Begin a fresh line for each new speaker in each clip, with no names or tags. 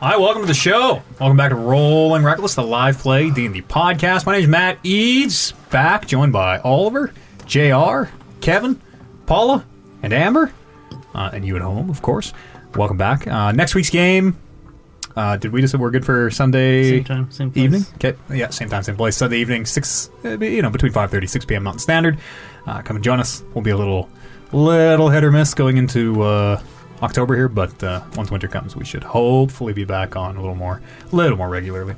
Hi, welcome to the show. Welcome back to Rolling Reckless, the live play D&D podcast. My name is Matt Eads, back joined by Oliver, JR, Kevin, Paula, and Amber, uh, and you at home, of course. Welcome back. Uh, next week's game, uh, did we decide we're good for Sunday
Same time, same place.
evening? Okay, yeah, same time, same place. Sunday evening, six, uh, you know, between 5.30, 6 p.m. Mountain Standard. Uh, come and join us. We'll be a little, little hit or miss going into uh, October here, but uh, once winter comes, we should hopefully be back on a little more, little more regularly.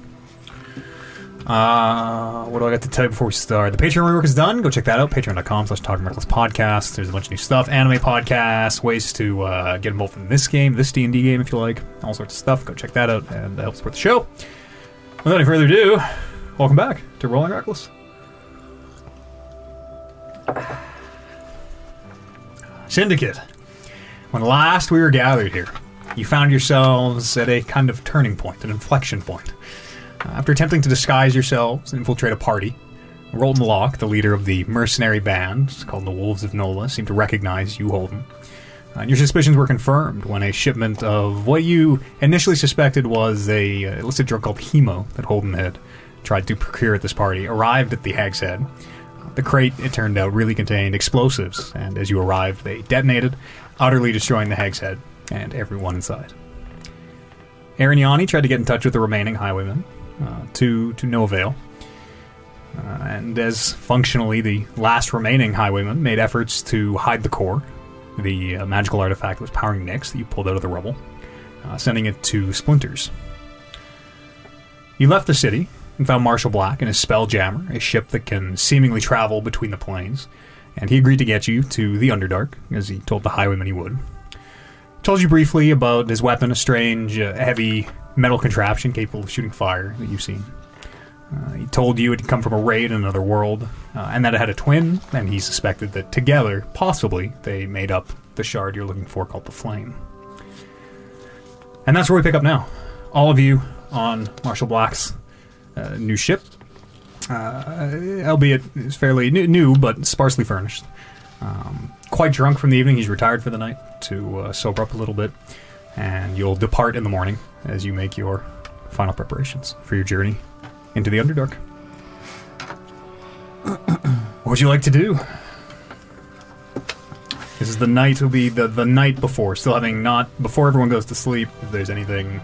Uh, what do I got to tell you before we start? The Patreon rework is done. Go check that out. Patreon.com slash Talking Reckless Podcast. There's a bunch of new stuff. Anime podcasts, ways to uh, get involved in this game, this D&D game if you like. All sorts of stuff. Go check that out and uh, help support the show. Without any further ado, welcome back to Rolling Reckless. Syndicate. When last we were gathered here, you found yourselves at a kind of turning point, an inflection point. Uh, After attempting to disguise yourselves and infiltrate a party, Rolton Locke, the leader of the mercenary band called the Wolves of Nola, seemed to recognize you, Holden. Uh, your suspicions were confirmed when a shipment of what you initially suspected was a uh, illicit drug called Hemo that Holden had tried to procure at this party arrived at the Hag's Head. Uh, The crate, it turned out, really contained explosives, and as you arrived, they detonated, utterly destroying the Hag's Head and everyone inside. Aaron Yanni tried to get in touch with the remaining highwaymen, uh, to to no avail. Uh, and as functionally the last remaining highwayman made efforts to hide the core, the uh, magical artifact that was powering Nyx that you pulled out of the rubble, uh, sending it to splinters. You left the city and found Marshall Black and his Spelljammer, a ship that can seemingly travel between the planes, and he agreed to get you to the Underdark, as he told the highwayman he would told you briefly about his weapon, a strange, uh, heavy metal contraption capable of shooting fire that you've seen. Uh, he told you it had come from a raid in another world, uh, and that it had a twin, and he suspected that together, possibly, they made up the shard you're looking for called the Flame. And that's where we pick up now. All of you on Marshall Black's uh, new ship, uh, albeit it's fairly new, new but sparsely furnished Um, quite drunk from the evening. He's retired for the night to uh, sober up a little bit, and you'll depart in the morning as you make your final preparations for your journey into the Underdark. what would you like to do? This is the night will be the, the night before, still having not before everyone goes to sleep. If there's anything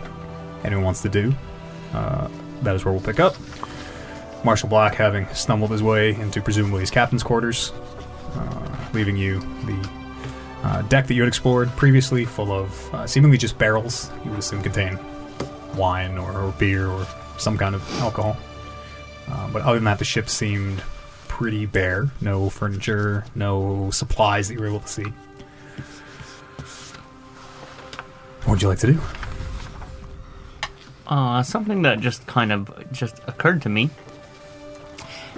anyone wants to do, uh, that is where we'll pick up. Marshal Black having stumbled his way into presumably his captain's quarters, uh, leaving you the uh, deck that you had explored previously, full of uh, seemingly just barrels you would assume contain wine or, or beer or some kind of alcohol. Uh, but other than that, the ship seemed pretty bare. No furniture, no supplies that you were able to see. What would you like to do?
Uh, something that just kind of just occurred to me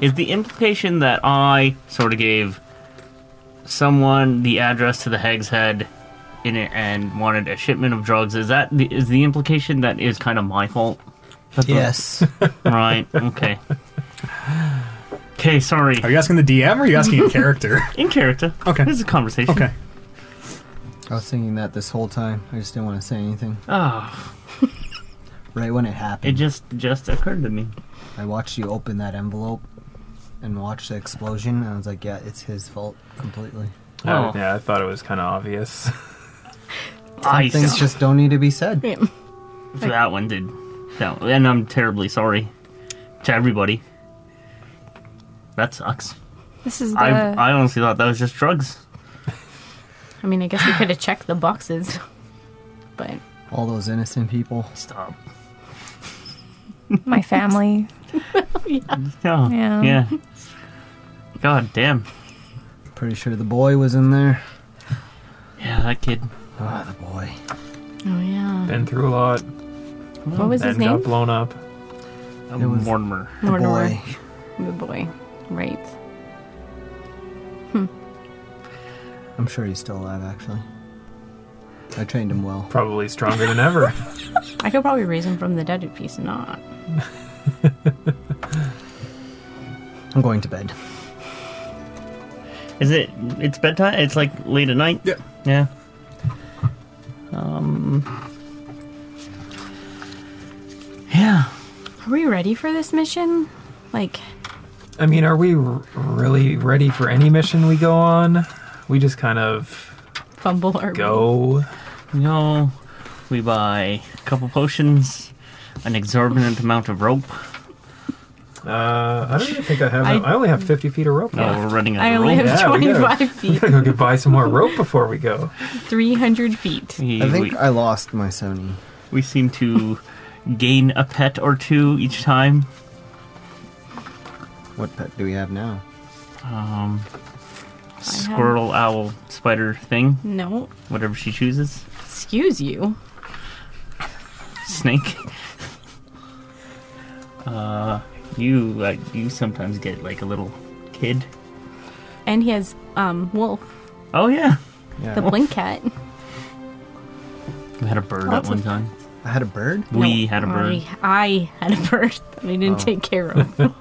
is the implication that I sort of gave someone the address to the Hag's Head in it and wanted a shipment of drugs. Is that the, is the implication that is kind of my fault? That's what-
Yes.
right. Okay. Okay. Sorry.
Are you asking the DM or are you asking a character?
In character.
Okay.
This is a conversation.
okay.
I was thinking that this whole time. I just didn't want to say anything.
Ah,
Right when it
it
happened,
just just occurred to me.
I watched you open that envelope and watch the explosion, and I was like, yeah, it's his fault completely.
Oh.
yeah, I thought it was kind of obvious.
I
Things just don't need to be said.
Yeah.
That one did. That one- and I'm terribly sorry to everybody. That sucks.
This is the.
I,
I,
I honestly thought that was just drugs.
mean, I guess we could have checked the boxes, but
All those innocent people.
Stop.
my family.
Yeah.
Yeah.
Yeah. God damn.
Pretty sure the boy was in there.
Yeah, that kid.
Ah, the boy.
Oh yeah.
Been through a lot.
What was his
and got
name?
blown up.
A
was-
Mortimer.
The
Mortimer.
boy.
The boy. Right.
I'm sure he's still alive, actually. I trained him well.
Probably stronger than ever.
I could probably raise him from the dead if he's not.
I'm going to bed.
Is it? It's bedtime. It's like late at night.
Yeah.
Yeah. Um.
Are we ready for this mission? Like,
I mean, are we r- really ready for any mission we go on? We just kind of
fumble or
go.
No, we buy a couple potions, an exorbitant amount of rope.
Uh, I don't even think I have. I,
I-
only have 50 feet of rope
No,
now.
we're running out
I
of
only
rope.
have
Yeah, we gotta-
25 feet,
Gotta go get buy some more rope before we go.
300 feet.
We,
I think
we,
I lost my Sony.
we seem to gain a pet or two each time.
What pet do we have now?
Um, squirrel, owl, spider thing,
No,
whatever she chooses.
excuse you.
Snake. uh, you uh, you sometimes get like a little kid.
And he has um wolf,
Oh yeah,
Yeah.
the blink cat.
you had a bird
Lots
at one
of-
time.
I had a bird.
We had a bird.
I, I had a bird that we didn't
Oh.
take care of,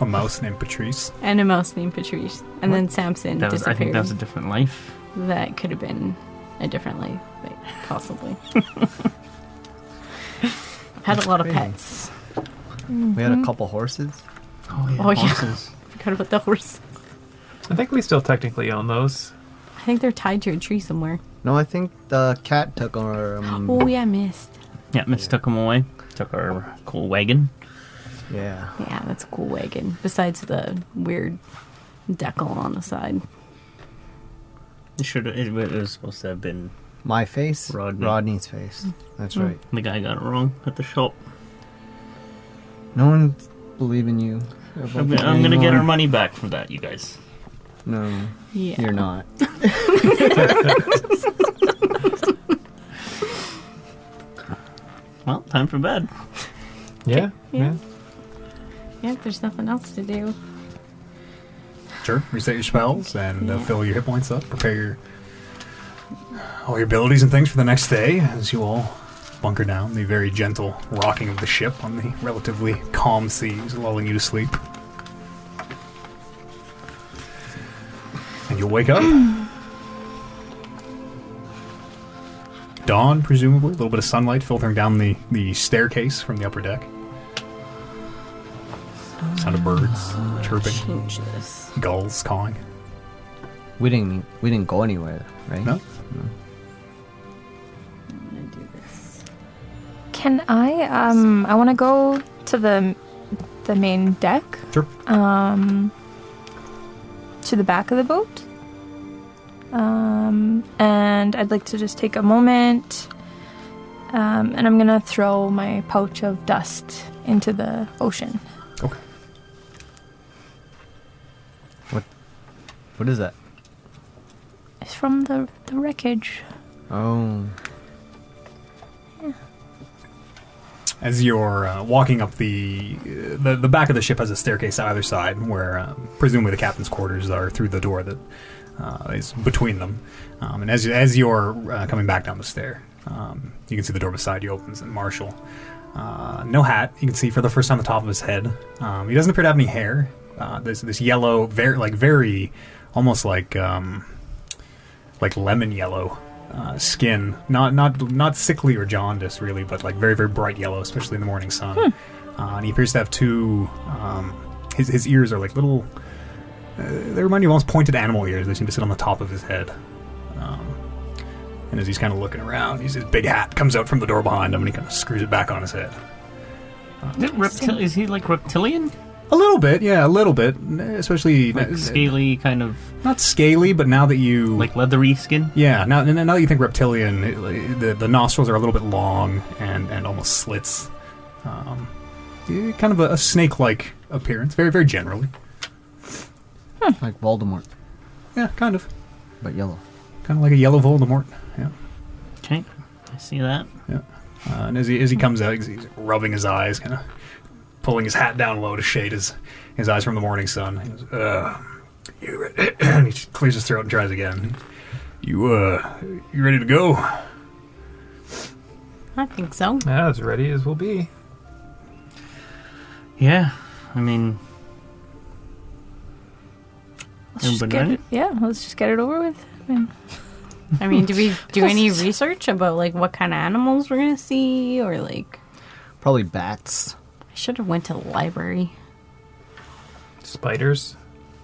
A mouse named Patrice.
and a mouse named Patrice, and then Samson
That was, I
disappeared.
think that was a different life.
That could have been a different life, like, possibly. Had a lot of
crazy.
pets.
We had a couple horses.
Oh yeah.
Oh, yeah. Forgot about the horse.
I think we still technically own those.
I think they're tied to a tree somewhere.
No, I think the cat took our.
Hmm.
Um,
Oh yeah, missed.
Yeah, Mitch took them away. Took our cool wagon.
yeah.
Yeah, that's a cool wagon. Besides the weird decal on the side.
It should it, it was supposed to have been.
My face.
Rodney.
Rodney's face.
Hmm.
That's right.
The guy got it wrong at the shop.
No one believe in you.
I'm, gonna- I'm gonna get our money back for that, you guys.
No,
Yeah.
you're not.
Well, time for bed.
Yeah.
Yeah. Yeah, if there's nothing else to do.
Sure. Reset your spells and uh,
Yeah.
fill your hit points up. Prepare your all your abilities and things for the next day as you all bunker down. The very gentle rocking of the ship on the relatively calm seas, lulling you to sleep. And you'll wake up. Dawn, presumably, a little bit of sunlight filtering down the, the staircase from the upper deck. Sound of birds chirping
Change this.
gulls calling.
We didn't. We didn't go anywhere, right?
No?
I'm gonna do this.
Can I? Um, I want to go to the the main deck.
Sure.
Um, to the back of the boat. Um, and I'd like to just take a moment. Um, and I'm gonna throw my pouch of dust into the ocean.
Okay.
What is that?
It's from the the wreckage.
Hmm.
Oh,
As you're uh, walking up the, uh, the the back of the ship has a staircase on either side, where um, presumably the captain's quarters are through the door that uh, is between them. Um, and as as you're uh, coming back down the stair, um, you can see the door beside you opens, and Marshall, uh, no hat, you can see for the first time the top of his head. Um, he doesn't appear to have any hair. Uh, this this yellow, very like very, almost like um, like lemon yellow uh, skin. Not not not sickly or jaundiced really, but like very very bright yellow, especially in the morning sun.
Hmm.
Uh, and he appears to have two. Um, his his ears are like little. Uh, they remind you of almost pointed animal ears. They seem to sit on the top of his head. Um, and as he's kind of looking around, he's, his big hat comes out from the door behind him, and he kind of screws it back on his head.
Is, it reptil- is he like reptilian?
A little bit, yeah, a little bit. Especially uh,
Like scaly, kind of
not scaly, but now that you
like leathery skin?
Yeah, now now now that you think reptilian, it, like, the the nostrils are a little bit long and and almost slits, um, eh, kind of a, a snake like appearance. Very very generally,
like Voldemort,
yeah, kind of
but yellow.
kind of like a yellow Voldemort. Yeah,
Okay, I see that.
yeah. Uh, and as he as he comes out, he's, he's rubbing his eyes, kind of pulling his hat down low to shade his his eyes from the morning sun. He goes, uh, you re- and he just clears his throat and tries again. You uh, you ready to go?
I think so.
Yeah, as ready as we'll be.
Yeah, I mean,
Let's just
Everybody
get
ready?
it. Yeah, let's just get it over with. I mean,
I mean, do we do any research about like what kind of animals we're gonna see or like
Probably bats.
should have went to the library.
Spiders.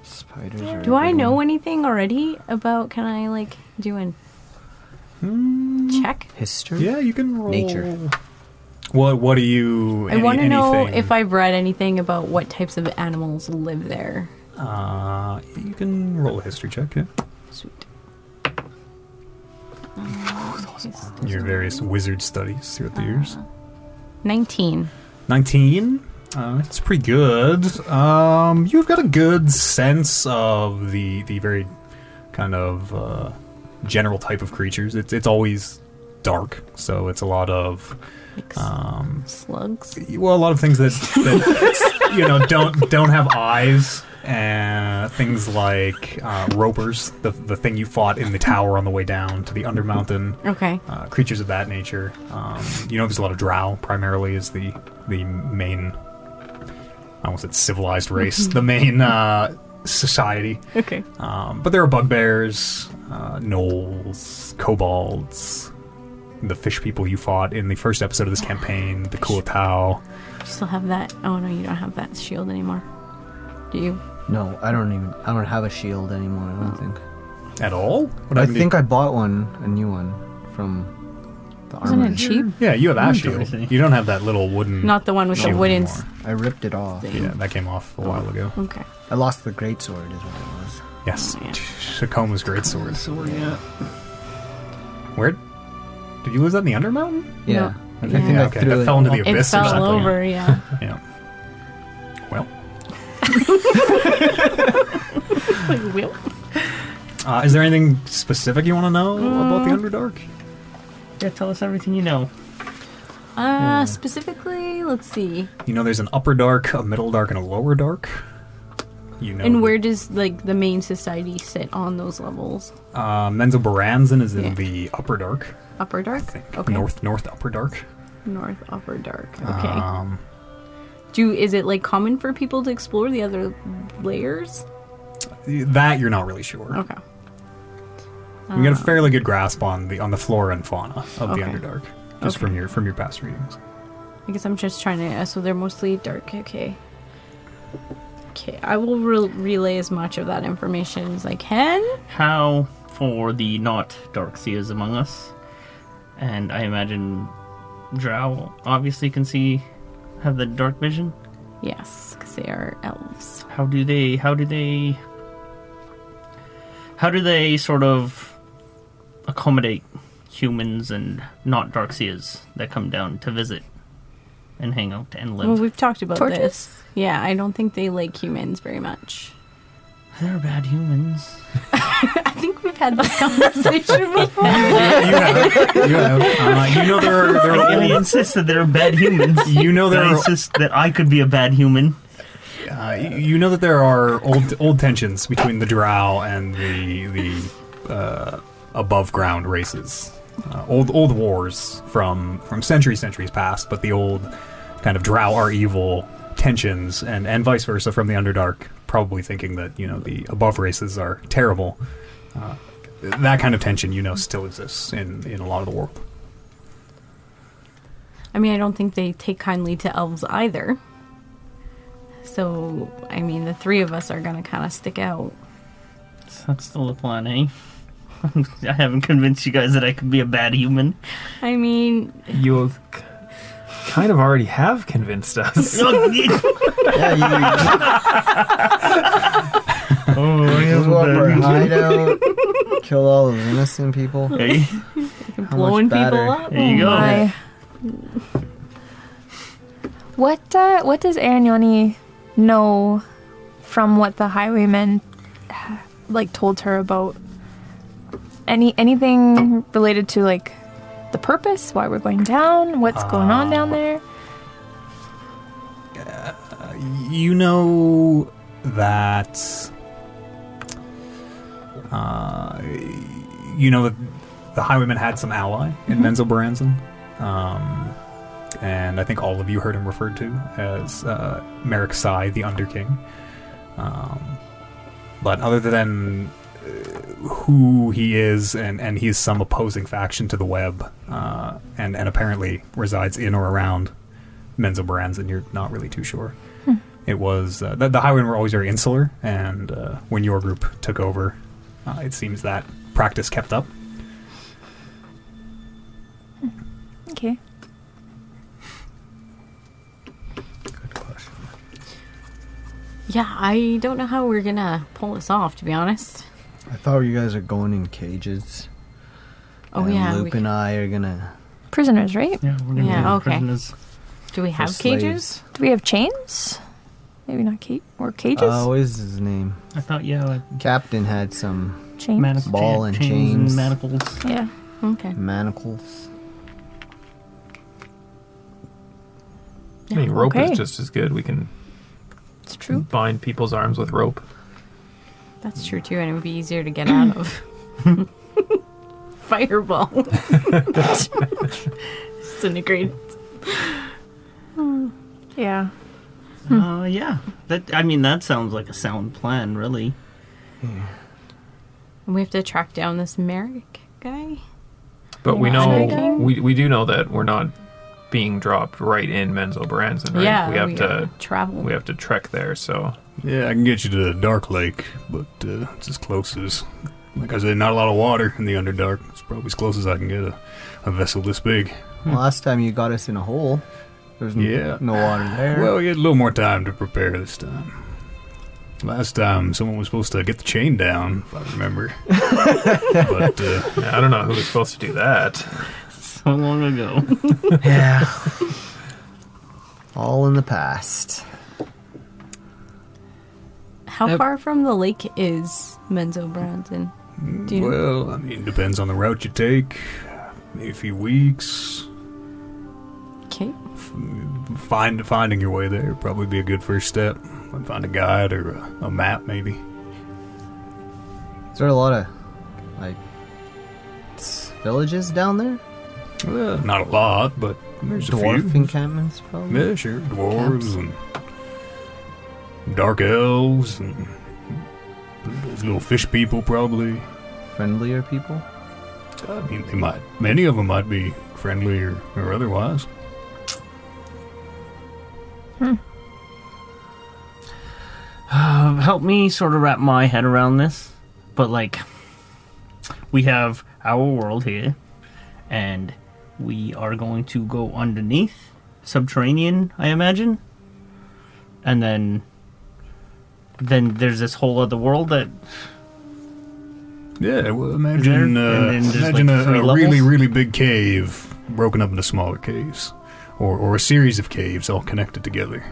Spiders are
Do I
everywhere.
know anything already about? Can I like do an
Hmm.
check?
history?
Yeah, you can roll.
Nature.
What What do you?
I want to know if I've read anything about what types of animals live there.
Uh, you can roll a history check. Yeah.
Sweet.
Your various wizard studies throughout
Uh,
the years.
Nineteen.
19 uh, it's pretty good um, you've got a good sense of the the very kind of uh, general type of creatures it's, it's always dark so it's a lot of
Like
um,
slugs.
well a lot of things that, that you know don't don't have eyes and things like uh, ropers the, the thing you fought in the tower on the way down to the under mountain
Okay.
uh, creatures of that nature. Um, you know, there's a lot of drow. Primarily, is the the main. I almost said civilized race, the main uh, society.
Okay.
Um, but there are bugbears, uh, gnolls, kobolds, the fish people you fought in the first episode of this campaign, the Kuatao.
You still have that? Oh no, you don't have that shield anymore. Do you?
No, I don't even. I don't have a shield anymore. I
Oh.
don't think.
At all? What
I
happened to-
think I bought one, a new one, from the
Isn't
armor.
it cheap?
Yeah, you have that shield.
Interesting.
You don't have that little wooden.
Not the one with
Mm.
the
shield
wooden
anymore.
I ripped it off.
thing.
Yeah, that came off a while ago.
Okay.
I lost the great sword, is what it was.
Yes,
Oh, yeah.
Tacoma's great sword.
Sword, yeah.
Where did you lose that in the Undermountain?
Yeah.
I
Yeah.
think, yeah,
I
okay.
threw
That
it
fell into the
off.
It
abyss or
fell
something.
over. Yeah.
Yeah. Well,
like wheel.
uh, is there anything specific you want to know about the Underdark?
Yeah, tell us everything you know.
Hmm.
Uh, specifically, let's see.
You know, there's an upper dark, a middle dark, and a lower dark. You know,
And where does like the main society sit on those levels?
uh, Menzo Baranzan is in
Yeah.
the upper dark,
Upper dark.
I think.
Okay.
North, north upper dark.
North upper dark. Okay.
Um,
Do is it like common for people to explore the other layers?
that you're not really sure.
Okay.
You get a fairly good grasp on the on the flora and fauna of
Uh, Okay.
the Underdark, just
Okay.
from your from your past readings.
I guess I'm just trying to. uh, So they're mostly dark. Okay. Okay. I will re- relay as much of that information as I can.
How for the not dark seers among us, and I imagine Drow obviously can see, have the dark vision.
Yes, because they are elves.
How do they? How do they? How do they sort of accommodate humans and not dark seers that come down to visit and hang out and live?
Well, we've talked about
Torches?
this. Yeah, I don't think they like humans very much.
They're bad humans.
I think we've had this conversation before.
you have, you have. Uh, you know there are there
I
are
really
old
insist that they're bad humans.
You know there
that I
are-
insist that I could be a bad human.
Uh, you- you know that there are old old tensions between the Drow and the the uh, above ground races. Uh, old old wars from from centuries centuries past, but the old kind of Drow are evil tensions, and and vice versa from the Underdark, probably thinking that you know the above races are terrible. Uh, that kind of tension, you know, still exists in in a lot of the world.
I mean, I don't think they take kindly to elves either. So, I mean, the three of us are going to kind of stick out.
That's still the plan, eh? I haven't convinced you guys that I could be a bad human.
I mean,
You k- kind of already have convinced us.
oh,
Yeah, you just want to hide out, Oh, kill all those innocent people.
Hey,
How
blowing
much better?
people up.
there you go.
Hi. What uh, what does Arignani know from what the highwaymen uh, like told her about any anything related to like the purpose, why we're going down, what's going on down there?
you know that uh, you know that the highwayman had some ally in Menzel Baranzan. Um, and I think all of you heard him referred to as uh, Merrick Sai, the Underking. Um, but other than uh, who he is, and, and he is some opposing faction to the web, uh, and, and apparently resides in or around Menzel brands, and you're not really too sure. It was uh, the, the highwaymen were always very insular, and uh, when your group took over, uh, it seems that practice kept up.
Okay.
Good question.
Yeah, I don't know how we're gonna pull this off, to be honest.
I thought you guys are going in cages.
Oh
and
yeah, we
Luke and I are gonna.
Prisoners, right?
Yeah, we're gonna
Yeah,
be in
okay.
prisoners.
do we have
slaves.
cages?
Do we have chains? Maybe not cage or cages.
Uh, what is his name?
I thought, yeah, like
Captain had some
chains.
manacle
Ball and chains.
manacles.
Yeah.
Okay.
manacles.
I mean, rope
Okay.
is just as good. We can
It's true.
bind people's arms with rope.
That's true too, and it would be easier to get out of. Fireball. Disintegrate.
Yeah.
Uh, yeah. That I mean, that sounds like a sound plan, really.
And we have to track down this Merrick guy.
But we
Yeah,
know
okay.
we, we do know that we're not being dropped right in Menzel Branson, right?
Yeah,
we have to
gotta travel.
we have to trek there, so
Yeah, I can get you to the Dark Lake, but uh, it's as close as, like I said, not a lot of water in the Underdark. It's probably as close as I can get a, a vessel this big.
Last time you got us in a hole. There's n-
Yeah.
no water there.
Well, we had a little more time to prepare this time. Last time, someone was supposed to get the chain down, if I remember. but uh,
I don't know who was supposed to do that.
So long ago.
yeah. All in the past.
How
Yep.
far from the lake is Menzo Brandon? Do you
Well, I mean, depends on the route you take. Maybe a few weeks.
Okay.
Find finding your way there would probably be a good first step. Might Find a guide or a, a map, maybe.
Is there a lot of like s- villages down there?
Well, not a lot, but there's a
Dwarf
few.
encampments, probably.
Yeah, sure. Dwarves and dark elves and those little fish people, probably.
Friendlier people.
I mean, they might. Many of them might be friendly or, or otherwise.
Uh, help me sort of wrap my head around this. But, like, we have our world here, and we are going to go underneath, subterranean, I imagine. And then. Then there's this whole other world that.
Yeah, well, imagine
There-
uh,
and then there's,
imagine
like,
a,
three
a really,
levels?
really big cave broken up into smaller caves, or or a series of caves all connected together.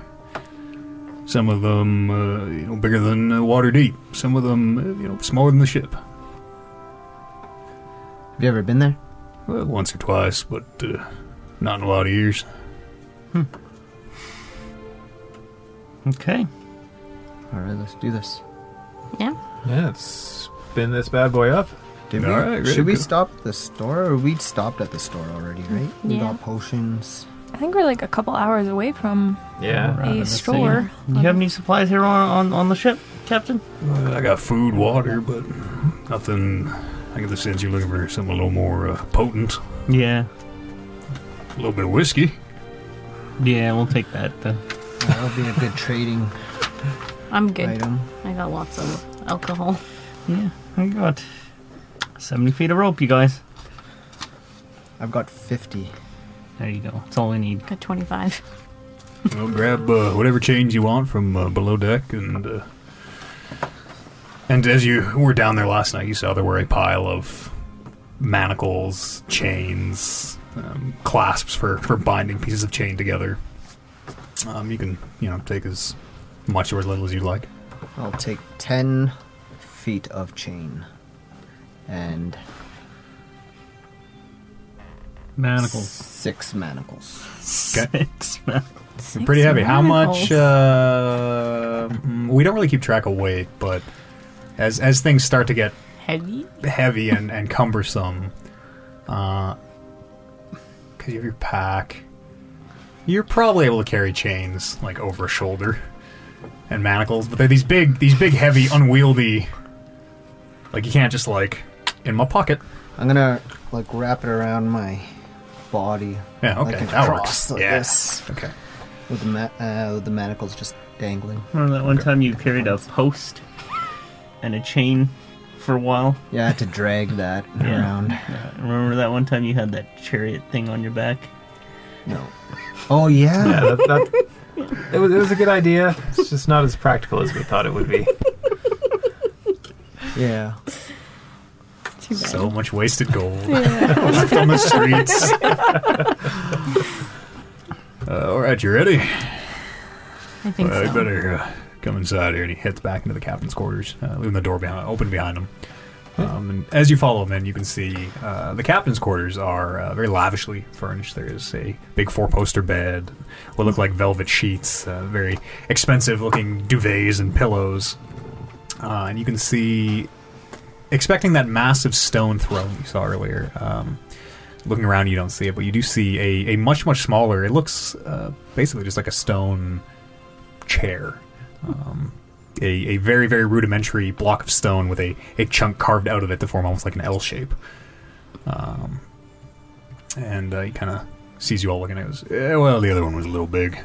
Some of them, uh, you know, bigger than uh, water deep. Some of them, uh, you know, smaller than the ship.
Have you ever been there?
Well, once or twice, but uh, not in a lot of years.
Okay.
All right, let's do this.
Yeah, let's spin this bad boy up.
Did
All
we,
right,
should
really
we
cool.
stop at the store? Or we stopped at the store already, right? We
Mm, Yeah.
got potions.
I think we're like a couple hours away from
Yeah.
Alright. Rather
a
than
store.
You have any supplies here on, on, on the ship, Captain?
Uh, I got food, water, but nothing. I get the sense you're looking for something a little more uh, potent.
Yeah.
A little bit of whiskey.
Yeah, we'll take that. uh, Though.
That'll be a good trading
I'm good.
item.
I got lots of alcohol.
Yeah, I got 70 feet of rope, you guys.
I've got 50.
There you go. That's all we need.
Got 25.
Well, grab uh, whatever change you want from uh, below deck, and uh, and as you were down there last night, you saw there were a pile of manacles, chains, um, clasps for for binding pieces of chain together. Um, you can you know take as much or as little as you like.
I'll take 10 feet of chain. And
Manacles.
six manacles.
Okay.
Six manacles.
You're pretty heavy. How much?
manacles.
Uh, mm, we don't really keep track of weight, but as as things start to get
Heavy?
heavy and, and cumbersome. Uh, because of your pack, you're probably able to carry chains like over a shoulder and manacles, but they're these big, these big, heavy, unwieldy. Like you can't just like in my pocket.
I'm gonna like wrap it around my body.
Yeah, okay,
like a
that
cross
works.
Like
Yeah.
this.
Okay,
With the, ma- uh, with the manacles just dangling.
Remember that one time you carried a post and a chain for a while?
Yeah, I had to drag that
Yeah.
around.
Remember that one time you had that chariot thing on your back?
No. Oh, yeah.
Yeah, that, that, it, was, it was a good idea. It's just not as practical as we thought it would be.
Yeah.
Too bad.
So much wasted gold
Yeah.
left on the streets. Uh, all right, you ready?
I think
I
so.
better uh, come inside here. And he heads back into the captain's quarters, uh, leaving the door behind, open behind him. Um, and as you follow him in, you can see uh, the captain's quarters are uh, very lavishly furnished. There is a big four-poster bed, what look like velvet sheets, uh, very expensive-looking duvets and pillows, uh, and you can see, expecting that massive stone throne you saw earlier. Um, looking around, you don't see it, but you do see a, a much much smaller. It looks uh, basically just like a stone chair. Um, a, a very, very rudimentary block of stone with a, a chunk carved out of it to form almost like an L shape. Um, and uh, he kind of sees you all looking at it. Goes, "Eh, well, the other one was a little big.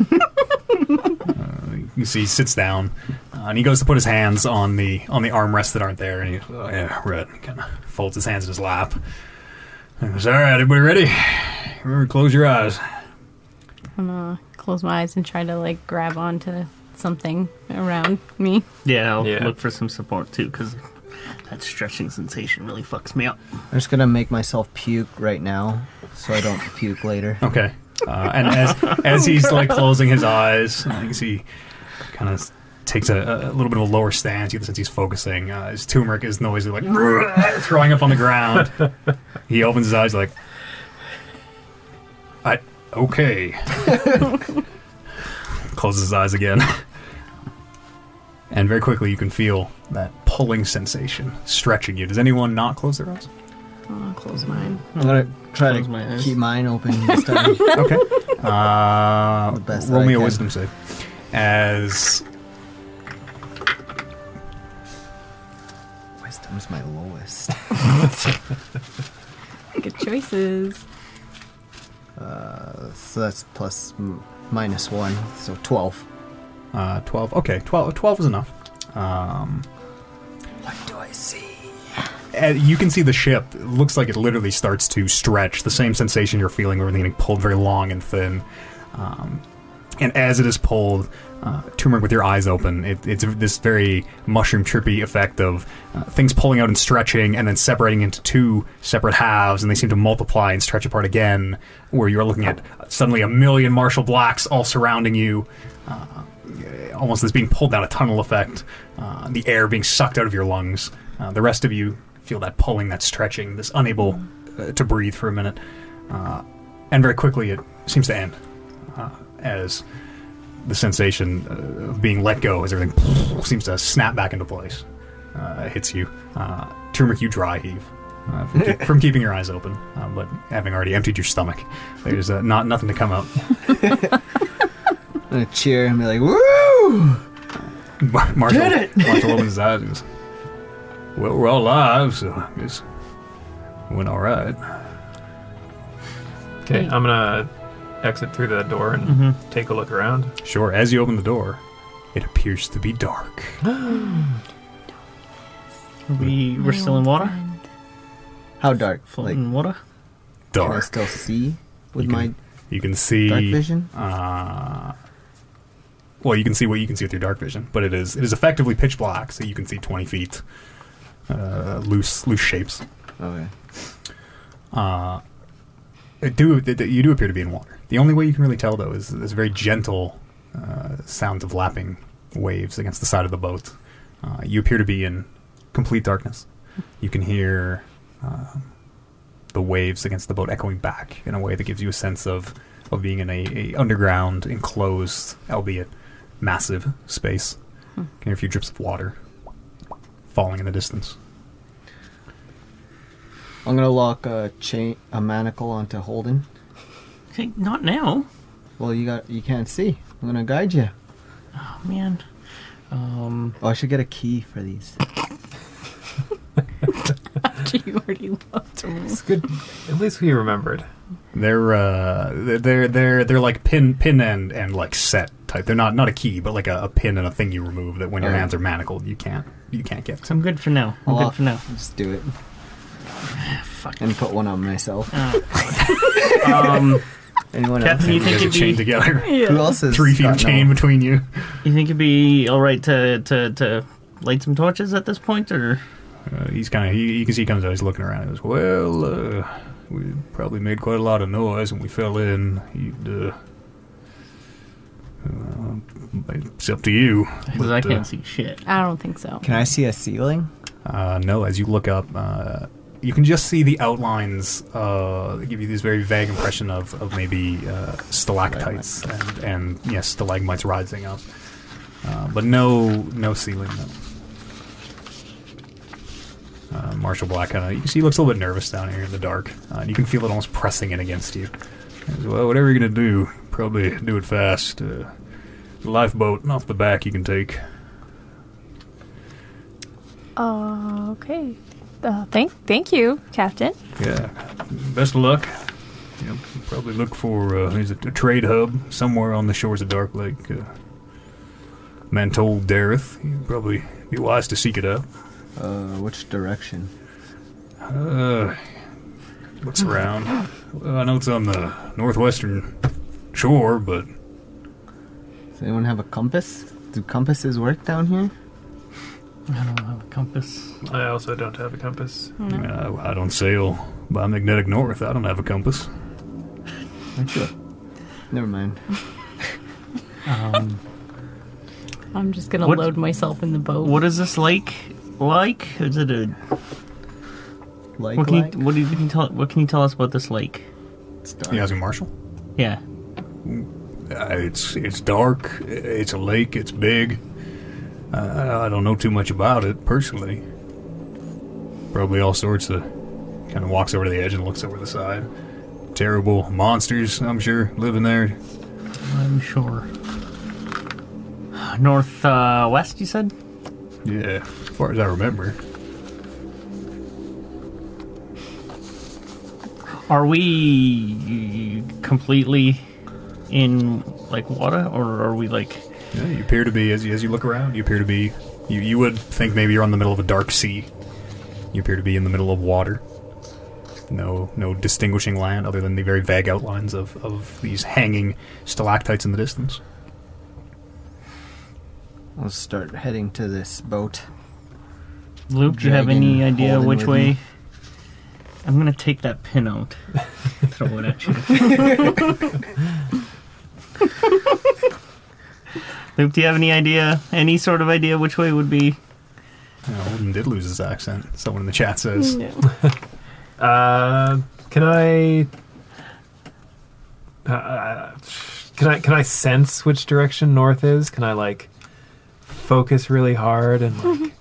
uh, you see, he sits down uh, and he goes to put his hands on the on the armrests that aren't there. And he goes, oh, yeah, right. Kind of folds his hands in his lap. And goes, all right, everybody ready? Remember, close your eyes.
I'm gonna close my eyes and try to like grab onto something around me.
Yeah, I'll
Yeah.
look for some support too, because that stretching sensation really fucks me up.
I'm just gonna make myself puke right now so I don't puke later.
Okay. Uh, and as as he's like closing his eyes, uh, you can see kind of takes a, a little bit of a lower stance. You can sense he's focusing. Uh, his turmeric is noisy, like throwing up on the ground. He opens his eyes, like, I okay. Closes his eyes again. And very quickly, you can feel that pulling sensation stretching you. Does anyone not close their eyes?
I'm gonna close mine.
I'm gonna try
Close my
to
eyes.
keep mine open this time.
Okay. Uh,
The best that
roll
I
me a
can.
wisdom save. As
Wisdom's my lowest.
Good choices.
Uh, so that's plus m- minus one, so 12.
uh, 12. Okay, 12, 12 is enough. Um,
What do I see?
and Uh, you can see the ship. It looks like it literally starts to stretch. The same sensation you're feeling when getting pulled very long and thin. Um, and as it is pulled, uh, turmeric with your eyes open, it, it's this very mushroom trippy effect of uh, things pulling out and stretching and then separating into two separate halves, and they seem to multiply and stretch apart again, where you're looking at suddenly a million Marshall Blacks all surrounding you. Uh, almost as being pulled down a tunnel effect, uh, the air being sucked out of your lungs. Uh, the rest of you feel that pulling, that stretching, this unable uh, to breathe for a minute. Uh, and very quickly it seems to end uh, as the sensation uh, of being let go as everything seems to snap back into place. Uh, it hits you. Uh, turmeric, you dry heave. Uh, from, keep, from keeping your eyes open, uh, but having already emptied your stomach, there's uh, not nothing to come out.
I'm gonna cheer and be like, woo!
Mar- Marshall, Marshall opens his eyes and goes, Well, we're all alive, so I guess it went all right.
Okay, I'm gonna exit through the door and take a look around.
Sure, as you open the door, it appears to be dark.
We we're still in water,
How dark? Like,
floating
can
in water.
I
Dark.
still see with
You
my
can- You can
dark
see.
vision?
Uh, well, you can see what you can see with your dark vision, but it is it is effectively pitch black, so you can see twenty feet. Uh, loose loose shapes.
Okay.
Uh, it do th- th- you do appear to be in water. The only way you can really tell though is this very gentle uh, sounds of lapping waves against the side of the boat. Uh, you appear to be in complete darkness. You can hear um, the waves against the boat echoing back in a way that gives you a sense of of being in a, a underground enclosed, albeit massive space. You can hear a few drips of water falling in the distance.
I'm gonna lock a chain, a manacle onto Holden.
Okay, not now.
Well, you got, you can't see. I'm gonna guide you.
Oh man. Um,
Oh, I should get a key for these.
after you already left him.
It's good. At least we remembered.
They're uh, they're- they're they're they're like pin pin and and like set type. They're not not a key, but like a, a pin and a thing you remove that when your
Oh.
hands are manacled, you can't you can't get.
I'm good for now. I'm
I'll
good for now.
Just do it
Fuck.
and put one on myself.
Ah. Um,
Anyone else?
Captain, you think
There's a
it'd
chain
be
together,
Who else is
three feet of
got no-
chain between you.
you think it'd be all right to to to light some torches at this point, or
Uh, he's kind of he, you can see he comes out. He's looking around. He goes, "Well, uh, we probably made quite a lot of noise when we fell in. You'd, uh, uh, it's up to you."
'cause
But,
I
uh,
can't see shit.
I don't think so.
Can I see a ceiling?
Uh, no, as you look up, uh, you can just see the outlines uh, that give you this very vague impression of, of maybe uh, stalactites and, and yes, stalagmites rising up, uh, but no no ceiling. No. Uh, Marshall Black, uh, you can see he looks a little bit nervous down here in the dark. Uh, and you can feel it almost pressing in against you. He goes, well, whatever you're gonna do, probably do it fast. Uh, lifeboat off the back you can take.
Uh, okay. Uh, thank, thank you, Captain.
Yeah. Best of luck. You know, probably look for uh, is it a trade hub somewhere on the shores of Dark Lake. Uh, man told Dareth, you'd probably be wise to seek it out.
Uh, which direction?
Uh, looks around. Well, I know it's on the northwestern shore, but
Does anyone have a compass? Do compasses work down here?
I don't have a compass.
I also don't have a compass.
uh, I don't sail by magnetic north. I don't have a compass.
Aren't you? Never mind.
Um,
I'm just gonna
What-
load myself in the boat.
what is this lake like? Is it a
Like,
what can
like,
you what do you, can you tell what can you tell us about this lake?
it's dark.
You asking Marshall?
Yeah,
Uh, it's it's dark. It's a lake. It's big. Uh, I I don't know too much about it personally. Probably all sorts of. Kind of walks over to the edge and looks over the side. Terrible monsters, I'm sure, living there.
I'm sure. North uh, west, you said.
Yeah, as far as I remember.
Are we completely in like water, or are we like?
Yeah, you appear to be as you, as you look around. You appear to be. You you would think maybe you're on the middle of a dark sea. You appear to be in the middle of water. No no distinguishing land other than the very vague outlines of of these hanging stalactites in the distance.
I'll start heading to this boat.
Luke, do you have
Dragon
any idea
holding
which
with
way?
me.
I'm gonna take that pin out, throw it at you. Luke, do you have any idea, any sort of idea which way would be?
Yeah, Holden did lose his accent. Someone in the chat says,
No.
Uh, can I? Uh, can I? Can I sense which direction north is? Can I like focus really hard and like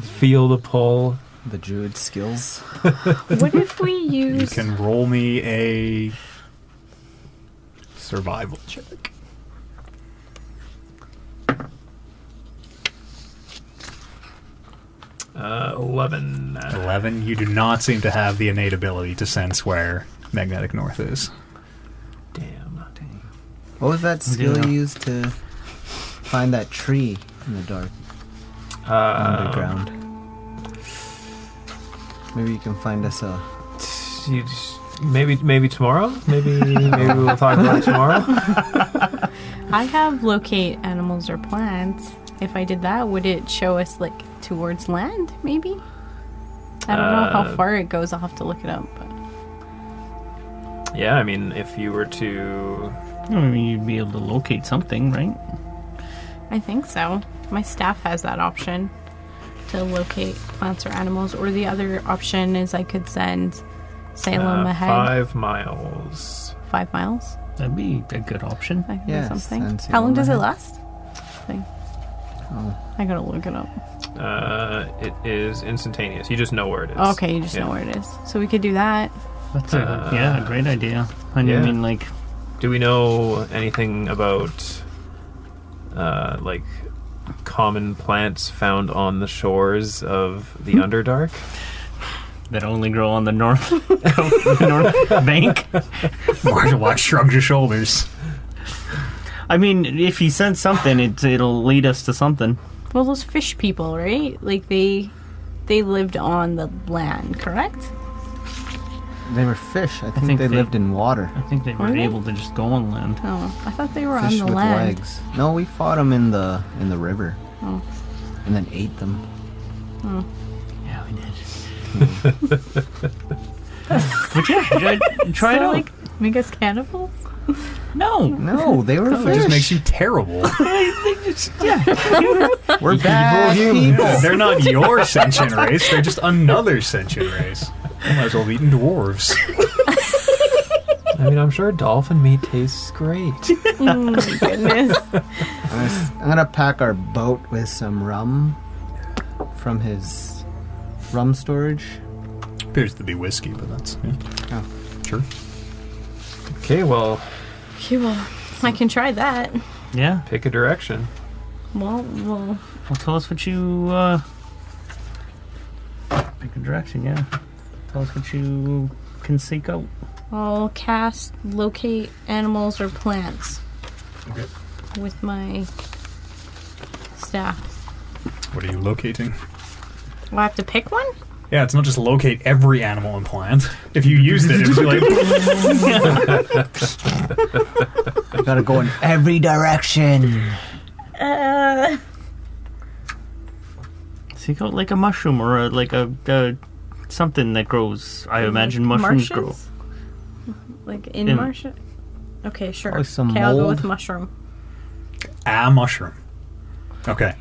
feel the pull?
The druid skills.
What if we
"You
use?
can roll me a survival check."
Uh, Eleven.
Eleven. You do not seem to have the innate ability to sense where magnetic north is.
Damn.
What was that skill
Yeah.
you used to find that tree in the dark
Uh,
underground? Maybe you can find us a.
you just- maybe maybe tomorrow. Maybe maybe we'll talk about it tomorrow.
I have locate animals or plants. If I did that, would it show us like towards land? Maybe. I don't know how
Uh,
far it goes. I'll have to look it up. But
Yeah, I mean, if you were to
I mean, you'd be able to locate something, right?
I think so. My staff has that option to locate plants or animals, or the other option is I could send Salem
uh,
ahead
five miles,
five miles.
That'd be a good option.
I can
Yes,
do something.
and
How long
Salem
does it
ahead. Oh.
last? Thing. I gotta look it up.
uh, it is instantaneous. You just know where it is.
Okay, you just
Yeah.
know where it is. So we could do that.
That's a
Uh,
yeah, a great idea. I
yeah.
mean, like,
Do we know anything about uh, like
Hmm?
common plants found on the shores of the Underdark?
that only grow on the north, north bank.
Marshall shrugs his shoulders.
I mean, if he said something, it, it'll lead us to something.
Well, those fish people, right? Like they they lived on the land, correct?
They were fish. I think,
think
they,
they-
lived in water.
I think they were
Were they?
able to just go on land.
Oh, I thought they were
Fish with
on the land.
legs. No, we fought them in the in the river,
Oh.
and then ate them.
Yeah, we did. but yeah, j- try
So,
it out.
like, make us cannibals?
no,
No, they were
It
fish.
just makes you terrible.
we're bad people.
They're not your sentient race. They're just another sentient race. You might as well be eating dwarves.
I mean, I'm sure dolphin meat tastes great.
Oh Goodness.
I'm gonna s- I'm gonna pack our boat with some rum from his rum storage.
Appears to be whiskey, but that's yeah.
Oh.
sure.
Okay, well,
okay, well, I can try that.
yeah.
pick a direction.
Well, well,
Well, tell us what you uh, pick a direction. Yeah, tell us what you can seek out.
I'll cast locate animals or plants
Okay.
with my staff.
What are you locating?
Will I have to pick one?
Yeah, it's not just locate every animal and plant. If you used it, it'd be like
We gotta go in every direction.
Uh,
Seek out like a mushroom or a, like a, a something that grows. I imagine mushrooms grow.
marshes? Like in,
In-
marsh? Okay, sure.
Probably some
okay, I'll go with
mold.
mushroom.
a ah, mushroom. Okay.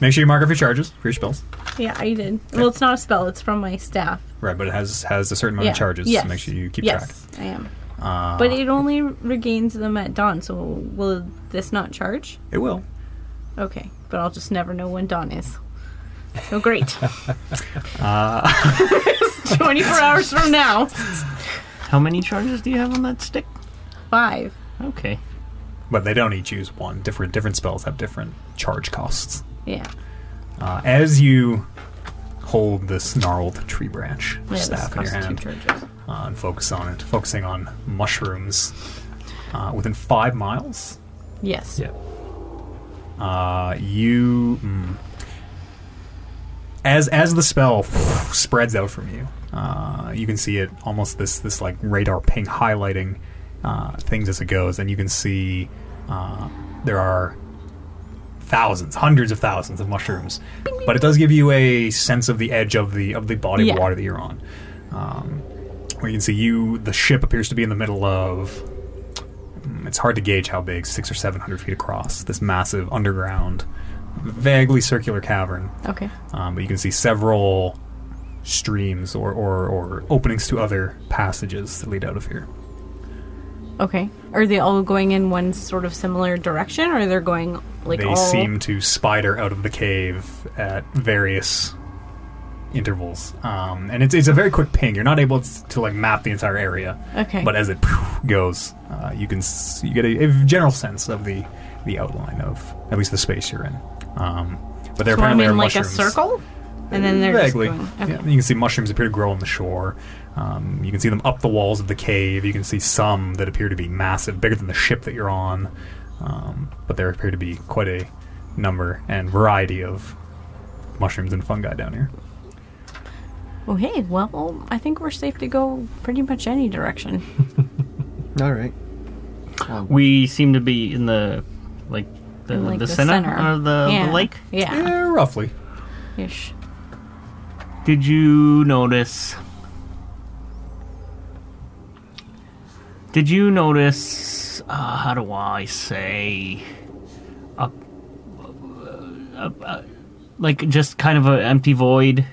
Make sure you mark off your charges for your spells.
Yeah, I did. Well, it's not a spell. It's from my staff.
Right, but it has has a certain amount
yeah.
of charges,
Yes.
so make sure you keep
yes, I am.
track. Uh,
But it only regains them at dawn. So will this not charge?
it will.
Okay, but I'll just never know when dawn is. So great.
Uh,
24 hours from now.
How many charges do you have on that stick?
Five.
Okay.
But they don't each use one. Different different spells have different charge costs.
Yeah.
Uh, as you hold the snarled tree branch
yeah this
staff in your
costs two
hand
charges.
uh, and focus on it, focusing on mushrooms uh, within five miles,
Yes.
Yeah.
uh, you mm, as as the spell spreads out from you, uh, you can see it almost this this like radar ping highlighting uh, things as it goes, and you can see uh, there are thousands, hundreds of thousands of mushrooms, but it does give you a sense of the edge of the of the body
Yeah.
of water that you're on. Um, where you can see you, the ship appears to be in the middle of it's hard to gauge how big, six or seven hundred feet across, this massive underground, vaguely circular cavern.
Okay.
Um, but you can see several streams or, or, or openings to other passages that lead out of here.
Okay. Are they all going in one sort of similar direction, or they're going like
they
all?
seem to spider out of the cave at various intervals, um, and it's, it's a very quick ping. You're not able to, to like map the entire area,
Okay.
but as it goes, uh, you can s- you get a, a general sense of the the outline of at least the space you're in. Um, but there
so I
apparently are
mean, like
mushrooms.
a circle, and then they're
Vaguely.
just going.
Yeah,
Okay.
you can see mushrooms appear to grow on the shore. Um, you can see them up the walls of the cave. You can see some that appear to be massive, bigger than the ship that you're on. Um, but there appear to be quite a number and variety of mushrooms and fungi down here.
Okay. Well, I think we're safe to go pretty much any direction.
All right.
We seem to be in the like the,
like
the,
the
center,
center.
or the,
yeah.
the lake.
Yeah.
Yeah, Eh, roughly.
Ish.
Did you notice? Did you notice? Uh, how do I say? A, a, a- like just kind of an empty void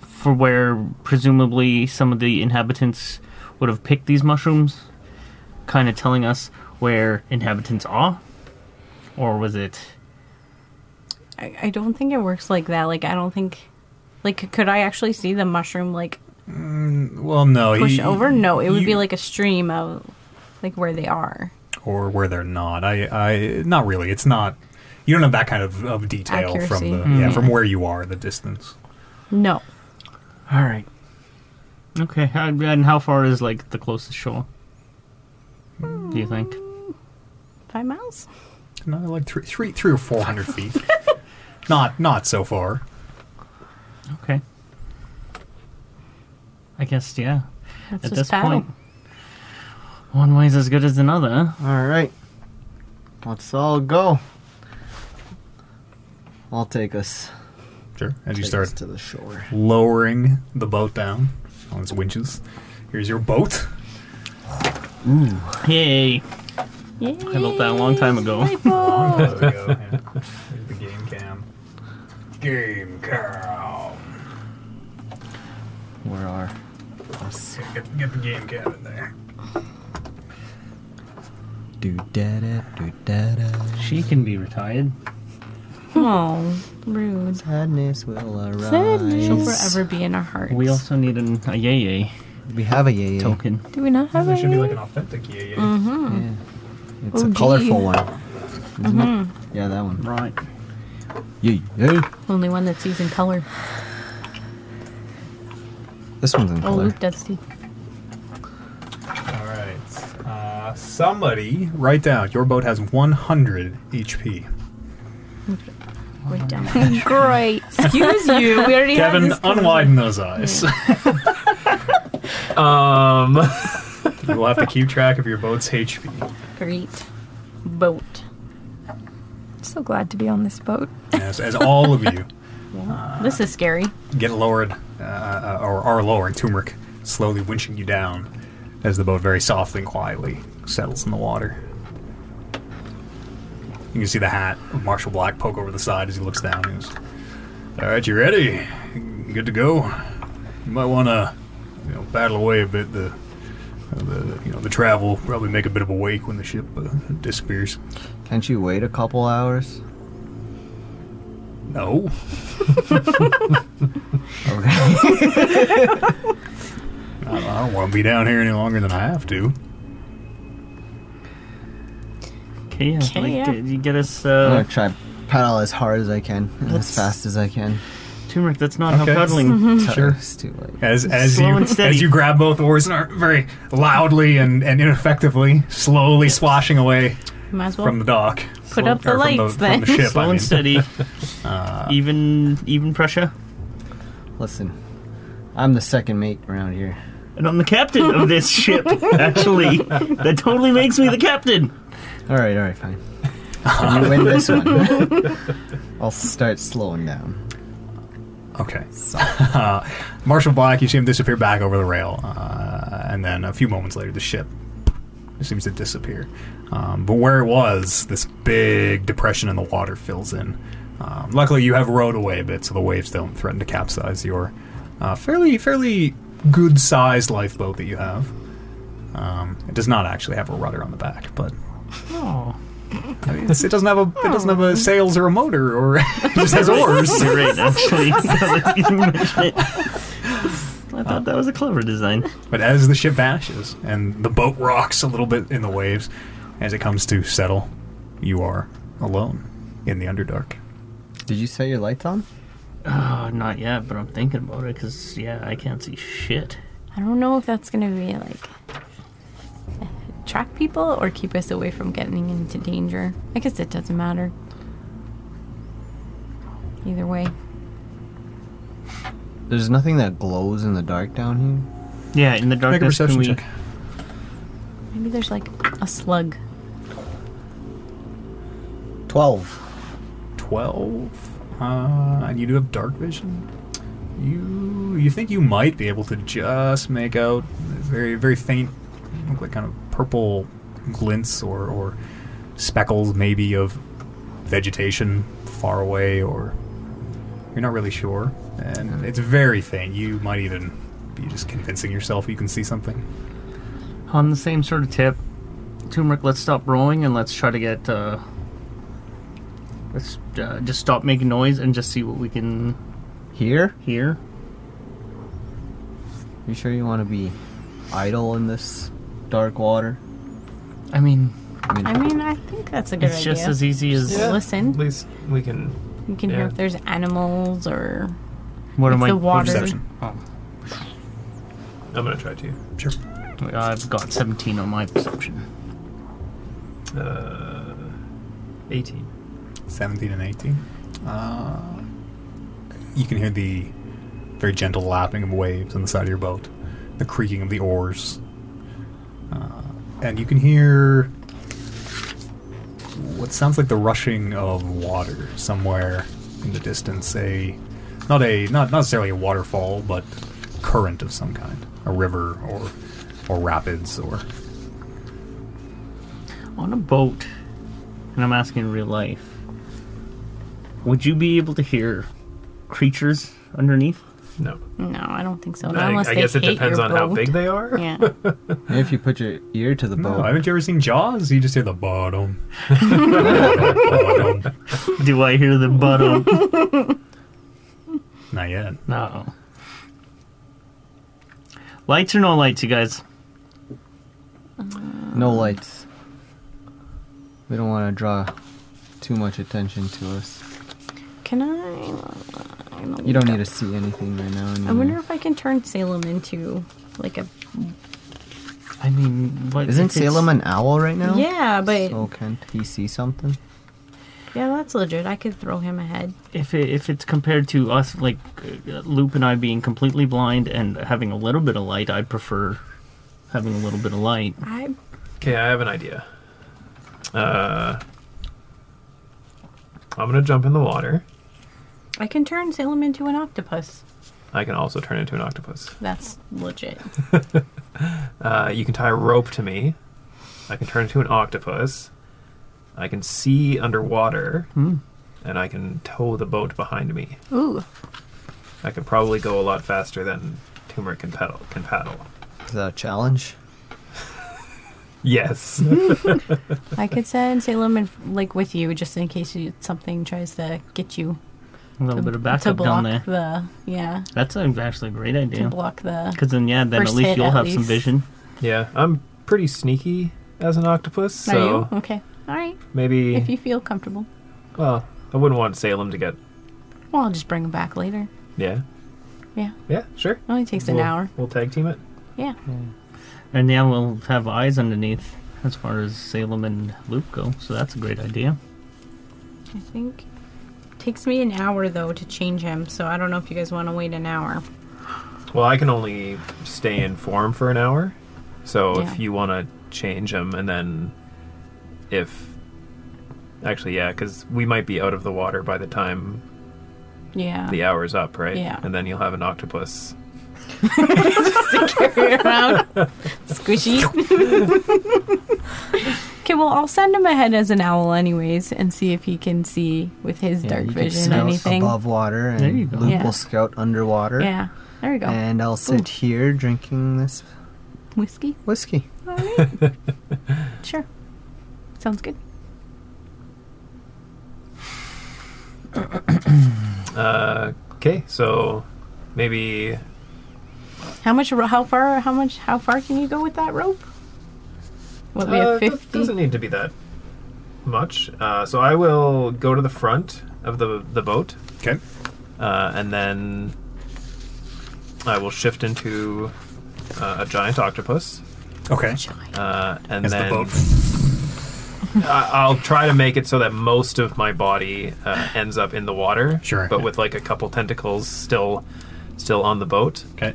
for where presumably some of the inhabitants would have picked these mushrooms, kind of telling us where inhabitants are, or was it?
I, I don't think it works like that. Like I don't think. Like, could I actually see the mushroom like
Well, no.
push
you-
over? No, it would
you-
be like a stream of like where they are.
or where they're not. I, I, not really. It's not. You don't have that kind of, of detail from
Accuracy. Hmm.
the yeah from where you are, the distance.
No.
All right.
Okay, how- and how far is like the closest shore? Do you think?
Five miles?
Another like three, three, three or four hundred feet. not, not so far.
Okay. I guess yeah.
Let's
At
just
this
paddle.
point, one way's as good as another.
All right. Let's all go. I'll take us,
Sure. As you
take
start
us to the shore.
lowering the boat down on its winches, here's your boat.
huh? Yay! I built that a long time ago.
Maple.
There we go. yeah. There's the game cam. Game cam.
Where are?
Here, Get, get the game cam in there.
Do da da do da da.
She can be retired.
oh, rude.
Sadness will arise.
She'll forever be in our hearts.
We also need an, a yay yay
We have a yay.
token.
Do we not have
There should be
any?
like an authentic E yay.
Yeah. It's
Oh,
a colorful
gee.
one.
Mm-hmm.
Isn't it? Yeah, that one.
Right.
Yay. yay.
Only one that's using color.
This one's in
Oh,
color.
Luke Dusty.
All right. Uh, somebody write down your boat has 100 HP.
Wait, down.
Great. Excuse you. We already have
Kevin,
this.
unwiden those eyes.
Um.
you will have to keep track of your boat's HP.
Great. Boat.
so glad to be on this boat.
As, as all of you
this is scary.
get lowered, uh, uh, or are lowered, Turmeric slowly winching you down as the boat very softly and quietly settles in the water. You can see the hat of Marshall Black poke over the side as he looks down. He goes, All right, you ready? Good to go. You might want to, you know, battle away a bit. The, the, the, you know, the travel probably make a bit of a wake when the ship uh, disappears.
Can't you wait a couple hours?
No,
Okay.
I, I don't want to be down here any longer than I have to.
Okay, yeah.
Okay,
like,
yeah.
get- you get us
I'm gonna
uh,
try paddle as hard as I can and as fast as I can.
turmeric. That's not
Okay.
how paddling.
Mm-hmm.
Sure. It's too late.
As as
Slow
you
and steady.
as you grab both oars and are very loudly and, and ineffectively, slowly splashing away
Might as well
from the dock.
put up the
or from
lights
the-
then.
from the ship. I
Slow
mean. Uh,
and steady. even even pressure.
Listen, I'm the second mate around here.
And I'm the captain of this ship, actually. That totally makes me the captain.
All right, all right, fine. When you win this one, I'll start slowing down.
Okay. Uh, Marshall Black, you see him disappear back over the rail, uh, and then a few moments later, the ship seems to disappear. Um, but where it was, this big depression in the water fills in. Um, luckily, you have rowed away a bit, so the waves don't threaten to capsize your uh, fairly fairly good sized lifeboat that you have. Um, it does not actually have a rudder on the back, but
Oh,
I mean, it's- it doesn't have a it doesn't have a sails or a motor or it just has oars.
You're right, actually. Now that you mention it. I thought that was a clever design.
But as the ship vanishes and the boat rocks a little bit in the waves, as it comes to settle, you are alone in the Underdark.
Did you set your lights on?
Oh, not yet, but I'm thinking about it because, yeah, I can't see shit.
I don't know if that's gonna be like track people or keep us away from getting into danger. I guess it doesn't matter. Either way,
There's nothing that glows in the dark down
Yeah, in the
Make a
darkness, can
perception
we...
check.
maybe there's like a slug.
here. Twelve.
Twelve. Uh, and you do have dark vision. You you think you might be able to just make out very very faint, look like kind of purple glints or or speckles maybe of vegetation far away or you're not really sure and it's very faint you might even be just convincing yourself you can see something
On the same sort of tip, Turmeric, let's stop rowing and let's try to get, uh... Let's uh, just stop making noise and just see what we can
Here?
hear.
You sure you want to be idle in this dark water?
I mean,
I mean,
I mean, I think that's a good
it's
idea.
just as easy as...
Yeah.
At
Listen,
least we can.
you can hear
e- yeah.
if there's animals or
What
if
am I...
the water.
perception
Oh,
I'm gonna try to.
Sure.
I've got 17 on my perception.
Uh, 18.
17 and 18. Uh, you can hear the very gentle lapping of waves on the side of your boat, the creaking of the oars. Uh, and you can hear what sounds like the rushing of water somewhere in the distance. A not a not not necessarily a waterfall, but current of some kind, a river or or rapids or
On a boat, and I'm asking in real life, would you be able to hear creatures underneath?
No.
No, I don't think so. Not
I,
unless
I
they
guess it
hate
depends
your
on how
boat.
big they are.
Yeah.
If you put your ear to the boat,
No, haven't you ever seen Jaws? You just hear the bottom. bottom.
Do I hear the bottom?
Not yet.
no. Lights or no lights, you guys?
no lights. We don't want to draw too much attention to us.
Can I?
You don't need to see anything right now.
I wonder if I can turn Salem into like a.
I mean, like,
Isn't
if it's-
Salem an owl right now?
Yeah, but
So can't he see something?
yeah, that's legit. I could throw him ahead.
if it, if it's compared to us, like uh, Loop and I being completely blind and having a little bit of light, I prefer having a little bit of light.
I
Okay, I have an idea. Uh, I'm gonna jump in the water.
I can turn Salem into an octopus.
I can also turn into an octopus.
That's legit.
Uh, you can tie a rope to me. I can turn into an octopus. I can see underwater,
Hmm.
and I can tow the boat behind me.
Ooh.
I could probably go a lot faster than Tumor can pedal. Can paddle.
Is that a challenge?
Yes.
I could send Salem in, like with you just in case you, something tries to get you.
A little
to-
bit of
to
backup down
block
there.
the yeah
That's a, actually a great
to
idea.
block the.
Because then, yeah, then
First
at least
hit,
you'll
at
have some
least.
vision.
yeah, I'm pretty sneaky as an octopus,
Are
so
you okay? All right,
maybe.
if you feel comfortable.
well, I wouldn't want Salem to get.
Well, I'll just bring him back later.
Yeah.
Yeah.
Yeah. Sure.
It only takes an
We'll-
hour.
We'll tag team it.
Yeah.
And yeah, we'll have eyes underneath as far as Salem and Loop go. So that's a great idea.
I think takes me an hour though to change him, so I don't know if you guys want to wait an hour.
Well, I can only stay in form for an hour. So
Yeah.
if you want to change him, and then if actually, yeah, because we might be out of the water by the time
Yeah.
the hour's up, right?
Yeah.
And then you'll have an octopus.
Carry around. Squishy. okay, well I'll send him ahead as an owl anyways and see if he can see with his dark
you can
vision
scout
anything.
above water, and
There you go.
Luke
Yeah.
will scout underwater.
Yeah. There we go.
And I'll sit here drinking this
Whiskey?
whiskey.
Sure. Sounds good.
Uh, okay, so maybe
How much ro- how far how much how far can you go with that rope? What we
Uh,
have
it do-
fifty?
doesn't need to be that much. Uh, so I will go to the front of the the boat,
Okay.
uh, and then I will shift into uh, a giant octopus,
Okay.
uh, and
As the
then
boat
I- I'll try to make it so that most of my body uh, ends up in the water,
Sure.
but with like a couple tentacles still still on the boat.
Okay.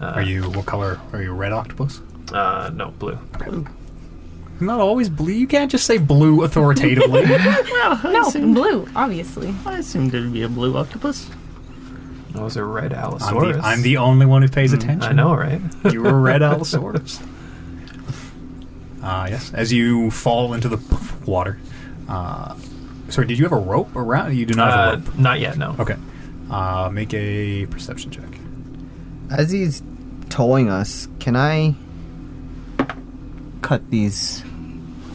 are you what color? Are you a red octopus?
Uh, no, blue.
Not always blue. You can't just say blue authoritatively.
Well, I,
No,
assumed,
blue, obviously.
I assumed it'd be a blue octopus.
That was a red
I'm,
allosaurus.
the, I'm the only one who pays attention.
I know, right?
You were a red allosaurus. Ah, yes. As you fall into the water. Uh, sorry, did you have a rope around? You do not
Uh,
have a rope.
not yet. No.
Okay. Uh, make a perception check.
As he's towing us, can I cut these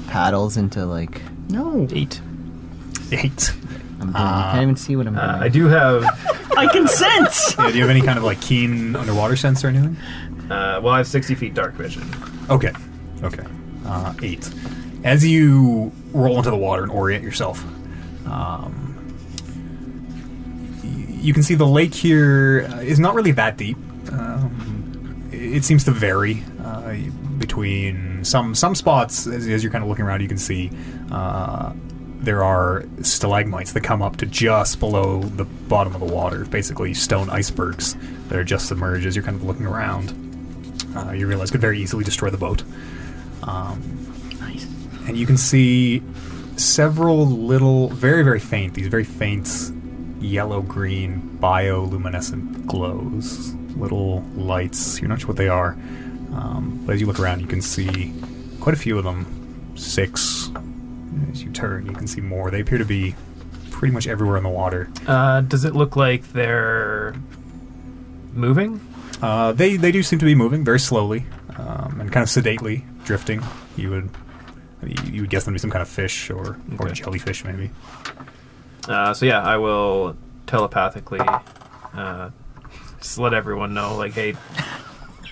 paddles into like
No.
Eight.
Eight.
I'm doing? I can't even see what I'm doing.
Uh, I do have.
I can sense!
Yeah, do you have any kind of like keen underwater sense or anything?
Uh, well, I have 60 feet dark vision.
Okay. Okay. Uh, eight. As you roll into the water and orient yourself, um, y- you can see the lake here uh, is not really that deep. Um, i- it seems to vary uh, between some some spots. As, as you're kind of looking around, you can see uh, there are stalagmites that come up to just below the bottom of the water. Basically, stone icebergs that are just submerged. As you're kind of looking around, uh, you realize could very easily destroy the boat. Um,
Nice.
and you can see several little, very, very faint, these very faint yellow green bioluminescent glows, little lights. You're not sure what they are. Um, but as you look around, you can see quite a few of them. Six. As you turn, you can see more. They appear to be pretty much everywhere in the water.
Uh, does it look like they're moving?
Uh, they they do seem to be moving very slowly um, and kind of sedately drifting. You would you you would guess them to be some kind of fish or or
Okay.
jellyfish maybe.
Uh, so yeah, I will telepathically uh, just let everyone know, like, hey,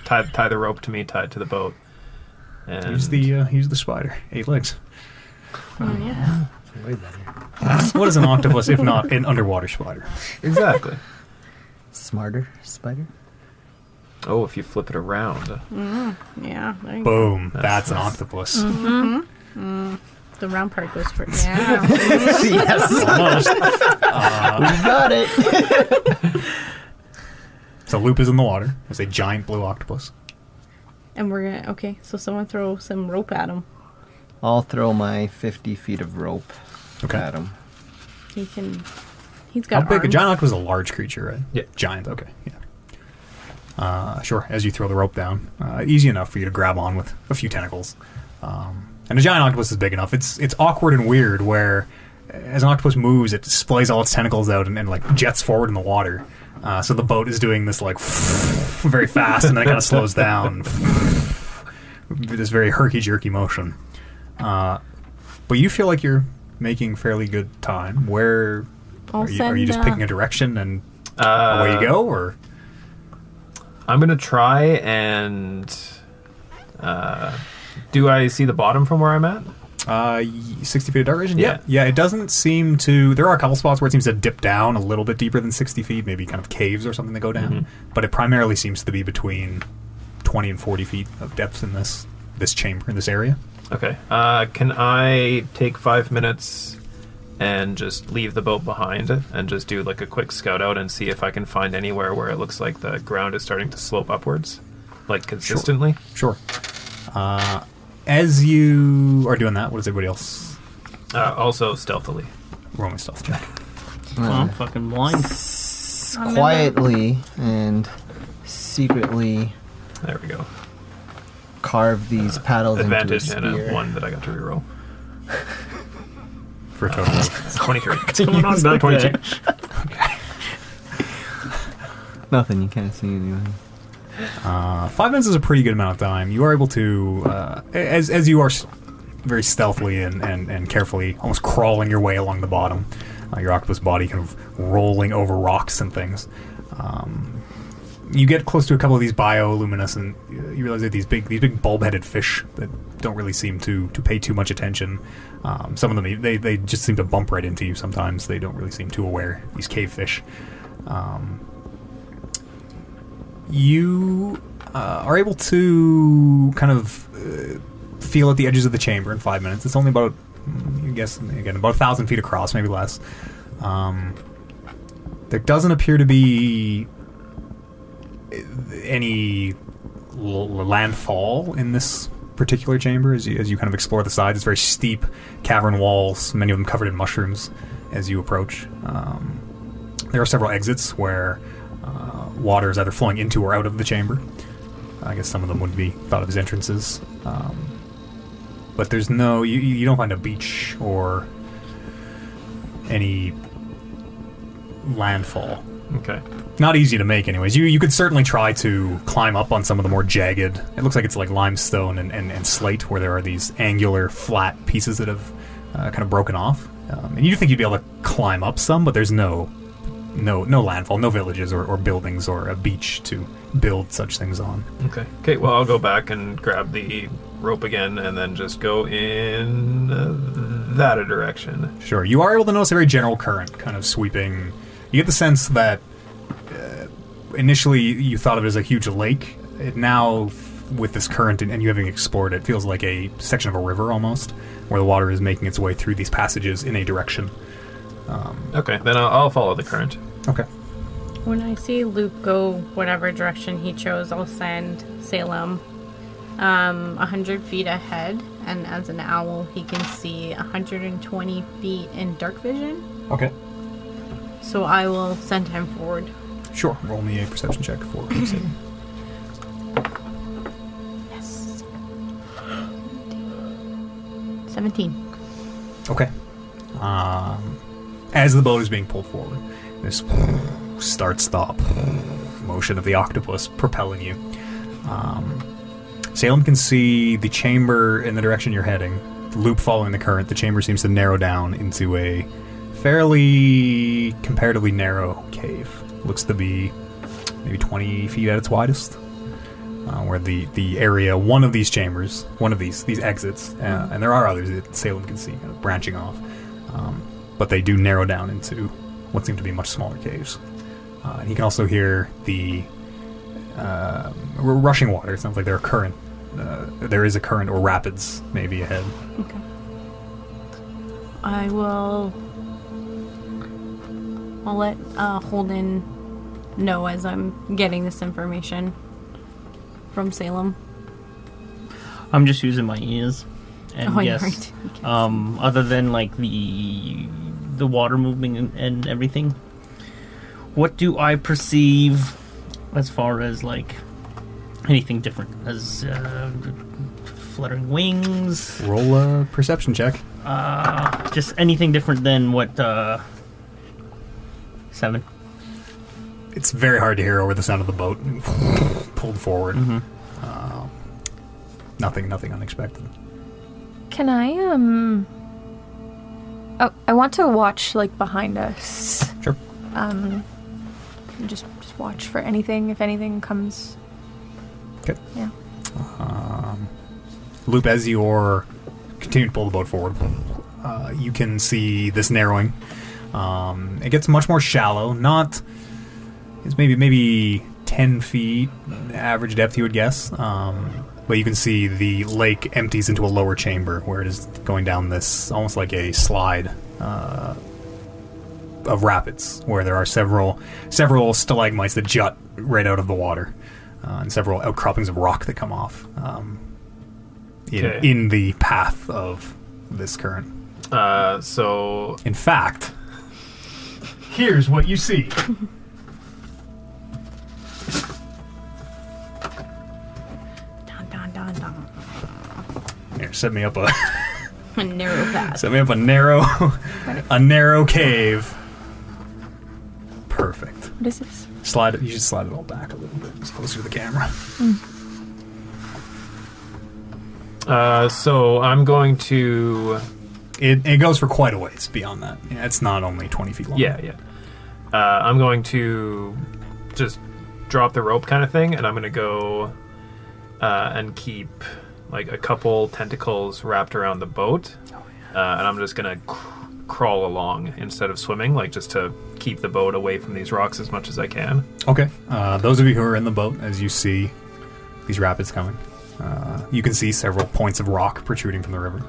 tie tie the rope to me, tie it to the boat. And
Use the uh, use the spider. Eight legs.
Oh, yeah.
What is an octopus if not an underwater spider?
exactly.
Smarter spider?
Oh, if you flip it around,
Yeah. there you go.
Boom. That's an octopus.
The round part goes first. Yeah.
yes!
Almost. Uh,
Got it!
So loop is in the water. It's a giant blue octopus.
and we're going to, okay, so someone throw some rope at him.
I'll throw my 50 feet of rope
Okay.
at him.
He can, he's
How
got
big? A
arms.
giant octopus is a large creature, right?
Yeah.
Giant. Okay. Yeah. Uh, sure. As you throw the rope down, uh, easy enough for you to grab on with a few tentacles. Um, and a giant octopus is big enough. It's it's awkward and weird where, as an octopus moves, it splays all its tentacles out and, and like jets forward in the water. Uh, so the boat is doing this like very fast, and then it kind of slows down. this very herky jerky motion. Uh, but you feel like you're making fairly good time. Where
I'll
are you, are you
send,
just
uh,
picking a direction and
uh,
away you go, or
I'm gonna try and uh, do I see the bottom from where I'm at?
uh, y- sixty feet of dark vision?
Yeah.
yeah. It doesn't seem to. There are a couple spots where it seems to dip down a little bit deeper than sixty feet, maybe kind of caves or something that go down. But it primarily seems to be between twenty and forty feet of depth in this this chamber in this area.
Okay. Uh, can I take five minutes and just leave the boat behind and just do like a quick scout out and see if I can find anywhere where it looks like the ground is starting to slope upwards, like consistently?
Sure. Uh, as you are doing that, what is everybody else?
Uh, also stealthily.
Roll my stealth check.
Well, I'm fucking blind.
I'm in
Quietly and secretly
There we go.
carve these paddles into a
Advantage and
spear.
a one that I got to reroll.
For a total of
Twenty-three.
Going on back there.
Nothing, you can't see anything.
uh, five minutes is a pretty good amount of time. You are able to, uh, as as you are s- very stealthily and, and, and carefully, almost crawling your way along the bottom, uh, your octopus body kind of rolling over rocks and things. Um, you get close to a couple of these bioluminescent. uh, You realize that these big, these big bulb-headed fish that don't really seem to to pay too much attention. Um, some of them, they they just seem to bump right into you. Sometimes they don't really seem too aware. These cave fish. Um, you uh, are able to kind of uh, feel at the edges of the chamber in five minutes. It's only about, mm, I guess, again, about a thousand feet across, maybe less. Um, there doesn't appear to be any l- landfall in this particular chamber as you, as you kind of explore the sides. It's very steep cavern walls, many of them covered in mushrooms as you approach. Um, there are several exits where uh, water is either flowing into or out of the chamber. I guess some of them would be thought of as entrances. Um, but there's no, you, you you don't find a beach or any landfall
Okay.
not easy to make anyways you you could certainly try to climb up on some of the more jagged it looks like it's like limestone and, and, and slate where there are these angular flat pieces that have uh, kind of broken off um, and you think you'd be able to climb up some but there's no no no landfall no villages or, or buildings or a beach to build such things on
Okay. Okay. Well, I'll go back and grab the rope again, and then just go in uh, that direction.
Sure. You are able to notice a very general current kind of sweeping. You get the sense that uh, initially you thought of it as a huge lake. it now with this current and, and you having explored it feels like a section of a river almost where the water is making its way through these passages in a direction
Okay, then I'll, I'll follow the current.
okay
When I see Luke go whatever direction he chose, I'll send Salem um, 100 feet ahead, and as an owl, he can see 120 feet in dark vision.
okay
So I will send him forward.
sure roll me a perception check for
Yes. 17.
Okay. Um, as the boat is being pulled forward, this start stop motion of the octopus propelling you. Um, Salem can see the chamber in the direction you're heading. The loop following the current, the chamber seems to narrow down into a fairly comparatively narrow cave. Looks to be maybe 20 feet at its widest uh, where the, the area, one of these chambers, one of these these exits, uh, and there are others that Salem can see kind of branching off, um, but they do narrow down into what seem to be much smaller caves. Uh, and he can also hear the uh, r- rushing water. It sounds like there are current, uh, there is a current or rapids maybe ahead.
Okay. I will. I'll let uh, Holden know as I'm getting this information from Salem.
I'm just using my ears. And
Oh, you're
yes,
right. You can't
um, other than like the the water moving and, and everything, what do I perceive as far as like anything different as uh, fluttering wings,
Roll a perception check.
uh, just anything different than what uh, seven?
It's very hard to hear over the sound of the boat pulled forward. Um, nothing, nothing unexpected.
Can I um? Oh, I want to watch like behind us.
Sure.
Um, and just just watch for anything if anything comes.
Okay.
Yeah.
Um, Loop, as you're continuing to pull the boat forward, uh, you can see this narrowing. Um, it gets much more shallow. Not it's maybe maybe ten feet average depth, you would guess. Um, but you can see the lake empties into a lower chamber where it is going down this almost like a slide uh, of rapids, where there are several several stalagmites that jut right out of the water, uh, and several outcroppings of rock that come off um, in,
Okay.
in the path of this current.
Uh, so
In fact, here's what you see.
Dun, dun, dun, dun.
Here, set me up a
A narrow path.
set me up a narrow a narrow cave. Perfect.
What is this?
Slide it. You should slide it all back a little bit. It's closer to the camera.
uh, so I'm going to
It, it goes for quite a ways beyond that. Yeah, it's not only twenty feet long.
yeah yeah. Uh, I'm going to just drop the rope kind of thing, and I'm going to go uh, and keep like a couple tentacles wrapped around the boat,
Oh,
uh, and I'm just going to cr- crawl along instead of swimming, like just to keep the boat away from these rocks as much as I can.
Okay. Uh, those of you who are in the boat, as you see these rapids coming, uh, you can see several points of rock protruding from the river.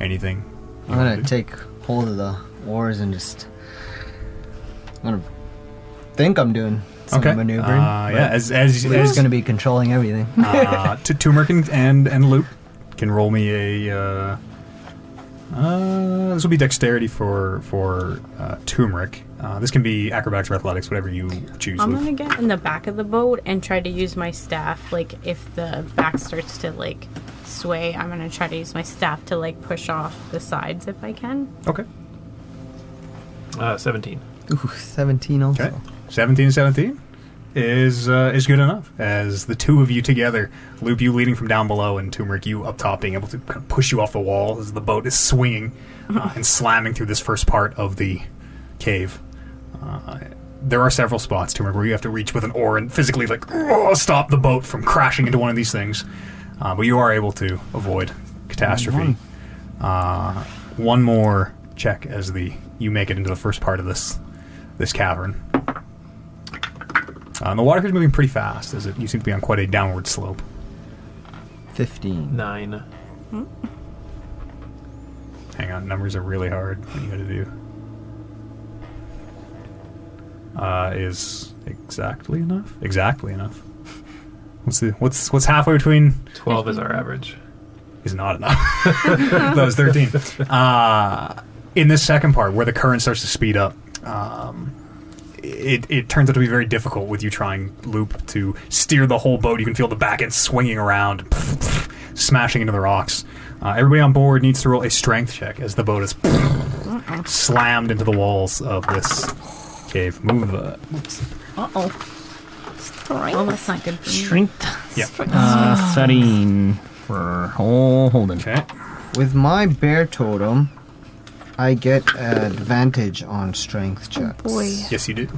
Anything? you
I'm
wanna
gonna
do?
take hold of the oars and just. I'm gonna think I'm doing some
Okay.
maneuvering.
Uh, yeah.
but
As as,
Lee's
as
gonna be controlling everything.
uh, to Turmeric and, and and Luke can roll me a. Uh, uh, this will be dexterity for for uh, Turmeric. Uh, this can be acrobatics or athletics, whatever you choose.
I'm
Luke.
gonna get in the back of the boat and try to use my staff. Like if the back starts to like sway, I'm gonna try to use my staff to like push off the sides if I can.
Okay.
Uh, 17.
Ooh, 17 also.
Okay. 17 17 is uh, is good enough as the two of you together, Loop you leading from down below and Turmeric you up top being able to kind of push you off the wall as the boat is swinging uh, and slamming through this first part of the cave. Uh, there are several spots, Turmeric, where you have to reach with an oar and physically like stop the boat from crashing into one of these things. Uh, but you are able to avoid catastrophe uh, one more check as the you make it into the first part of this this cavern. Um, the water is moving pretty fast as it, you seem to be on quite a downward slope.
15.
Nine.
Hang on, numbers are really hard. What you gotta do? Uh, is exactly enough? Exactly enough. What's the, what's what's halfway between?
Twelve is our
Mm-hmm.
average.
Is not enough. that was thirteen. Uh, in this second part, where the current starts to speed up, um, it it turns out to be very difficult with you trying loop to steer the whole boat. You can feel the back end swinging around, smashing into the rocks. Uh, everybody on board needs to roll a strength check as the boat is slammed into the walls of this cave. Move. Uh,
Uh oh. Well,
Strength.
that's not good for me.
Strength.
yeah.
Uh, setting for hole holding.
Okay.
With my bear totem, I get advantage on strength checks.
Boy.
Yes, you do.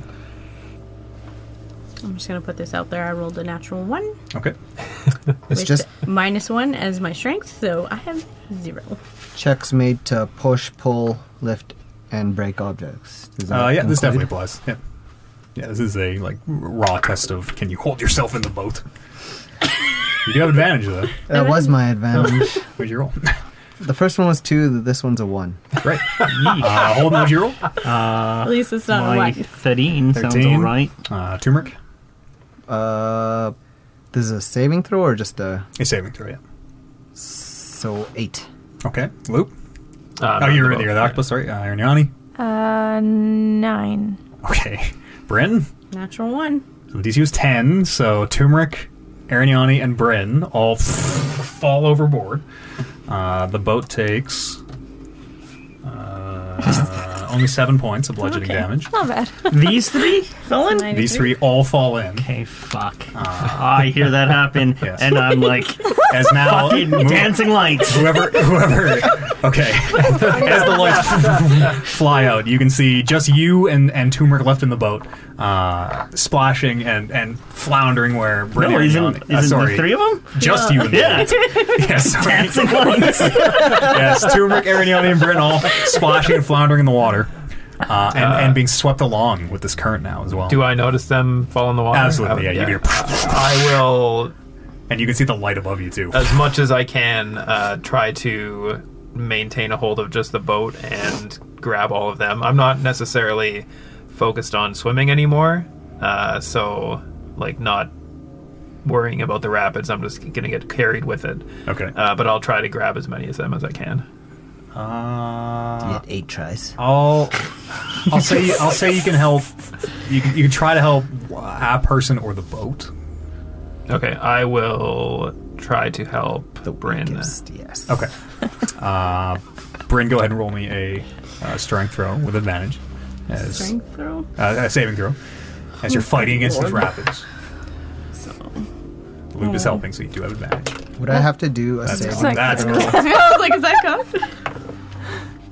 I'm just gonna put this out there. I rolled a natural one
Okay.
It's
with
just
minus one as my strength, so I have zero.
checks made to push, pull, lift, and break objects. Does that
Uh, yeah, this definitely
include-
applies. Yeah. yeah, this is a like r- raw test of can you hold yourself in the boat. you do have advantage though.
That was my advantage.
What'd you roll?
the first one was two, th- this one's a one.
right. Uh, hold on, what'd you roll?
At least it's not
My
a one.
13 sounds
13.
alright.
Uh, turmeric.
Uh, this is a saving throw or just a.
A saving throw. Yeah.
So eight.
Okay. Loop.
Uh,
oh,
not
you're
the
the,
boat.
you're the octopus, sorry. Uh, Irniani.
Uh, nine.
Okay. Bryn.
Natural one.
So the DC was ten. So turmeric, Arignani, and Bryn all fall overboard. Uh, the boat takes uh, only seven points of bludgeoning
Okay.
damage.
Not bad.
These three fell in?
Minus
These three all fall in.
Okay, fuck. I Ah, hear that happen,
Yes.
and I'm like,
As now,
fucking dancing lights.
whoever, whoever, okay. As the lights fly out, you can see just you and and Turmeric left in the boat, uh, splashing and and floundering where Brynn and
No, Oh, isn't,
Yanni-
isn't
uh, sorry,
the three of them?
just you. In the
Yeah.
boat. Yes, sorry.
Dancing lights.
yes. Turmeric, Arignani, and Brynn all splashing and floundering in the water, uh, and and being swept along with this current now as well.
Do I notice them fall in the water?
Absolutely, yeah,
I,
you hear-
I will,
and you can see the light above you
Uh,
too.
as much as I can, uh, try to maintain a hold of just the boat and grab all of them. I'm not necessarily focused on swimming anymore, uh, so like not worrying about the rapids. I'm just gonna get carried with it.
Okay.
Uh, but I'll try to grab as many of them as I can.
Uh,
Yet eight tries.
I'll I'll say I'll say you can help. You can, you can try to help a person or the boat.
Okay, I will try to help the Bryn.
Biggest, yes.
Okay. Uh, Bryn, go ahead and roll me a uh, strength throw with advantage, as
Strength throw.
uh, a saving throw, as you're fighting against these rapids.
So Oh.
Lube is helping, so you do have advantage.
Would I have to do a
That's,
saving?
like-
that's cool.
I was like, is that good?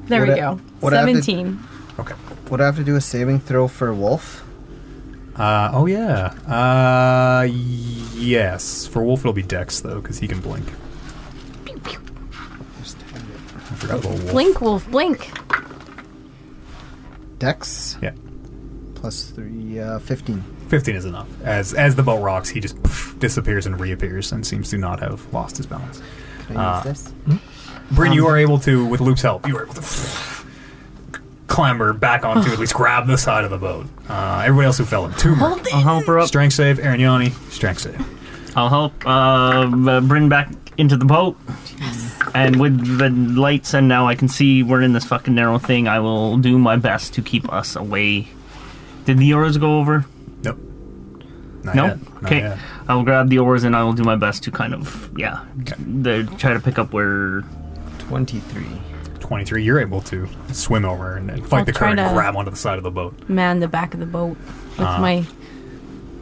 There
What
we
I-
go.
what I have to-
Seventeen.
Okay.
Would I have to do a saving throw for wolf?
Uh, oh yeah. Uh, yes. For Wolf, it'll be Dex though, because he can blink. I forgot about Wolf.
Blink, wolf, blink.
Dex
Yeah.
plus three, uh, 15.
15 is enough. As as the boat rocks, he just poof, disappears and reappears and seems to not have lost his balance.
Can I
Ah.
use this?
Bryn,
Um,
you are able to, with Luke's help, you are able to poof, clamber back onto, at least grab the side of the boat. Uh, everybody else who fell in. Tumor.
I'll help her up.
Strength save, Arignani. Strength save.
I'll help uh, uh, Bryn back into the boat. And with the lights, and now I can see we're in this fucking narrow thing, I will do my best to keep us away. Did the oars go over?
Nope. Not
No?
yet. Not
okay.
yet.
I will grab the oars and I will do my best to kind of, yeah,
Okay.
the, try to pick up where.
23.
23, you're able to swim over and, and fight
I'll
the
try
current and
to-
grab onto the side of the boat.
Man, the back of the boat with my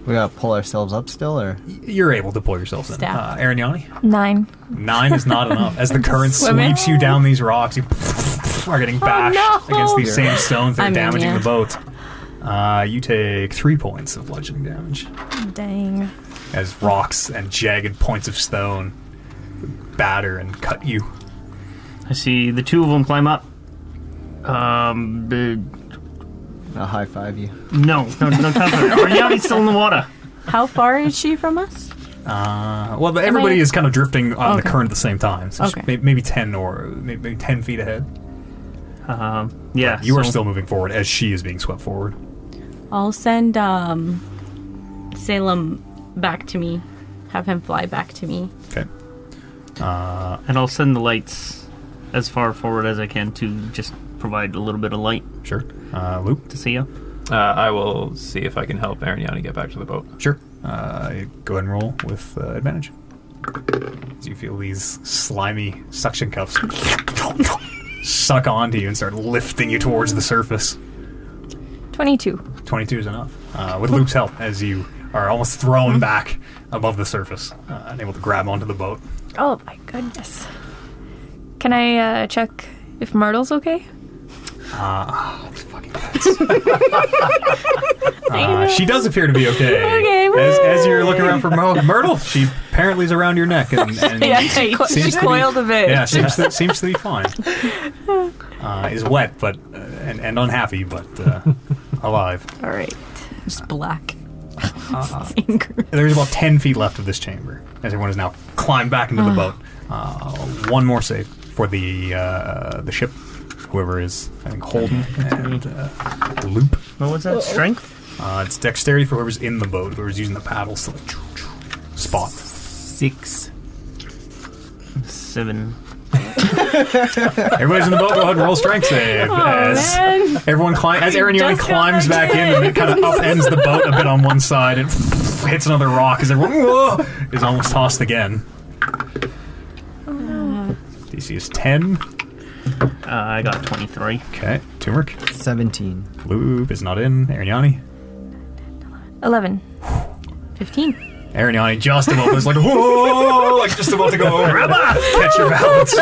We gotta pull ourselves up still, or?
Y- You're able to pull yourselves in.
Stab.
Uh, Arignani?
Nine.
Nine is not enough. As the current
swimming.
sweeps you down these rocks, you are
Oh,
getting bashed
no.
against these same stones that are
I mean,
damaging
yeah.
the boat. Uh, you take three points of bludgeoning damage
Dang.
as rocks and jagged points of stone batter and cut you.
I see the two of them climb up. Um, the,
I'll high five you.
no, no, no time for that. Ariani's still in the water.
How far is she from us?
Uh, well, but everybody
I-
is kind of drifting on the
Okay.
current at the same time. So just
Okay.
may- maybe ten or maybe, maybe ten feet ahead.
Um, yeah,
You are
so-
still moving forward as she is being swept forward.
I'll send um, Salem back to me. Have him fly back to me.
Okay. Uh,
and I'll send the lights as far forward as I can to just provide a little bit of light
sure. Uh, Luke.
to see you.
Uh, I will see if I can help Ariana get back to the boat.
Sure. Uh, go ahead and roll with uh, advantage. As you feel these slimy suction cuffs suck onto you and start lifting you towards the surface.
22.
22 is enough. Uh, with Luke's help, as you are almost thrown back above the surface, uh, unable to grab onto the boat.
Oh my goodness. Can I uh, check if Myrtle's okay?
These fucking guys. Uh, she does appear to be okay.
Okay,
as, as you're looking around for Myr- Myrtle, she apparently is around your neck and, and
she, co-
Seems
she
to be-
coiled a bit.
Yeah, seems to, seems to be fine. Uh, is wet, but uh, and, and unhappy, but uh, alive.
All right. Just black.
Uh-huh.
Same group.
There's about ten feet left of this chamber. As everyone has now climbed back
Ah.
into the boat. Uh, one more save for the uh, the ship. Whoever is, I think Holden and uh, Loop.
What was that? Strength?
Uh, it's dexterity for whoever's in the boat, whoever's using the paddles to like spot.
Six.
Seven.
Everybody's in the boat. Go ahead and roll strength save. as-
Oh, man.
Everyone climb as Aaron Young
Just got
climbs
back
back in and it kind of upends the boat a bit on one side and hits another rock as everyone whoa, is almost tossed again. DC is 10.
Uh, I got 23.
Okay, Turmeric.
17.
Loop is not in. Aaron Yanni.
11.
15.
Aaron Yanni just about was like, whoa, like just about to go over. Ah, Catch your balance.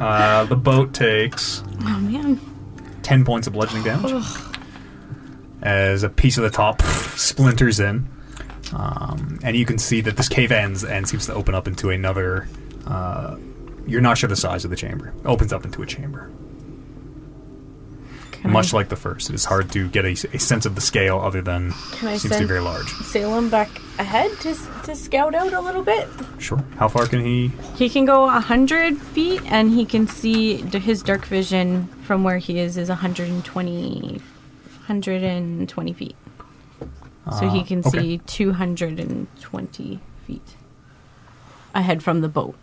Uh, the boat takes
Oh, man.
10 points of bludgeoning damage as a piece of the top splinters in. Um, and you can see that this cave ends and seems to open up into another. Uh, you're not sure the size of the chamber. opens up into a chamber.
Can
Much
I,
like the first, it is hard to get a, a sense of the scale other than
Can I
seems to be
send-
very large.
Salem back ahead to, s- to scout out a little bit.
Sure. How far can he?
He can go 100 feet and he can see d- his dark vision from where he is is 120, 120 feet. So he can
Ah, okay.
see 220 feet ahead from the boat.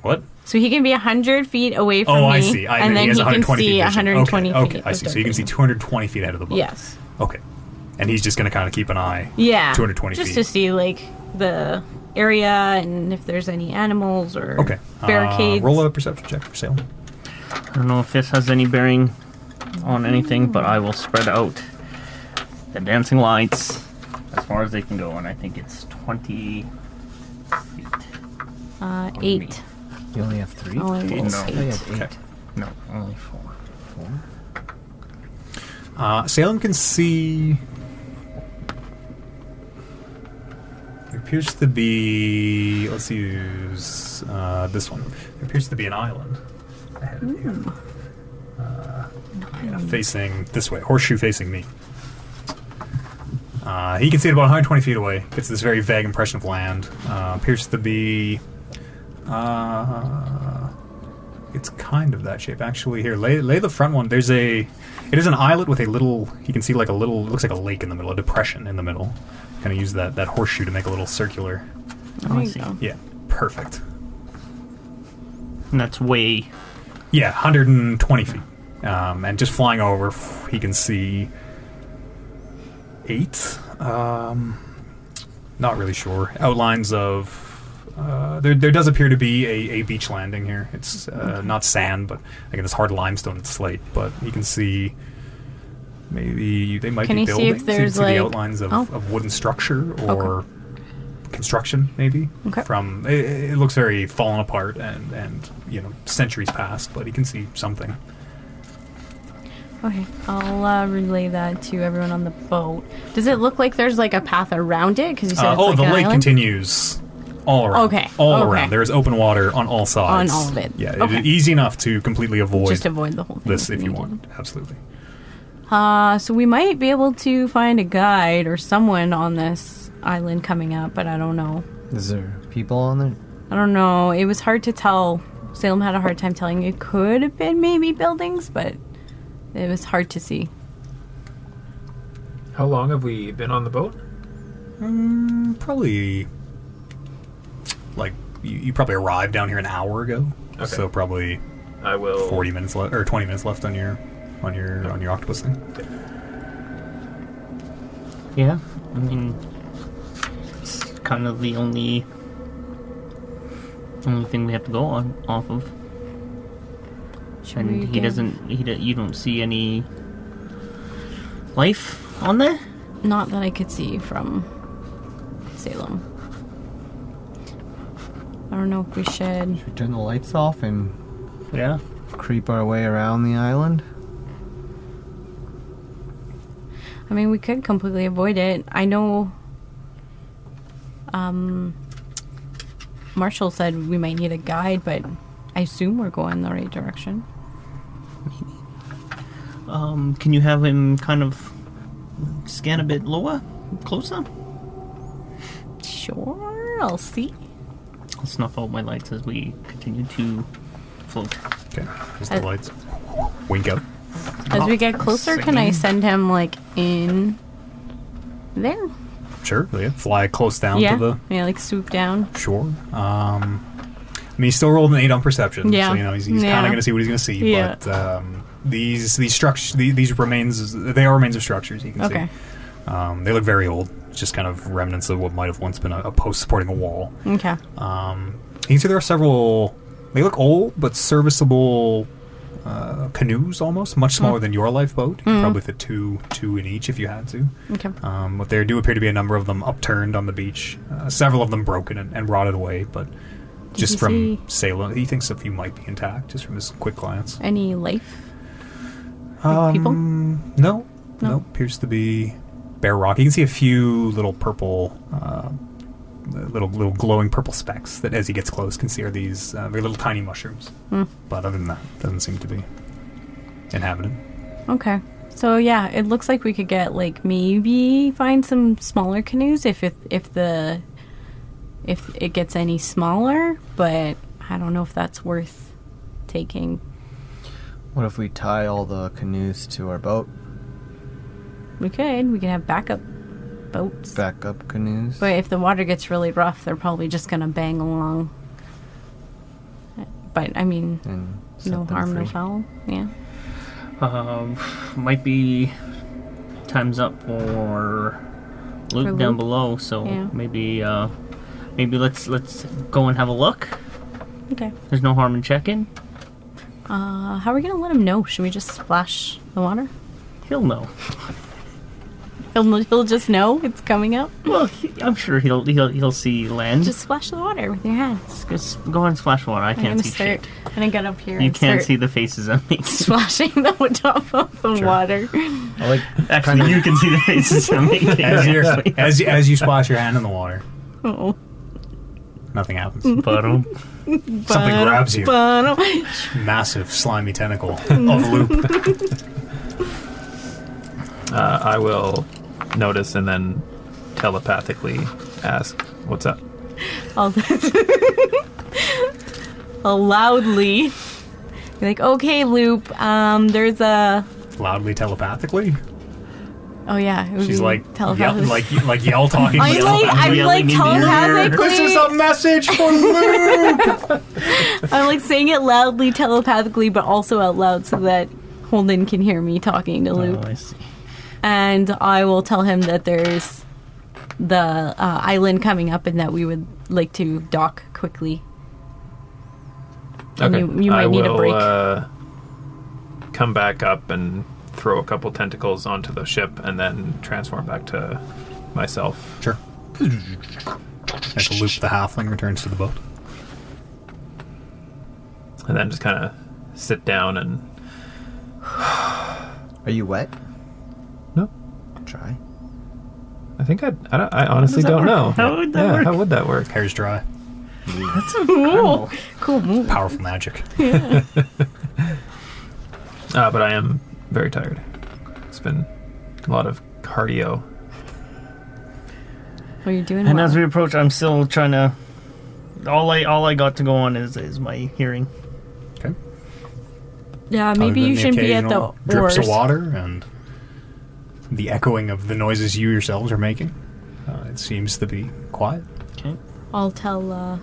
What?
So he can be 100 feet away from
Oh,
me.
I see. I
and
know.
then
he has
can
120
see
feet. vision.
120
okay,
feet.
Okay, I
of
see. So
dark
you can see
vision.
220 feet ahead of the boat.
Yes.
Okay. And he's just going to kind of keep an eye.
Yeah.
220
Just
feet.
to see, like, the area and if there's any animals or
Okay. Uh,
barricades.
roll a perception check for Salem.
I don't know if this has any bearing on anything, but I will spread out the dancing lights as far as they can go, and I think it's 20 feet.
uh,
on me.
eight.
You only have three?
Oh, I
I
rolled
No.
thought you
eight.
had eight.
Okay.
No, only four.
Four?
Uh, Salem can see. There appears to be. Let's use uh, this one. There appears to be an island ahead of
Hmm.
you. Uh, yeah, facing this way, horseshoe facing me. Uh, he can see it about 120 feet away. Gets this very vague impression of land. Uh, appears to be. Uh, it's kind of that shape, actually. Here, lay, lay the front one. There's a, it is an islet with a little. You can see like a little. It looks like a lake in the middle, a depression in the middle. Kind of use that that horseshoe to make a little circular.
There
I
you
see.
go.
Yeah, perfect.
And that's way.
Yeah, 120 feet. Um, and just flying over, he can see eight. Um, not really sure. Outlines of. Uh, there, there does appear to be a, a beach landing here. It's uh, not sand, but again, this hard limestone and slate. But you can see maybe they might
Can
be
you see
building.
if there's,
see the
like-
outlines of,
oh.
of wooden structure or construction, maybe.
Okay.
From it, it it looks very fallen apart and and you know centuries past, but you can see something.
Okay, I'll uh, relay that to everyone on the boat. Does it look like there's like a path around it? Because you said
Uh,
it's
oh,
like
the
an
lake
island?
continues all around.
Okay,
all
okay.
around. There is open water on all sides.
all of it.
Yeah,
Okay.
it is easy enough to completely avoid
Just avoid the whole thing.
this if you
needed.
want. Absolutely.
Uh, so we might be able to find a guide or someone on this island coming up, but I don't know.
Is there people on there?
I don't know. It was hard to tell. Salem had a hard time telling. It could have been maybe buildings, but it was hard to see.
How long have we been on the boat?
Mm, probably like you, you probably arrived down here an hour ago.
Okay.
So probably
I will.
forty minutes left or twenty minutes left on your on your on your octopus thing.
Yeah, I mean, it's kind of the only only thing we have to go on off of.
Should we
And he
give-
doesn't. He do, you don't see any life on there.
Not that I could see from Salem. I don't know if we should.
We turn the lights off and
Yeah.
creep our way around the island.
I mean, we could completely avoid it. I know. Um, Marshall said we might need a guide, but I assume we're going the right direction.
Um. Can you have him kind of scan a bit lower, closer?
Sure, I'll see.
I'll snuff out my lights as we continue to float.
Okay. Just the
Uh,
lights. Wink out.
As we get closer, can I
Singing.
send him like in there?
Sure. Yeah. Fly close down
yeah,
to the
yeah, like swoop down.
Sure. Um, I mean, he still rolled an eight on perception,
Yeah.
so you know he's, he's
Yeah.
kind of going to see what he's going to see.
Yeah.
But um, these these structures, these, these remains, they are remains of structures. You can
Okay,
see. Um, they look very old, just kind of remnants of what might have once been a, a post supporting a wall.
okay.
Um, you can see there are several. They look old, but serviceable uh, canoes, almost much
Mm.
smaller than your lifeboat. You could Probably fit two two in each if you had to.
Okay.
Um, but there do appear to be a number of them upturned on the beach. Uh, several of them broken and, and rotted away, but
you
just from
see-
Salem, he thinks a few might be intact, just from his quick glance.
Any life?
Um,
people?
No,
No.
no, appears to be bare rock. You can see a few little purple, uh, little little glowing purple specks that, as he gets close, can see are these uh, very little tiny mushrooms.
Hmm.
But other than that, doesn't seem to be inhabited.
Okay. So yeah, it looks like we could get like maybe find some smaller canoes if if, if the if it gets any smaller, but I don't know if that's worth taking.
What if we tie all the canoes to our boat?
We could. We could have backup boats.
Backup canoes?
But if the water gets really rough, they're probably just gonna bang along. But I mean,
And set
no
them
harm, no
free.
foul. Yeah.
Um, might be time's up for Luke
For
down
Luke?
below, so
Yeah.
maybe uh, maybe let's let's go and have a look.
Okay.
There's no harm in checking.
Uh, how are we gonna let him know? Should we just splash the water?
He'll know.
He'll he'll just know it's coming up.
Well, he, I'm sure he'll he'll he'll see land.
Just splash the water with your hand.
Just, just go and splash water. I
I'm gonna
can't see
start.
shit.
I'm gonna get up here.
You
and
can't see
start
the faces on me.
splashing the top of the water.
I Oh, like
Actually, you can see the faces on me.
As, you're, as, you- as you splash your hand in the water,
Oh,
nothing happens.
Bottom.
Something grabs you.
Ba-dum.
Massive slimy tentacle of loop.
Uh, I will notice and then telepathically ask, "What's up?"
I'll, I'll loudly be like, "Okay, Loop. Um, there's a.
Loudly telepathically.
Oh yeah, it would
Mm-hmm.
She's
be
like yell,
telepathic.
like like yell talking.
I'm
to
like,
yourself.
I'm
Yelling
like
into your ear.
telepathically.
this is a message for Luke.
I'm like saying it loudly, telepathically, but also out loud so that Holden can hear me talking to Loop.
Oh, I see.
and I will tell him that there's the uh, island coming up and that we would like to dock quickly. And you- you might
I
need a
will,
break.
Uh, come back up and throw a couple tentacles onto the ship, and then transform back to myself.
Sure. As Luke the halfling returns to the boat.
and then just kind of sit down and
Are you wet?
no.
Dry.
I think I I, don't, I honestly
How does that work?
don't know.
How would that
yeah,
work?
How would that work?
Hair's dry.
Cool, cool move.
Powerful magic.
Uh, but I am very tired. It's been a lot of cardio.
Well, you're doing
And
well.
as we approach, I'm still trying to. All I all I got to go on is is my hearing.
Okay.
Yeah, maybe
Other
you
than
shouldn't be at the
occasional drips of
oars.
water and the echoing of the noises you yourselves are making. Uh, it seems to be quiet.
Okay.
I'll tell uh, um,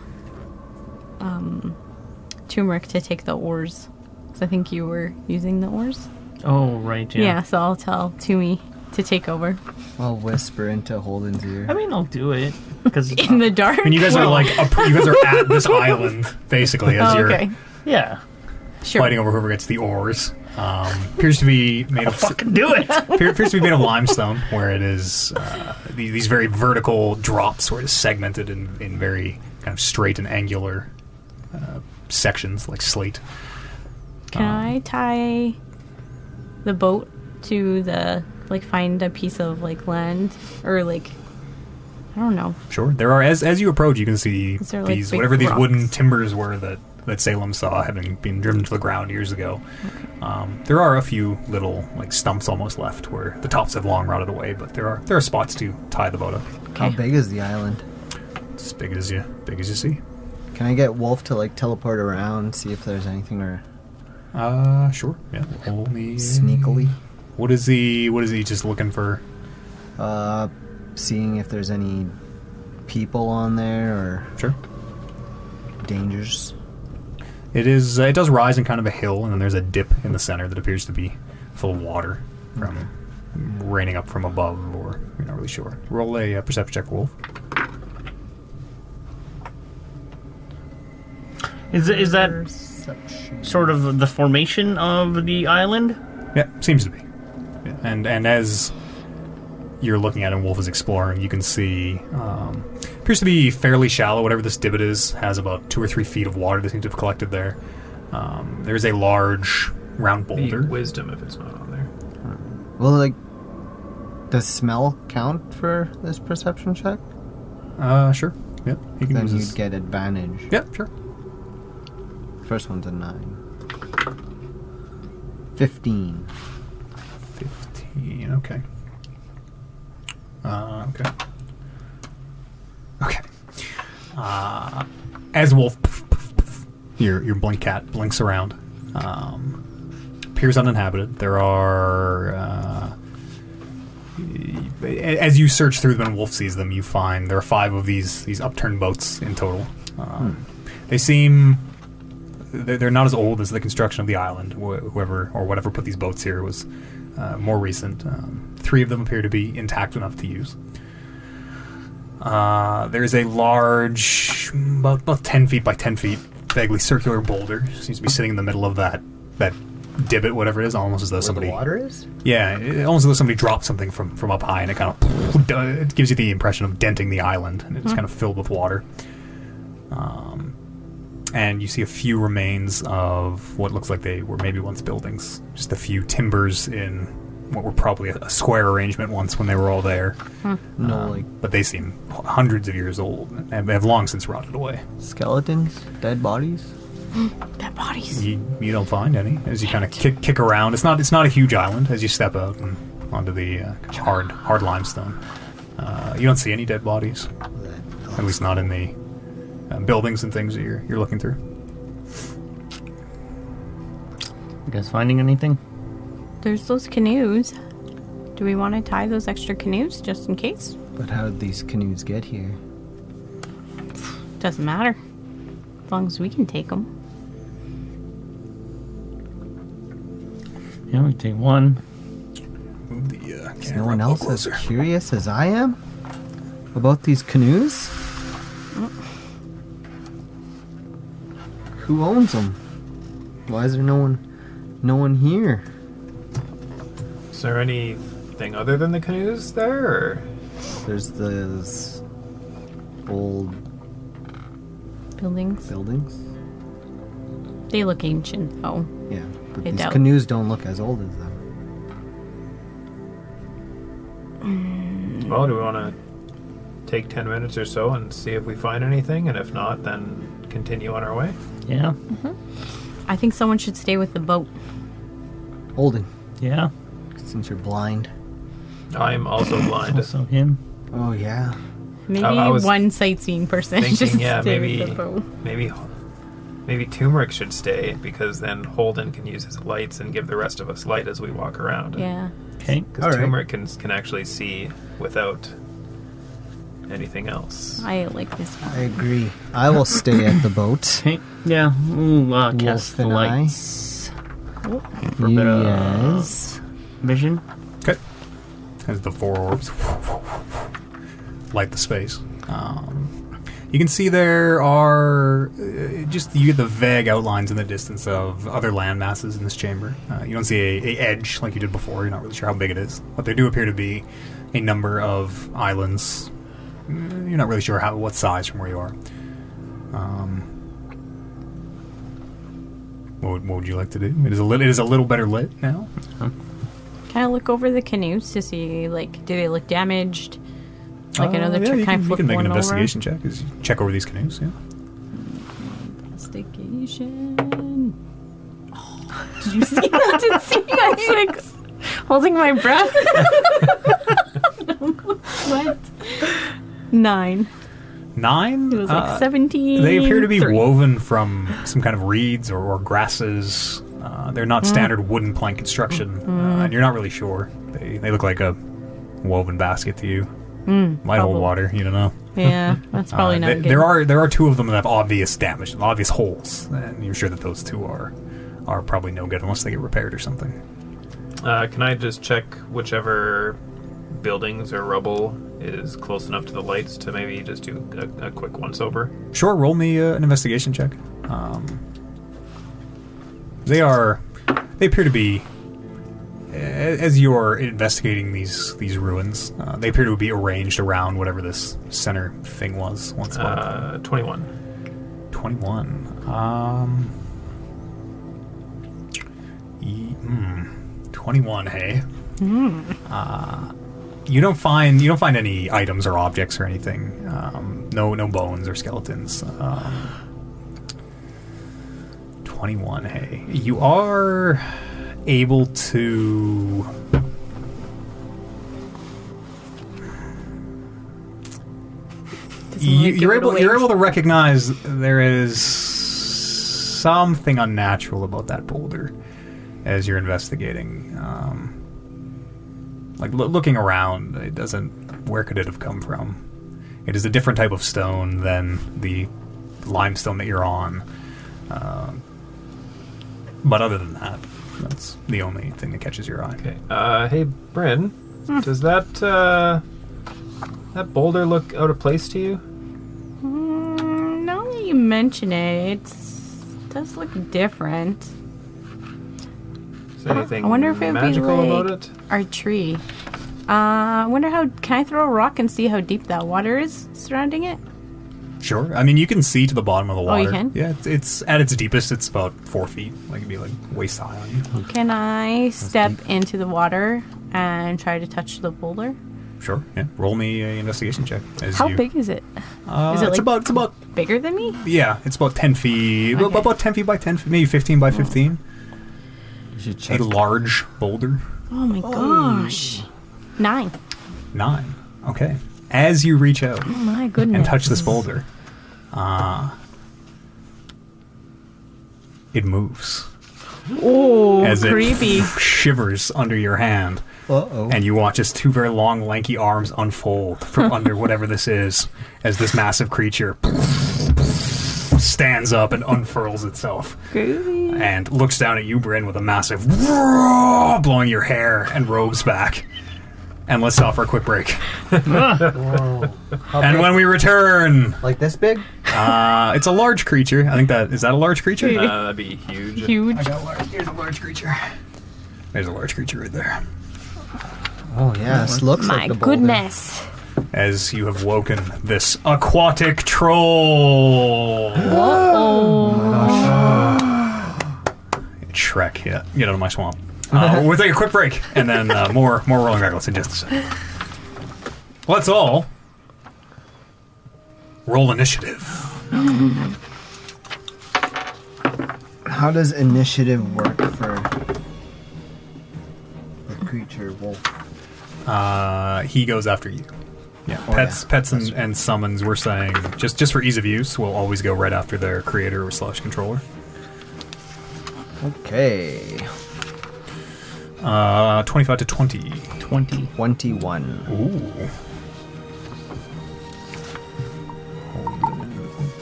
Turmeric to take the oars. 'Cause I think you were using the oars.
Oh right.
Yeah,
Yeah.
so I'll tell Tumi to take over
I'll whisper into Holden's ear.
I mean, I'll do it uh, because
in the dark.
I mean, Uh, you guys are
Well-
like up, you guys are at this island basically as
oh,
you're
okay.
yeah.
Sure.
fighting over whoever gets the oars. Um, appears to be made of
Fucking do it.
appear- appears to be made of limestone, where it is uh, these, these very vertical drops, where it's segmented in, in very kind of straight and angular uh, sections, like slate.
Can
Um,
I tie the boat to the like find a piece of like land or like I don't know.
Sure, there are as as you approach, you can see
Is there, like,
these
big
whatever these wooden
rocks?
timbers were that that Salem saw having been driven to the ground years ago. Um, there are a few little like stumps almost left where the tops have long rotted away, but there are there are spots to tie the boat up.
How big is the island?
It's as big as you big as you see.
Can I get Wolf to like teleport around, see if there's anything or
Uh, sure. Yeah. Only
sneakily?
What is he? What is he just looking for?
Uh, seeing if there's any people on there or
Sure.
dangers.
It is. Uh, it does rise in kind of a hill, and then there's a dip in the center that appears to be full of water from raining up from above, or you're not really sure. Roll a uh, perception check, Wolf.
Is is that sort of the formation of the island?
Yeah, seems to be. Yeah, And and as you're looking at it, and Wolf is exploring, you can see um, appears to be fairly shallow. Whatever this divot is has about two or three feet of water that seems to have collected there. Um, there is a large round
Be
boulder.
wisdom if it's not on there.
Well, like, does smell count for this perception check?
Uh, sure. Yeah, he can
Then
use
you'd
his.
get advantage.
Yeah, sure.
First one's a nine. Fifteen.
15, okay. Uh, okay. Okay. Uh, as Wolf, your, your blink cat blinks around. Um, appears uninhabited. There are. Uh, a- as you search through them and Wolf sees them, you find there are five of these, these upturned boats in total. Um, They seem they're, they're not as old as the construction of the island. Wh- Whoever or whatever put these boats here was uh, more recent. Um, three of them appear to be intact enough to use. Uh, there's a large, about, about 10 feet by 10 feet, vaguely circular boulder. Seems to be sitting in the middle of that that divot, whatever it is, almost as though somebody.
is?
Yeah, it- almost as though somebody dropped something from, from up high and it kind of it gives you the impression of denting the island and it's kind of filled with water. Um, and you see a few remains of what looks like they were maybe once buildings. Just a few timbers in what were probably a, a square arrangement once when they were all there.
No,
Um,
like
but they seem h- hundreds of years old and have- have long since rotted away.
skeletons, dead bodies.
Dead bodies.
You, you don't find any as you kind of kick kick around. It's not it's not a huge island as you step out and onto the uh, hard hard limestone. Uh, you don't see any dead bodies, at least not in the uh, buildings and things that you're you're looking through.
You guys finding anything?
There's those canoes. Do we want to tie those extra canoes just in case?
But how did these canoes get here?
Doesn't matter. As long as we can take them.
Yeah, we take one.
Move the uh,
Is no one else as curious as I am about these canoes? Who owns them? Why is there no one, no one here?
Is there anything other than the canoes there? Or?
There's this old
Buildings.
buildings.
They look ancient though.
Yeah, but
I
these
doubt-
canoes don't look as old as them.
Well, do we want to take 10 minutes or so and see if we find anything? And if not, then continue on our way?
Yeah.
I think someone should stay with the boat.
Olden,
Yeah.
Since you're blind.
I'm also blind.
Also him.
Oh yeah.
Maybe
I was
one sightseeing person
thinking,
just
yeah,
stay with
maybe-
the boat.
Maybe, maybe Turmeric should stay because then Holden can use his lights and give the rest of us light as we walk around.
Yeah.
Okay.
Because
All right.
Turmeric can can actually see without anything else.
I like this one.
I agree. I will stay at the boat.
Okay. Yeah. We'll uh, cast
Wolf
the
and I.
lights. For a bit of
Yes.
vision.
Okay. As the four orbs light the space. Um, you can see there are uh, just you get the vague outlines in the distance of other land masses in this chamber. Uh, you don't see a, a edge like you did before. You're not really sure how big it is, but there do appear to be a number of islands. Mm, You're not really sure how what size from where you are. Um, what would, what would you like to do? It is a lit, it is a little better lit now.
Can I look over the canoes to see, like, do they look damaged? Like
Uh,
another
yeah,
trick.
you
Can I
can, you
flip
can make
one
an
over?
investigation check. Is check over these canoes. Yeah.
Investigation. Oh, did you see that? Did see
I was like holding my breath.
what? Nine.
Nine.
It was like
Uh,
seventeen.
they appear to be
three.
woven from some kind of reeds or, or grasses. Uh, they're
Mm.
not standard wooden plank construction, uh, and you're not really sure. They, they look like a woven basket to you. Might hold
Mm, probably.
water. You don't know.
Yeah, that's probably
Uh,
not
th-
good.
there are there are two of them that have obvious damage, obvious holes, and you're sure that those two are are probably no good unless they get repaired or something.
Uh, can I just check whichever buildings or rubble is close enough to the lights to maybe just do a, a quick once over?
Sure, roll me uh, an investigation check. Um, they are. They appear to be. a- As you are investigating these these ruins, uh, they appear to be arranged around whatever this center thing was once upon a time.
Uh, 21.
Twenty one. Um. e- mm, Twenty one. Hey. Uh, you don't find you don't find any items or objects or anything. Um, no no bones or skeletons. Um, 21 hey you are able to you, you're able you're able to recognize there is something unnatural about that boulder as you're investigating um, like loo- looking around it doesn't where could it have come from it is a different type of stone than the limestone that you're on um, but other than that that's the only thing that catches your eye
Okay. Uh, hey, Bryn,
Hmm.
does that uh, that boulder look out of place to you?
Mm, now that you mention it, it does look different.
Is there anything
I wonder if it would
magical
be like
about it?
our tree. Uh, I wonder how. Can I throw a rock and see how deep that water is surrounding it?
Sure. I mean, you can see to the bottom of the
Oh,
water.
you can?
Yeah, it's, it's at its deepest. It's about four feet. Like it'd be like waist high on you.
Can I step into the water and try to touch the boulder?
Sure. Yeah. Roll me an investigation check. As
How
you-
big is it?
Uh,
is it
it's
like-
about. It's about.
Bigger than me?
Yeah. It's about ten feet. ab-
Okay.
About ten feet by ten feet. Maybe fifteen by fifteen.
You should check.
A large boulder.
Oh my gosh. Nine.
Nine. Okay. As you reach out
Oh
My goodness.
and touch this boulder, uh, it moves
Oh,
as
creepy.
it shivers under your hand.
Uh oh.
and you watch as two very long, lanky arms unfold from under whatever this is, as this massive creature stands up and unfurls itself
creepy.
and looks down at you, Bryn, with a massive roar, blowing your hair and robes back. And let's stop for a quick break. and when we return,
Like this big?
uh, it's a large creature. I think that is that a large creature.
Uh, that'd be huge.
Huge.
I got large. There's a large creature. There's a large creature right there.
Oh yes. Looks
My
like the boulder.
goodness.
as you have woken this aquatic troll. Shrek, yeah. Get out of my swamp. Uh, we'll take a quick break and then uh, more more rolling reckless in just a second. Let's all roll initiative.
How does initiative work for the creature, wolf.
Uh, he goes after you. Yeah,
Oh,
pets,
yeah.
pets, and, and summons. We're saying just just for ease of use, will always go right after their creator or slash controller.
Okay.
Uh, twenty-five to twenty.
20.
21.
Ooh.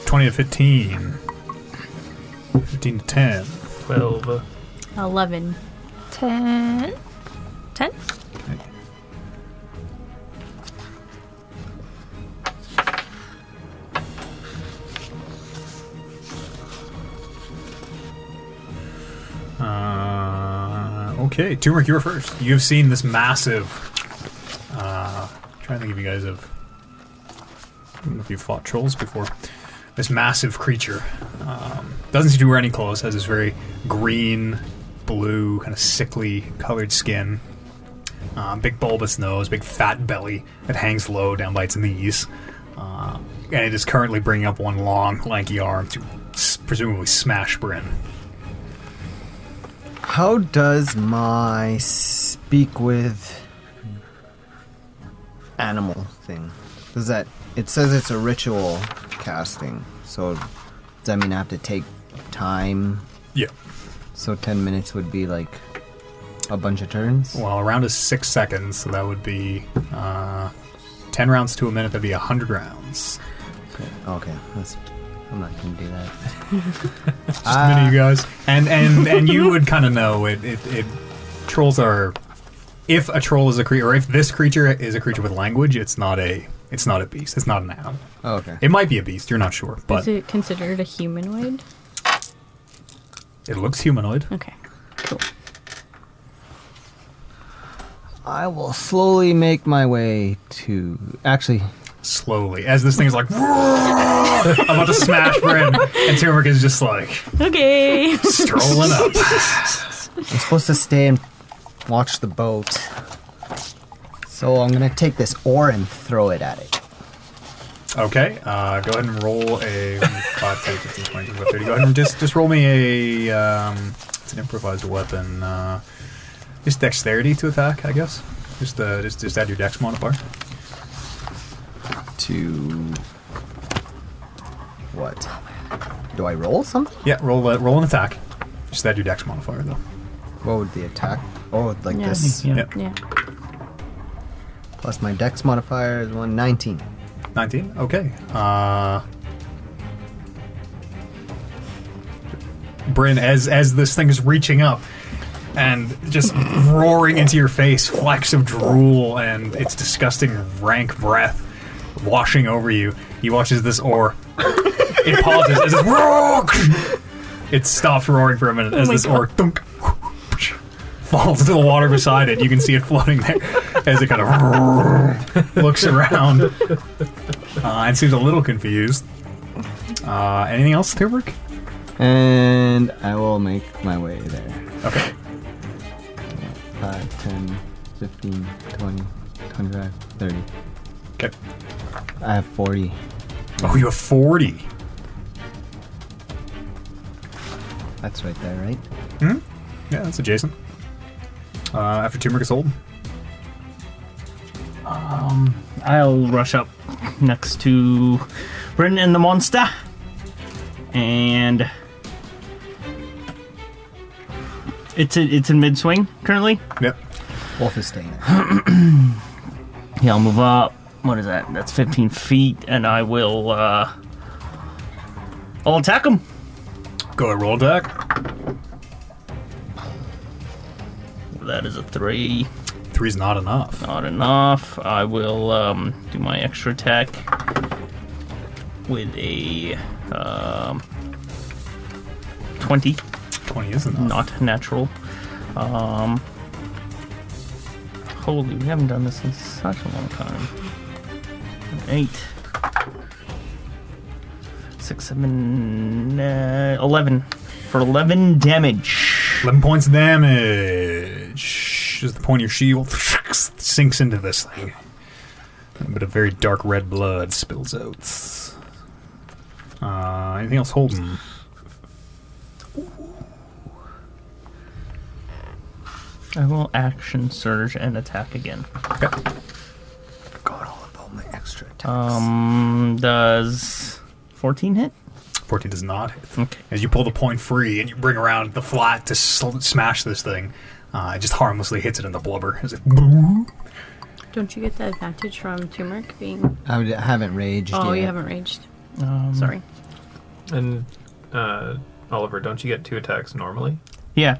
Twenty to fifteen. Fifteen to ten.
12.
11.
Ten. Ten?
Uh, okay, Turmeric, you were first. You have seen this massive. Uh, trying to think if you guys have. I don't know if you've fought trolls before. This massive creature um, doesn't seem to wear any clothes. Has this very green, blue, kind of sickly colored skin. Uh, big bulbous nose, big fat belly that hangs low down by its knees, uh, and it is currently bringing up one long, lanky arm to s- presumably smash Bryn.
How does my speak with animal thing? Does that. It says it's a ritual casting. So does that mean I have to take time?
Yeah.
So 10 minutes would be like a bunch of turns?
Well, a round is six seconds, so that would be uh, ten rounds to a minute. That'd be hundred rounds.
Okay. That's, I'm not going to do that. Ah,
Just a minute, you
Uh.
guys, and and and you would kind of know it, it. It trolls are, if a troll is a creature, or if this creature is a creature with language, it's not a it's not a beast. It's not an animal.
Oh, okay.
It might be a beast. You're not sure, but
Is it considered a humanoid?
it looks humanoid.
Okay. Cool.
I will slowly make my way to. Actually,
Slowly, as this thing's like about to smash Bryn, and Turmeric is just like
Okay.
strolling up.
I'm supposed to stay and watch the boat. So I'm gonna take this oar and throw it at it.
Okay, uh, go ahead and roll a 5, 10, 15, 20, 25, 30. Go ahead and just, just roll me a. Um, it's an improvised weapon. Uh, just dexterity to attack, I guess. Just, uh, just, just add your dex modifier.
To. What? Do I roll something?
Yeah, roll uh, roll an attack. Just add your dex modifier, though.
What would the attack? Oh, like
Yeah.
this.
Yeah.
Yep.
Yeah.
Plus my dex modifier is one nineteen.
19? Okay. Uh, Bryn, as, as this thing is reaching up and just roaring into your face, flecks of drool and its disgusting, rank breath washing over you, you watch as this oar. it pauses as it roar. It stops roaring for a minute as this oar thunk, falls into the water beside it. You can see it floating there as it kind of looks around uh, and Uh, seems a little confused. Uh, anything else, Tilburg?
And I will make my way there.
Okay.
5, 10, 15, 20, 25, 30.
Okay.
I have 40.
Oh, you have 40.
That's right there, right?
Yeah, that's adjacent. Uh, after Turmeric is old.
I'll rush up next to Bryn and the monster. And it's a, it's in mid swing currently.
Yep.
Wolf is staying there.
Yeah, I'll move up. What is that? That's 15 feet, and I will. uh I'll attack him.
Go ahead, roll attack.
That is a three.
Three's not enough.
Not enough. I will um, do my extra attack with a um, 20.
20 is enough.
Not natural. Um, holy, we haven't done this in such a long time. An Eight. Six, seven, uh, eleven. For 11 damage.
11 points of damage. As the point of your shield sinks into this thing. A bit of very dark red blood spills out. Uh, anything else holding?
I will action surge and attack again.
Okay.
Forgot all about my extra attacks.
Um, does 14 hit?
14 does not hit.
Okay.
As you pull the point free and you bring around the flat to sl- smash this thing, uh, it just harmlessly hits it in the blubber. As it
Don't you get the advantage from turmeric being?
I would- I haven't raged
Uh, Oh,
yet.
you haven't raged.
Um,
Sorry.
And uh, Oliver, don't you get two attacks normally?
Yeah.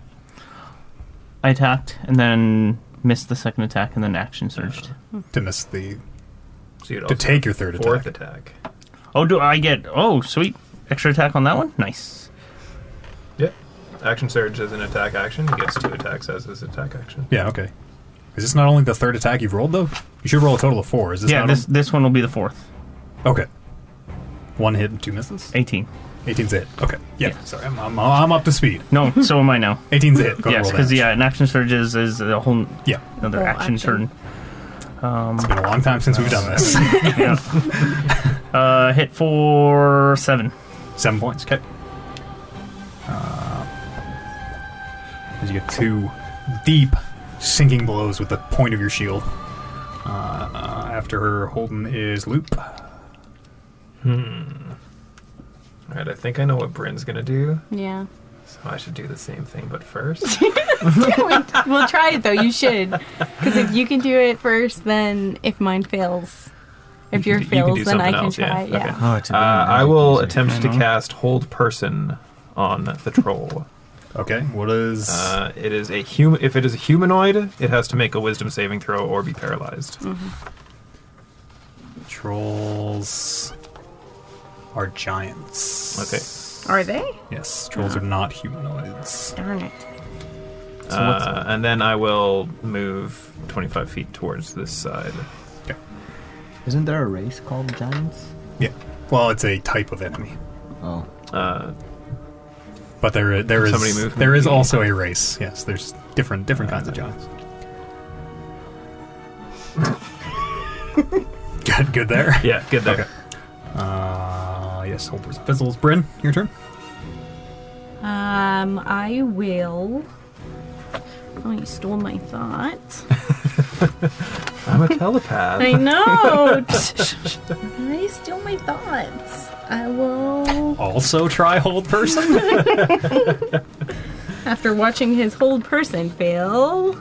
I attacked and then missed the second attack and then action surged.
to miss the
So you'd
to
also
take your third
fourth
attack.
attack.
Oh, do I get. Oh, sweet. Extra attack on that one? Nice.
Yep. Action surge is an attack action. He gets two attacks as his attack action.
Yeah, okay. Is this not only the third attack you've rolled though? You should roll a total of four. Is this
yeah,
not
this, this one will be the fourth.
okay? One hit and two misses.
18.
18's a hit. Okay. Yeah.
Yeah.
Sorry, I'm, I'm, I'm up to speed.
No, so am I now.
18's a hit. Go
yes,
roll
uh, because,
damage.
yeah, an action surge is, is a whole
yeah.
another
Whole
action,
action.
turn.
It's been a long time since we've done this.
Uh, hit for seven.
Seven points. Okay. Uh, as you get two deep sinking blows with the point of your shield. Uh, uh, after her, Holden is Loop.
All right, I think I know what Bryn's gonna do,
Yeah.
so I should do the same thing. But first, uh,
we'll try it though. You should, because if you can do it first, then if mine fails, if
You
your
can do- you can
fails,
do
then I
something
can
else, yeah.
try. Yeah.
Okay.
Oh, it's a bit
uh,
of
I
magic
will
user.
attempt to
I know.
cast Hold Person on the troll.
Okay. What is?
Uh, it is a hum- If it is a humanoid, it has to make a Wisdom saving throw or be paralyzed.
Trolls are giants.
Okay.
Are they?
Yes, trolls are not humanoids.
Darn it.
Uh, and then I will move 25 feet towards this side.
Okay.
Isn't there a race called giants?
Yeah. Well, it's a type of enemy,
Oh,
Uh,
but there there is
somebody move
there is
me? Uh,
also a race. Yes, there's different different kinds of giants. good, good there.
yeah, good there.
Okay. Uh, yes, Holder's Fizzles. Bryn, your turn.
Um, I will. Oh, you stole my thought.
I'm a telepath.
I know. I steal my thoughts. I will.
Also, try hold person.
After watching his whole person fail,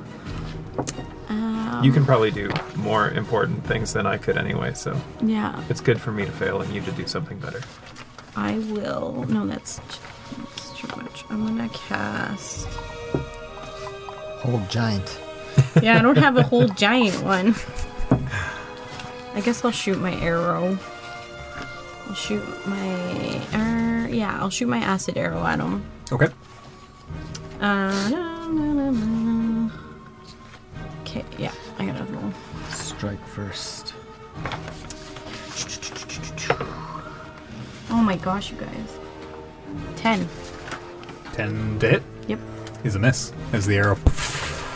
Um,
You can probably do more important things than I could anyway, so
yeah,
it's good for me to fail and you to do something better.
I will. No, that's, t- that's too much. I'm gonna cast.
whole giant.
Yeah, I don't have a whole giant one. I guess I'll shoot my arrow. I'll shoot my. Uh, yeah, I'll shoot my acid arrow at him.
okay.
Uh, na, na, na, na. Okay, yeah, I got another one.
Strike first.
Oh my gosh, you guys. Ten.
Ten to hit
Yep.
is a miss as the arrow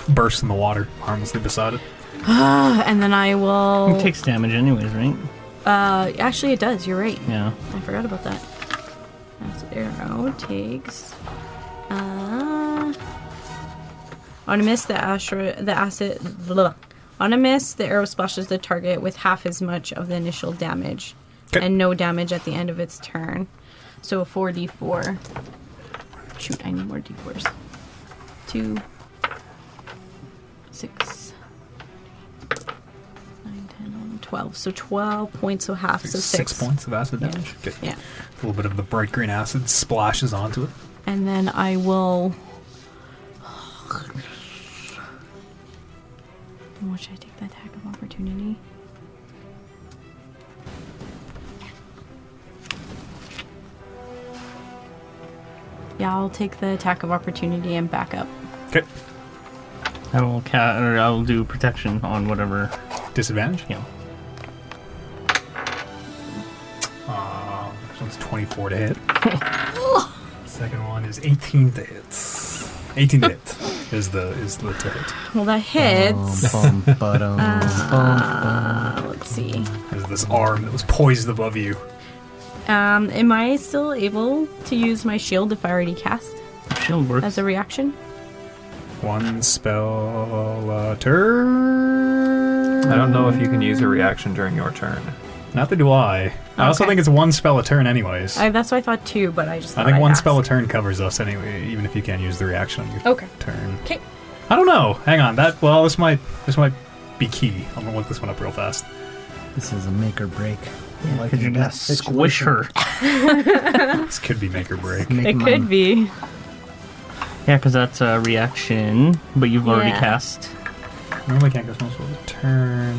bursts in the water harmlessly beside it.
Uh, and then I will.
It takes damage, anyways, right?
Uh, actually, it does. You're right.
Yeah.
I forgot about that. That's arrow takes. Uh, on a miss, the astro, the acid. Blah. On a miss, the arrow splashes the target with half as much of the initial damage,
Okay.
and no damage at the end of its turn. So a four d four. Shoot, I need more d fours. Two. Six. Nine, ten, eleven, twelve. So twelve points, so half, so six.
points of acid
Yeah.
damage. Okay.
Yeah.
A little bit of the bright green acid splashes onto it.
And then I will. Oh, should I take that attack of opportunity? Yeah, I'll take the attack of opportunity and back up.
Okay.
I will ca- or I'll do protection on whatever.
Disadvantage.
You know.
Um, this one's 24 to hit. Second one is 18 to hit. 18 to hit is the is the to hit.
Well, that hits.
Bum, bum, ba-dum,
Uh, let's see.
Is this arm that was poised above you?
Um, am I still able to use my shield if I already cast
Shield works.
as a reaction?
One spell a turn.
I don't know if you can use a reaction during your turn.
Neither do I. I also
Okay.
think it's one spell a turn, anyways.
I, Uh, that's what I thought too, but I just
I
thought
think
I'd
one
ask.
spell a turn covers us anyway, even if you can't use the reaction on your
Okay.
turn.
Okay.
I don't know. Hang on. That well, this might this might be key. I'm gonna look this one up real fast.
This is a make or break. Like
Because you're
in
gonna
that
squish
situation.
her.
This could be make or break.
Make
It
my-
could be.
Yeah, because that's a reaction, but you've already
Yeah.
cast.
Normally can't cast one spell a turn.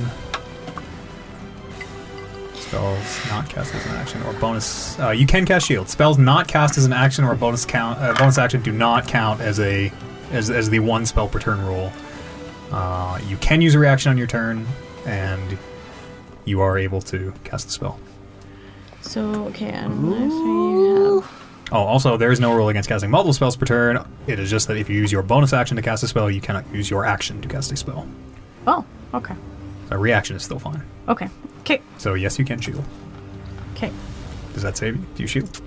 Spells not cast as an action or bonus. Uh, you can cast shield. Spells not cast as an action or a bonus count. Uh, bonus action do not count as a as, as the one spell per turn rule. Uh, you can use a reaction on your turn, and you are able to cast the spell.
So okay, I'm gonna say you have.
Oh, also, there is no rule against casting multiple spells per turn. It is just that if you use your bonus action to cast a spell, you cannot use your action to cast a spell.
Oh, okay,
A reaction is still fine.
okay, okay,
So yes, you can shield.
okay.
Does that save you? Do you shield?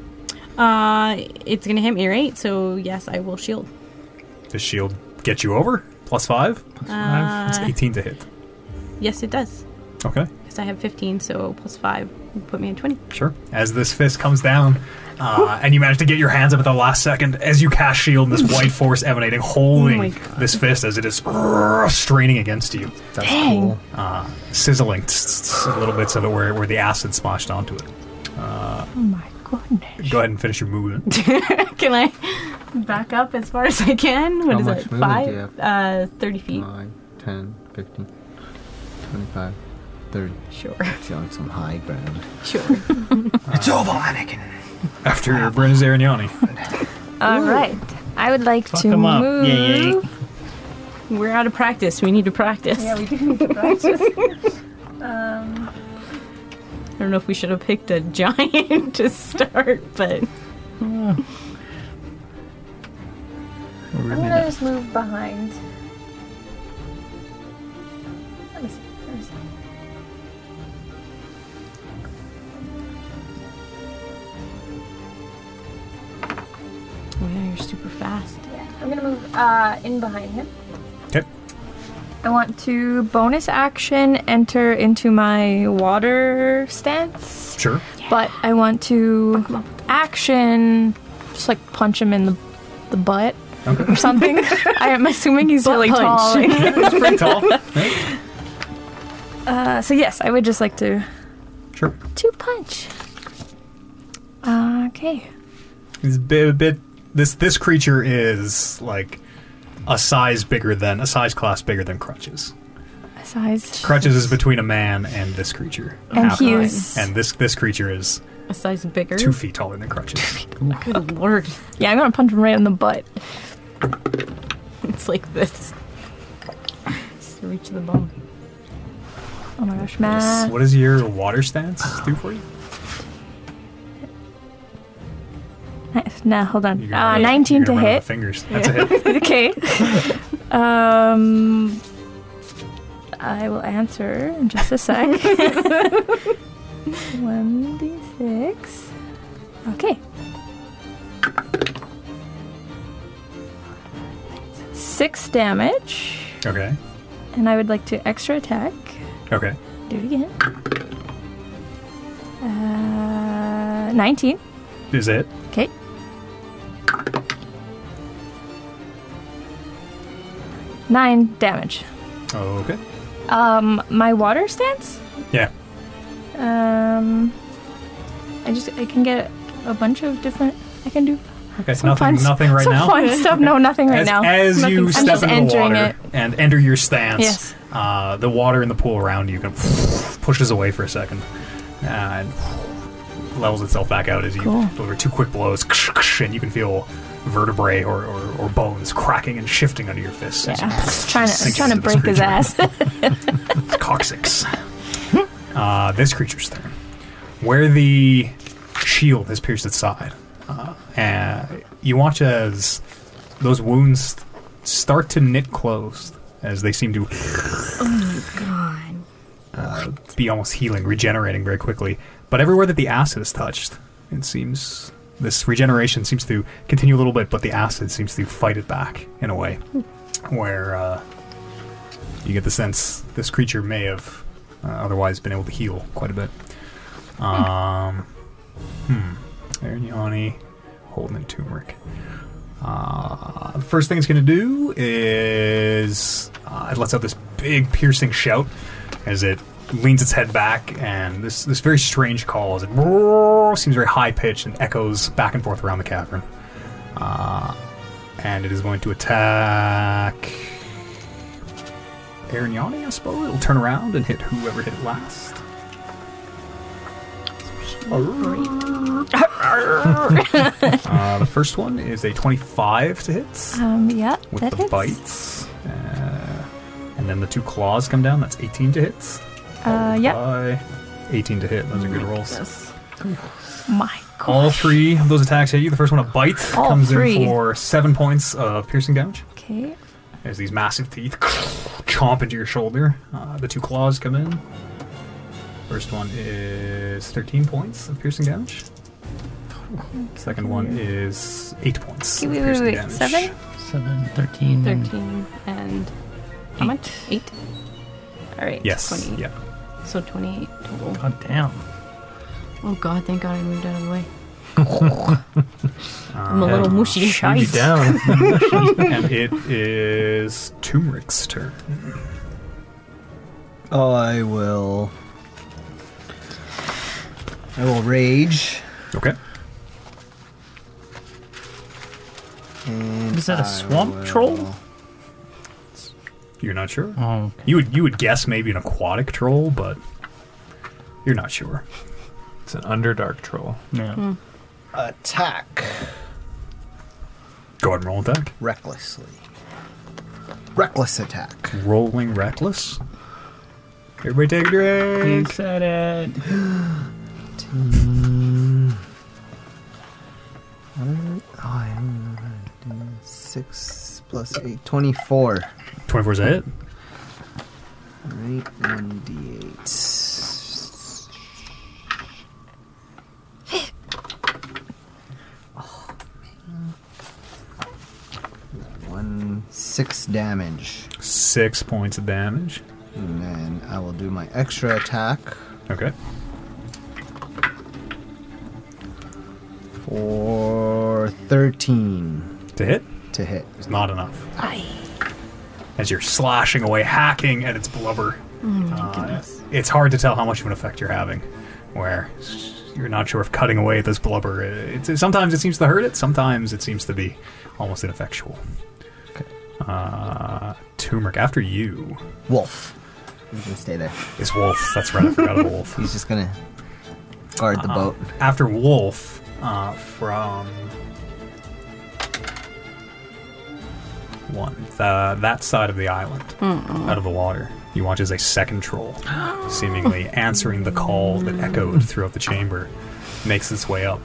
Uh, it's gonna hit me right, so yes, I will shield.
Does shield get you over? Plus five? it's
Uh,
18 to hit.
yes, it does.
Okay,
Because I have 15, so plus 5 would put me at 20.
sure. As this fist comes down, uh, and you manage to get your hands up at the last second as you cast shield, this white force emanating,
Oh
holding this fist as it is straining against you,
That's
Dang.
cool.
uh, sizzling little bits of it where, where the acid splashed onto it.
Oh my goodness.
Go ahead and finish your movement.
Can I back up as far as I can? What
How
is
much
it?
movement
5?
do you have?
Uh, 30 feet.
9, 10, 15, 25, 30.
Sure.
She's on some high ground. Uh,
Sure.
it's over, Anakin!
After Brennan's Arignani.
All right. I would like
Fuck
to
'em up.
move.
Yay.
We're out of practice. We need to practice.
Yeah, we do need to practice. um,
I don't know if we should have picked a giant to start, but oh,
I'm gonna just move behind. Let me see. Let me see.
oh yeah, you're super fast.
Yeah, I'm gonna move uh, in behind him.
Okay.
I want to bonus action enter into my water stance,
Sure.
but I want to action just like punch him in the, the butt or something. I am assuming he's really tall.
It's pretty tall.
Uh, so yes, I would just like to
Sure.
to punch. Uh, okay.
It's a bit, a bit. This this creature is like a size bigger than a size class bigger than Crutches.
Size.
Crutches is between a man and this creature,
and he
Halfling.
is.
and this this creature is
A size bigger.
two feet taller than Crutches.
Good lord.
Yeah, I'm gonna punch him right in the butt.
It's like this. Just reach the bone.
Oh my gosh, math.
what is your water stance do for you?
Uh, Nah, hold on.
You're gonna
Uh,
run-
19
you're
to
gonna run out of
hit.
Fingers. That's a hit.
okay. Um, I will answer in just a sec. 1d6. Okay. Six damage,
Okay.
and I would like to extra attack.
Okay.
Do it again. Uh, 19.
Is it?
Okay. Nine damage.
Okay.
Um, my water stance.
Yeah.
Um, I just I can get a bunch of different. I can do
Okay.
some
nothing.
fun s-
Nothing right
some
now.
fun stuff. No, nothing right
as,
now.
as you
Nothing's- I'm
step
just
into the
entering
water
it.
and enter your stance,
Yes.
uh, the water in the pool around you kind of pushes away for a second and levels itself back out as you
Cool.
deliver two quick blows, and you can feel vertebrae or, or, or bones cracking and shifting under your fists.
Yeah,
as you
I'm just trying to I'm
Sinks
trying to
into this
break his
creature.
ass.
coccyx. uh, this creature's turn. Where the shield has pierced its side, uh, and you watch as those wounds start to knit closed as they seem to uh, be almost healing, regenerating very quickly. But everywhere that the acid is touched, it seems this regeneration seems to continue a little bit, but the acid seems to fight it back in a way. where uh, you get the sense this creature may have uh, otherwise been able to heal quite a bit. Um, hmm. Arignani, Holden, and Turmeric. Uh, the first thing it's going to do is uh, it lets out this big piercing shout as it leans its head back, and this this very strange call as it seems very high pitched and echoes back and forth around the cavern. Uh, and it is going to attack Arignani, I suppose. It'll turn around and hit whoever hit it last. Uh, the first one is a 25 to hit
Um, yeah,
with
that
the
hits.
bites. Uh, and then the two claws come down. That's 18 to hit.
Uh, yeah.
By 18 to hit. Those are good rolls.
My God.
All three of those attacks hit you. The first one, a bite,
All
comes
three.
in for seven points of piercing damage.
Okay.
As these massive teeth chomp into your shoulder, uh, the two claws come in. First one is 13 points of piercing damage. Second one is 8 points. of
Okay, wait, wait,
piercing
wait,
damage.
seven?
7,
Mm.
13,
13 and how much? 8? Alright.
Yes.
28.
Yeah.
So 28 total.
God damn.
Oh god, thank god I moved out of the way. I'm a little mushy.
Shoot you down.
and it is Turmeric's turn.
I will. I will rage.
Okay.
And
Is that
a
a swamp troll?
You're not sure?
Oh,
You would you would guess maybe an aquatic troll, but you're not sure.
It's an underdark troll.
yeah.
Attack
Go ahead and roll attack.
recklessly. Reckless attack.
Rolling reckless. Everybody take a
You
drink.
said it.
Six plus eight, 24.
24 is a hit.
Right, 1d8. Oh, One six damage,
Six points of damage.
and then I will do my extra attack
Okay.
for thirteen
To hit
to hit.
is not enough. As you're slashing away, hacking at its blubber. Uh, it's hard to tell how much of an effect you're having. Where you're not sure if cutting away at this blubber. It's, sometimes it seems to hurt it, sometimes it seems to be almost ineffectual. Uh, Turmeric, after you
Wolf, you can stay there.
is Wolf. That's right, I forgot about Wolf.
He's just gonna guard
Uh-uh.
the boat.
Um, after Wolf uh, from one uh, that side of the island, out of the water. You watch as a second troll, seemingly answering the call that echoed throughout the chamber, makes its way up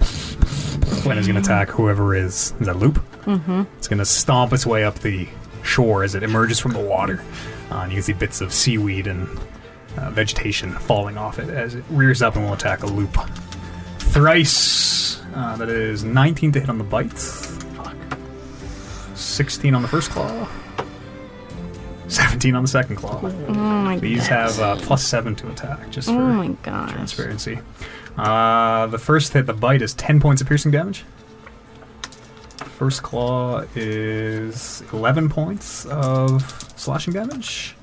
and is going to attack whoever is. Is that Loop? Mm-hmm. It's going to stomp its way up the shore as it emerges from the water. Uh, and you can see bits of seaweed and uh, vegetation falling off it as it rears up and will attack a loop thrice. Uh, that is 19 to hit on the bite. Fuck. 16 on the first claw. 17 on the second claw.
Oh my
These
god.
have uh, plus 7 to attack, just for
Oh my gosh.
transparency. Uh, the first hit, the bite, is 10 points of piercing damage. First claw is 11 points of slashing damage.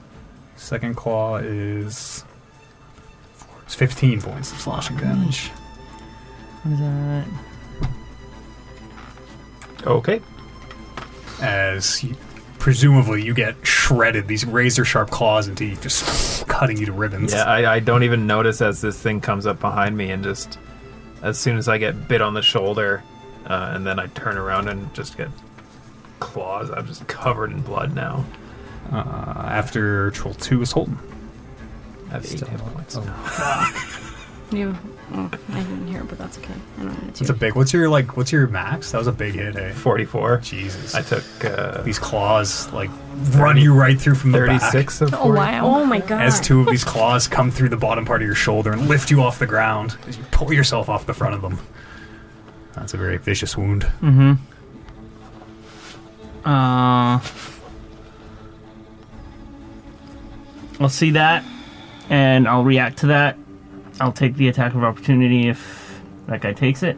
Second claw is it's 15 points of slashing damage.
What is that?
Okay.
as you, presumably you get shredded, these razor sharp claws and teeth just cutting you to ribbons.
Yeah, I, I don't even notice as this thing comes up behind me, and just as soon as I get bit on the shoulder, uh, and then I turn around and just get claws. I'm just covered in blood now.
Uh, after Troll 2 is Holden.
I have eight hit points.
Oh.
You, oh, I didn't hear it, but that's okay. I don't need
That's a
to.
big. What's your like? What's your max? That was a big hit, hey.
Forty-four.
Jesus.
I took uh,
these claws like run you right through from the back.
thirty-six of.
Oh,
40.
wow.
Oh my god.
As two of these claws come through the bottom part of your shoulder and lift you off the ground, as you pull yourself off the front of them. That's a very Hmm.
Mm-hmm.
vicious wound.
Uh, I'll see that, and I'll react to that. I'll take the attack of opportunity if that guy takes it.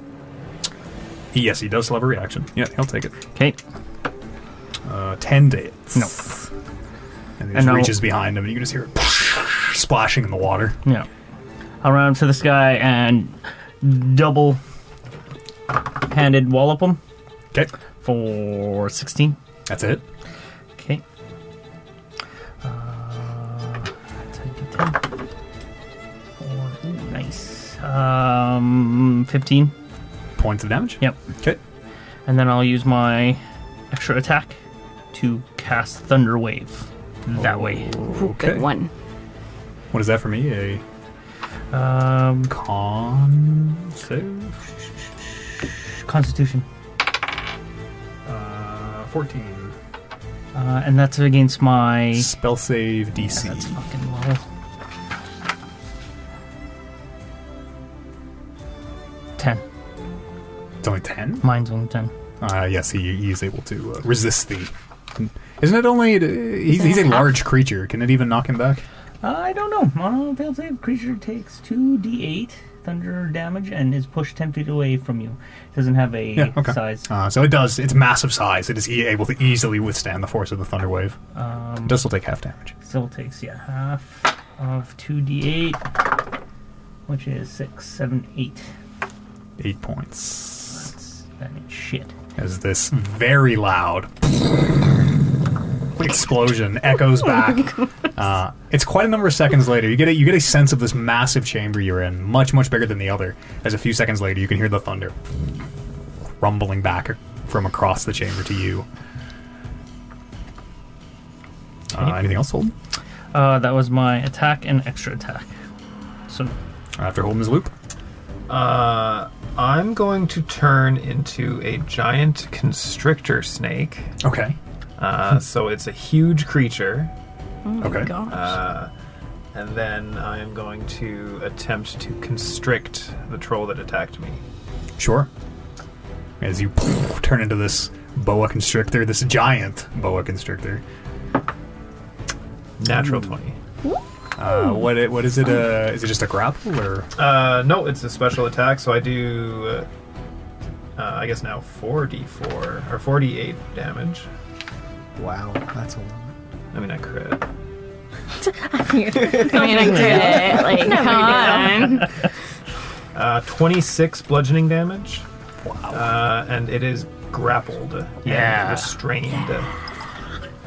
Yes, he does love a reaction. Yeah, he'll take it.
Okay.
Uh, ten to hit. And
No.
he
And
just
I'll-
reaches behind him, and you can just hear it splashing in the water.
Yeah. I'll run up to this guy and double handed wallop him
Okay,
for 16.
that's it.
Okay. Uh, that's a D10. Four. Ooh, nice. Um, 15.
Points of damage.
Yep.
Okay.
And then I'll use my extra attack to cast Thunder Wave. That way.
Okay.
Good one.
What is that for me? A
Um,
con save.
Constitution.
Uh, fourteen.
Uh, and that's against my.
Spell save DC.
That's fucking low. Ten.
it's only ten.
Mine's only ten.
Uh, yes, he, he's able to uh, resist the. Isn't it only uh, he's, he's a large creature? Can it even knock him back?
Uh, I don't know. On a failed save, creature takes two d8 thunder damage and is pushed ten feet away from you. Doesn't have a
Yeah, okay.
size.
Uh, so it does. It's massive size. It is e- able to easily withstand the force of the thunder wave.
Um,
It does still take half damage.
still takes yeah half of two d8, which is six, seven, eight.
Eight points.
That's, that means shit.
As this very loud explosion echoes back. Uh, it's quite a number of seconds later. You get a, you get a sense of this massive chamber you're in, much much bigger than the other. As a few seconds later, you can hear the thunder rumbling back from across the chamber to you. Uh, anything else, Holden?
Uh, that was my attack and extra attack. So
After Holden's loop,
Uh, I'm going to turn into a giant constrictor snake.
okay, Hmm.
Uh, so it's a huge creature.
okay,
Uh, and then I am going to attempt to constrict the troll that attacked me.
sure. As you turn into this boa constrictor, this giant boa constrictor.
Natural 20.
Uh, what it, what is it? Uh, is it just a grapple or
Uh, no, it's a special attack, so I do, uh, uh, I guess now 4d4, or 48 damage.
Wow, that's a lot.
I mean, I crit.
I mean, I did it. Like, come on.
Uh, 26 bludgeoning damage. Wow. Uh, and it is grappled.
Yeah.
And restrained.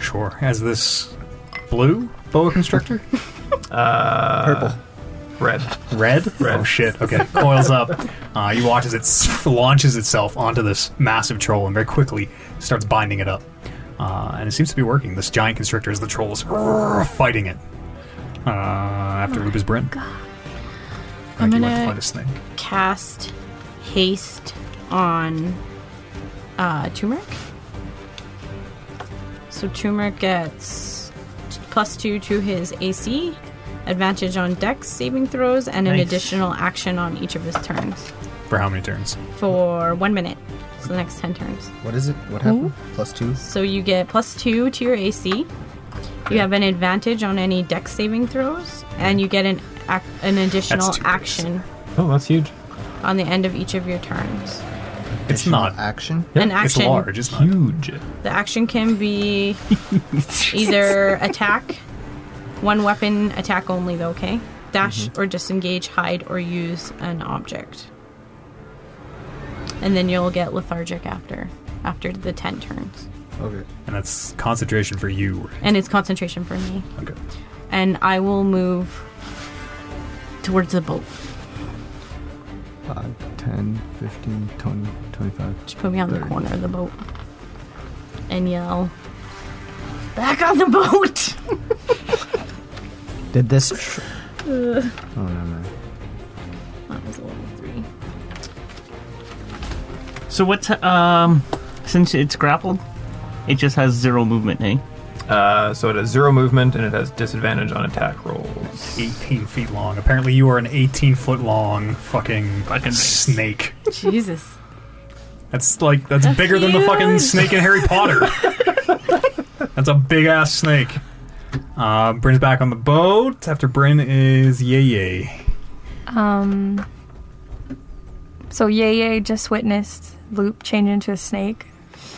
sure? As this blue boa constrictor,
Purple.
Red.
red,
Red.
Oh shit! Okay, coils up. Uh, you watch as it s- launches itself onto this massive troll and very quickly starts binding it up. Uh, and it seems to be working. This giant constrictor is the trolls fighting it. Uh, after Lupus Bryn,
I'm
you went to
gonna-
fight a snake.
Cast haste on uh, turmeric. So turmeric gets plus two to his AC, advantage on Dex saving throws, and an
Nice.
additional action on each of his turns
For how many turns?
for one minute. So the next ten turns.
What is it? What happened? Plus two.
So you get plus two to your AC. You have an advantage on any Dex saving throws, and you get an ac- an additional
two dice.
action
Oh, that's huge.
on the end of each of your turns.
It's not.
action.
an
It's
action.
large. It's not.
Huge.
The action can be either attack, one weapon attack only though, okay? Dash or disengage, hide or use an object. And then you'll get lethargic after after the 10 turns.
Okay.
And that's concentration for you.
And it's concentration for me.
Okay.
And I will move towards the boat.
5, 10, 15, 20, 25.
Just put me on the
There.
corner of the boat and yell, Back on the boat!
Did this? Tr-
Uh.
Oh, no, no.
That was a level three.
So what's um since it's grappled, it just has zero movement, eh?
Uh, so it has zero movement and it has disadvantage on attack rolls.
18 feet long. Apparently, you are an 18 foot long fucking,
Fucking nice.
snake.
Jesus.
That's like that's, bigger than the fucking
huge.
snake in Harry Potter. that's a big ass snake. Uh, Bryn's back on the boat after Bryn is yay yay.
Um. So Yeye just witnessed Loop change into a snake,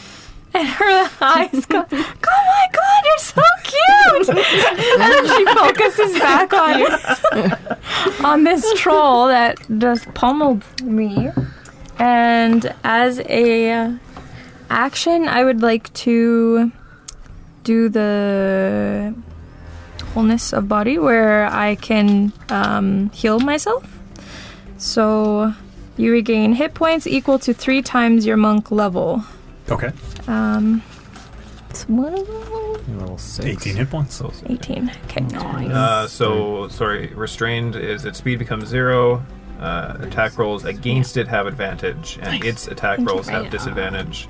and her eyes go, "Oh my god, you're so cute!" and then she focuses back on on this troll that just pummeled me. And as a action, I would like to do the wholeness of body where I can um, heal myself. So you regain hit points equal to three times your monk level.
Okay.
Um, it's one of them?
You're level six.
18 hit points.
So-
18. Okay.
Mm-hmm.
Uh, so sorry, restrained is its speed becomes zero. Uh, attack rolls against it have advantage, and its attack rolls have disadvantage,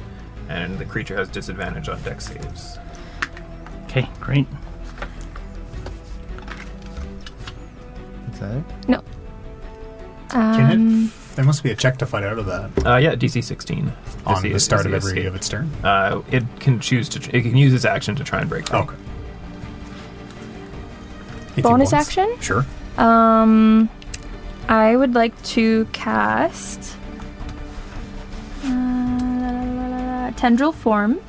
and the creature has disadvantage on deck saves.
Okay, great.
Is that it?
Can
Um,
it? There must be a check to fight out of that
Uh, yeah, DC 16
on
Is
the start
is
of every
escape.
of its turn.
Uh, it can choose to. Tr- it can use its action to try and break. Free.
Okay. 18
Bonus action?
Sure.
um, I would like to cast uh, la, la, la, la, la, Tendril Form,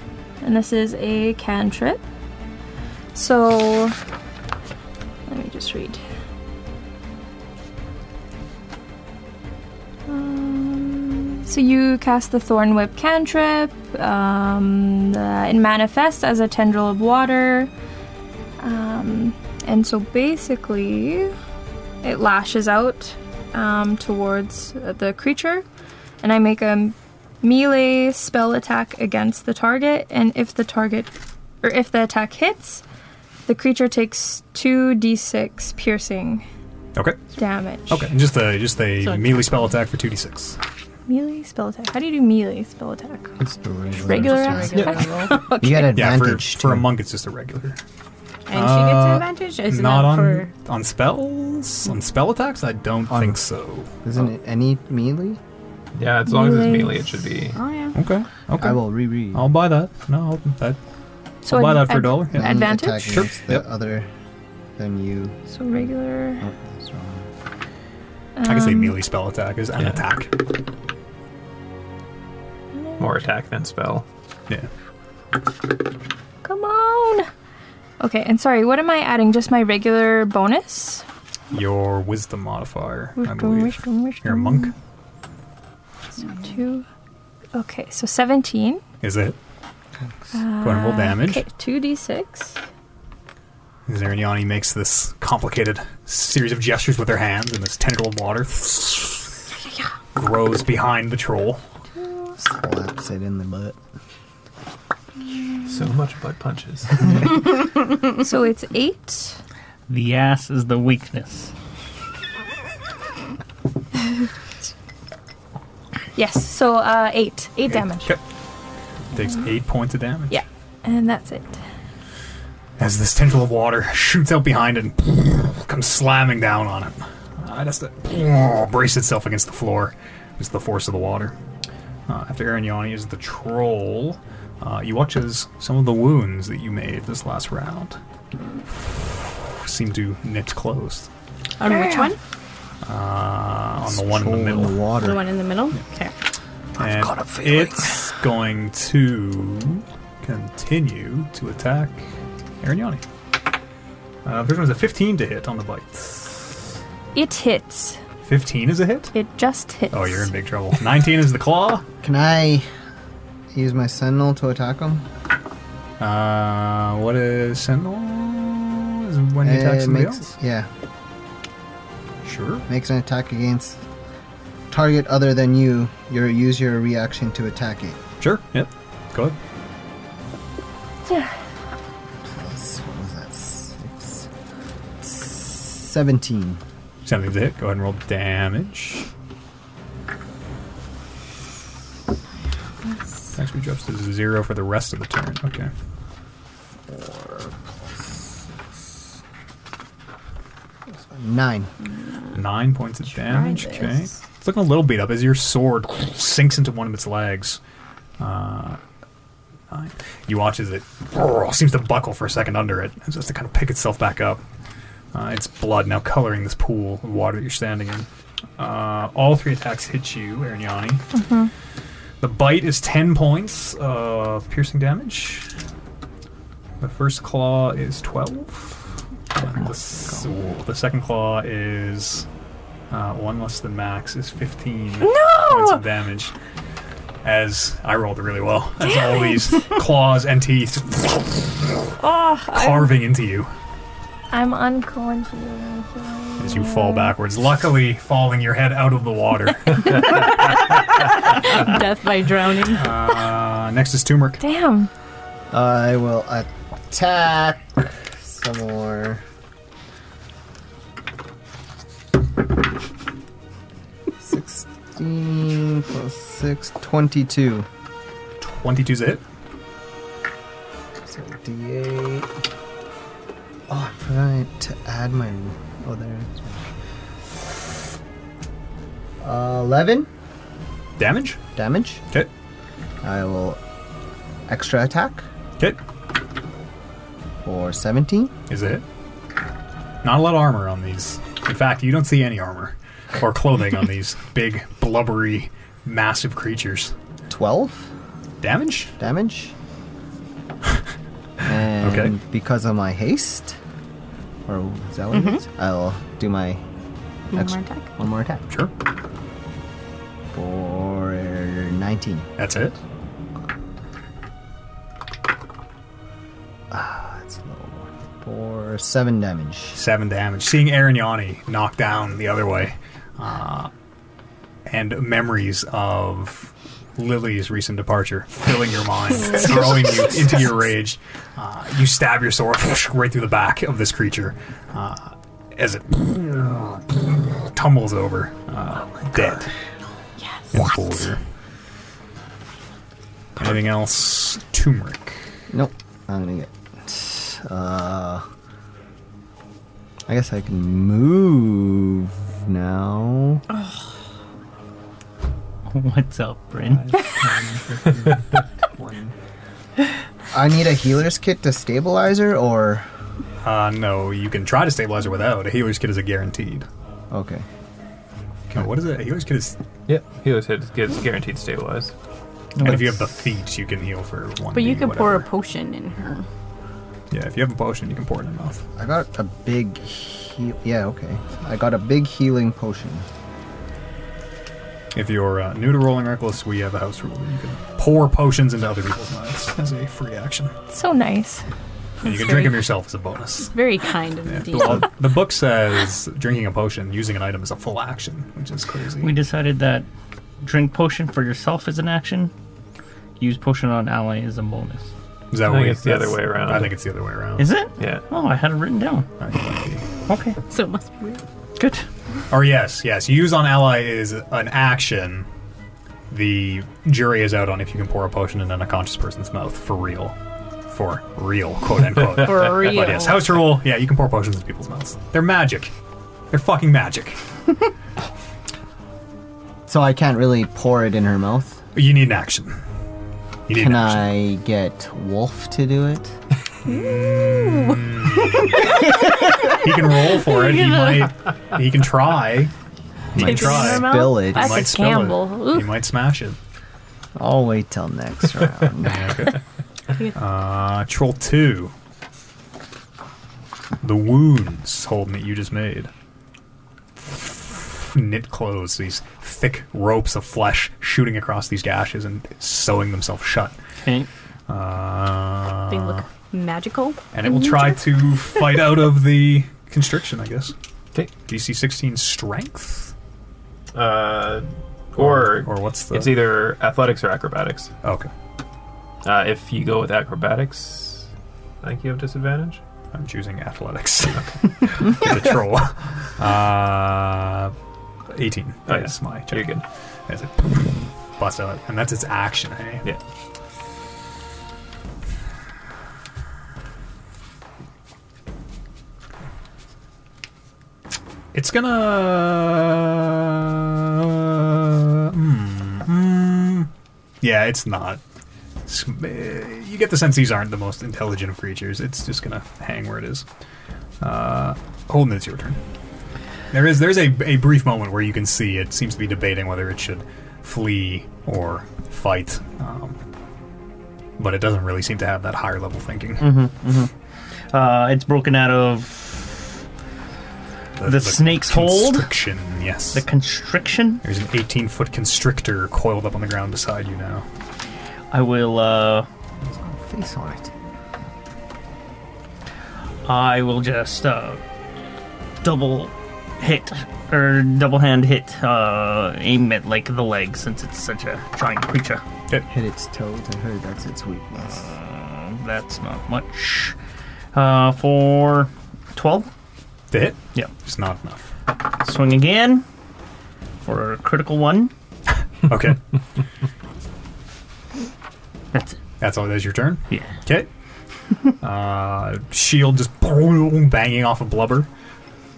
and this is a cantrip. So, let me just read. Um, So you cast the Thorn Whip cantrip. Um, uh, it manifests as a tendril of water. Um, and so basically, it lashes out um, towards uh, the creature, and I make a melee spell attack against the target. And if the target, or if the attack hits, the creature takes 2d6 piercing
Okay.
damage.
Okay. And just a just a
So-
melee spell attack for 2d6.
Melee spell attack. How do you do melee spell attack?
It's the regular.
Regular
attack.
Just a regular roll.
You get
Yeah, for,
advantage
for a
too.
monk, it's just a regular.
And she gets
Uh,
advantage? Isn't
Not
that
on
for.
on spells on spell attacks. I don't
On-
think so.
Isn't it any melee?
Oh.
Yeah, as long as it's
Melee.
melee, it should be.
Oh, yeah.
Okay. Okay.
I will reread.
I'll buy that. No, I'll, that,
So
I'll buy
ad-
that for a
ad-
dollar. Yeah.
One
Advantage?
attack
Sure,
against the
yep.
other than you.
So regular.
Oh, that's wrong.
I can say
um,
melee spell attack is an
Yeah.
attack.
More attack than spell.
Yeah.
Come on. Okay, and sorry, what am I adding? Just my regular bonus?
Your wisdom modifier, I
Wisdom,
believe.
wisdom, wisdom.
You're a monk,
So two. Okay, so 17.
is it?
Uh,
Go ahead and roll damage.
Okay, 2d6.
Zerniani makes this complicated series of gestures with her hands, and this tentacle of water grows behind the troll.
Slaps it in the butt.
So much butt punches.
so it's 8.
The ass is the weakness.
Yes, so uh, 8. 8 damage.
Okay. Takes eight points of damage.
Yeah, and that's it.
As this tentacle of water shoots out behind it and comes slamming down on it. Uh, it has to brace itself against the floor. It's the force of the water. Uh, after Aranyani is the troll, uh, you watch as some of the wounds that you made this last round seem to knit closed.
On which one?
Uh, on the one in the
Troll
middle.
The water.
The one in the middle? Okay.
And it's going to continue to attack Arignani. Uh, this one's a 15 to hit on the bite.
It hits.
15 is a hit?
It just hits.
Oh, you're in big trouble. 19 is the claw.
Can I use my sentinel to attack him?
Uh, what is Sentinel? Is when you attack
Uh,
somebody
makes-
else?
Yeah,
Sure.
makes an attack against target other than you. You use your reaction to attack it.
Sure. Yep. Go ahead.
Plus, what was that? Six. Seventeen.
17's a hit. Go ahead and roll damage. Actually drops to zero for the rest of the turn. Okay.
Nine.
Nine points of damage.
this.
Okay. It's looking a little beat up as your sword sinks into one of its legs. Uh, nine. You watch as it "Grr," seems to buckle for a second under it, and just to kind of pick itself back up. Uh, its blood now coloring this pool of water that you're standing in. Uh, all three attacks hit you, Arignani. The bite is 10 points of piercing damage. The first claw is 12. The, s- ooh, the second claw is uh, one less than max, is 15 points of damage. As I rolled it really well, as all these claws and teeth carving into you
I'm unconscious.
as you fall backwards. Luckily, falling your head out of the water.
Death by drowning.
uh, next is Turmeric.
Damn.
I will attack some more. Sixteen plus six, twenty-two.
22's a hit.
So D8. Oh, I forgot to add my. Oh, there. it is. Uh, Eleven
Damage.
damage.
Okay.
I will extra attack
Okay.
for seventeen.
Is it? Not a lot of armor on these. In fact, you don't see any armor or clothing on these big, blubbery, massive creatures.
Twelve.
Damage?
damage. and
Okay.
because of my haste, or is that what it is? I'll do my
Mm-hmm. One
ex-
more attack.
One more attack
Sure.
for 19.
That's it.
That's low. For seven damage.
Seven damage. Seeing Arignani knocked down the other way, uh, and memories of Lily's recent departure filling your mind, throwing you into your rage. Uh, you stab your sword right through the back of this creature uh, as it tumbles over, uh, dead. Yes. Anything else? Turmeric.
Nope. I'm gonna get. Uh, I guess I can move now.
What's up, Bryn?
I need a healer's kit to stabilizer, or
Uh, no, you can try to stabilize her without. A healer's kit is a guaranteed.
okay.
No, what is it? A healer's kit is
Yeah, healer's hit gets guaranteed stabilized.
And if you have the feet, you can heal for one.
But you
D,
could pour a
whatever.
potion in her.
Yeah, if you have a potion, you can pour it in your mouth.
I got a big heal. Yeah, okay. I got a big healing potion.
If you're uh, new to rolling reckless, we have a house rule that you can pour potions into other people's mouths as a free action,
So nice.
and you can
That's
drink
very-
them yourself as a bonus.
Very kind of
Yeah.
the
Well, the book says drinking a potion using an item is a full action, which is crazy.
we decided that drink potion for yourself is an action. Use potion on ally is a bonus.
Is that
I
what
think
we-
it's the other
that's-
way around.
I think it's the other way around.
Is it?
Yeah.
Oh, I had it written down.
I think it might be.
Okay,
So it must be weird.
good.
Or yes, yes. Use on ally is an action. The jury is out on if you can pour a potion in an unconscious person's mouth for real, for real, quote unquote.
For real.
But yes, house rule. Yeah, you can pour potions in people's mouths. They're magic. They're fucking magic.
So I can't really pour it in her mouth.
You need an action. You need
Can
an action.
I get Wolf to do it?
He can roll for it. He might. He can try. He can
Might
try. He
Spill it.
That's a
might spill
gamble.
it. He
Oof.
might smash it.
I'll wait till next round.
Uh, troll two. The wounds, Holden, that you just made. Knit clothes, these thick ropes of flesh shooting across these gashes and sewing themselves shut.
Okay.
Uh,
They look magical.
and it will
Mm-hmm.
try to fight out of the constriction, I guess.
Okay.
DC 16 strength?
Uh, or
Or what's the.
it's either athletics or acrobatics.
Okay.
Uh, if you go with acrobatics, I think you have disadvantage.
I'm choosing athletics. the troll. Uh, 18.
Oh, yeah.
That's my check.
You're good.
As it busts out, and that's its action, eh?
Yeah.
It's gonna. Hmm. Hmm. Yeah, it's not. sm- eh, you get the sense these aren't the most intelligent of creatures. It's just gonna hang where it is. Uh, Holden, it's your turn. There is there's a, a brief moment where you can see it seems to be debating whether it should flee or fight, um, but it doesn't really seem to have that higher level thinking.
Uh, it's broken out of The snake's hold?
constriction, Yes.
the constriction.
There's an 18 foot constrictor coiled up on the ground beside you now.
I will. Uh,
Face on it.
I will just uh, double hit or double hand hit, uh, aim at like the leg since it's such a giant creature.
Hit its toes. I heard that's its weakness.
Uh, that's not much. Uh, for twelve,
To hit?
Yeah.
It's not enough.
swing again for a critical one.
Okay.
That's it.
That's all. That's your turn.
Yeah.
Okay. uh, shield just banging off of blubber.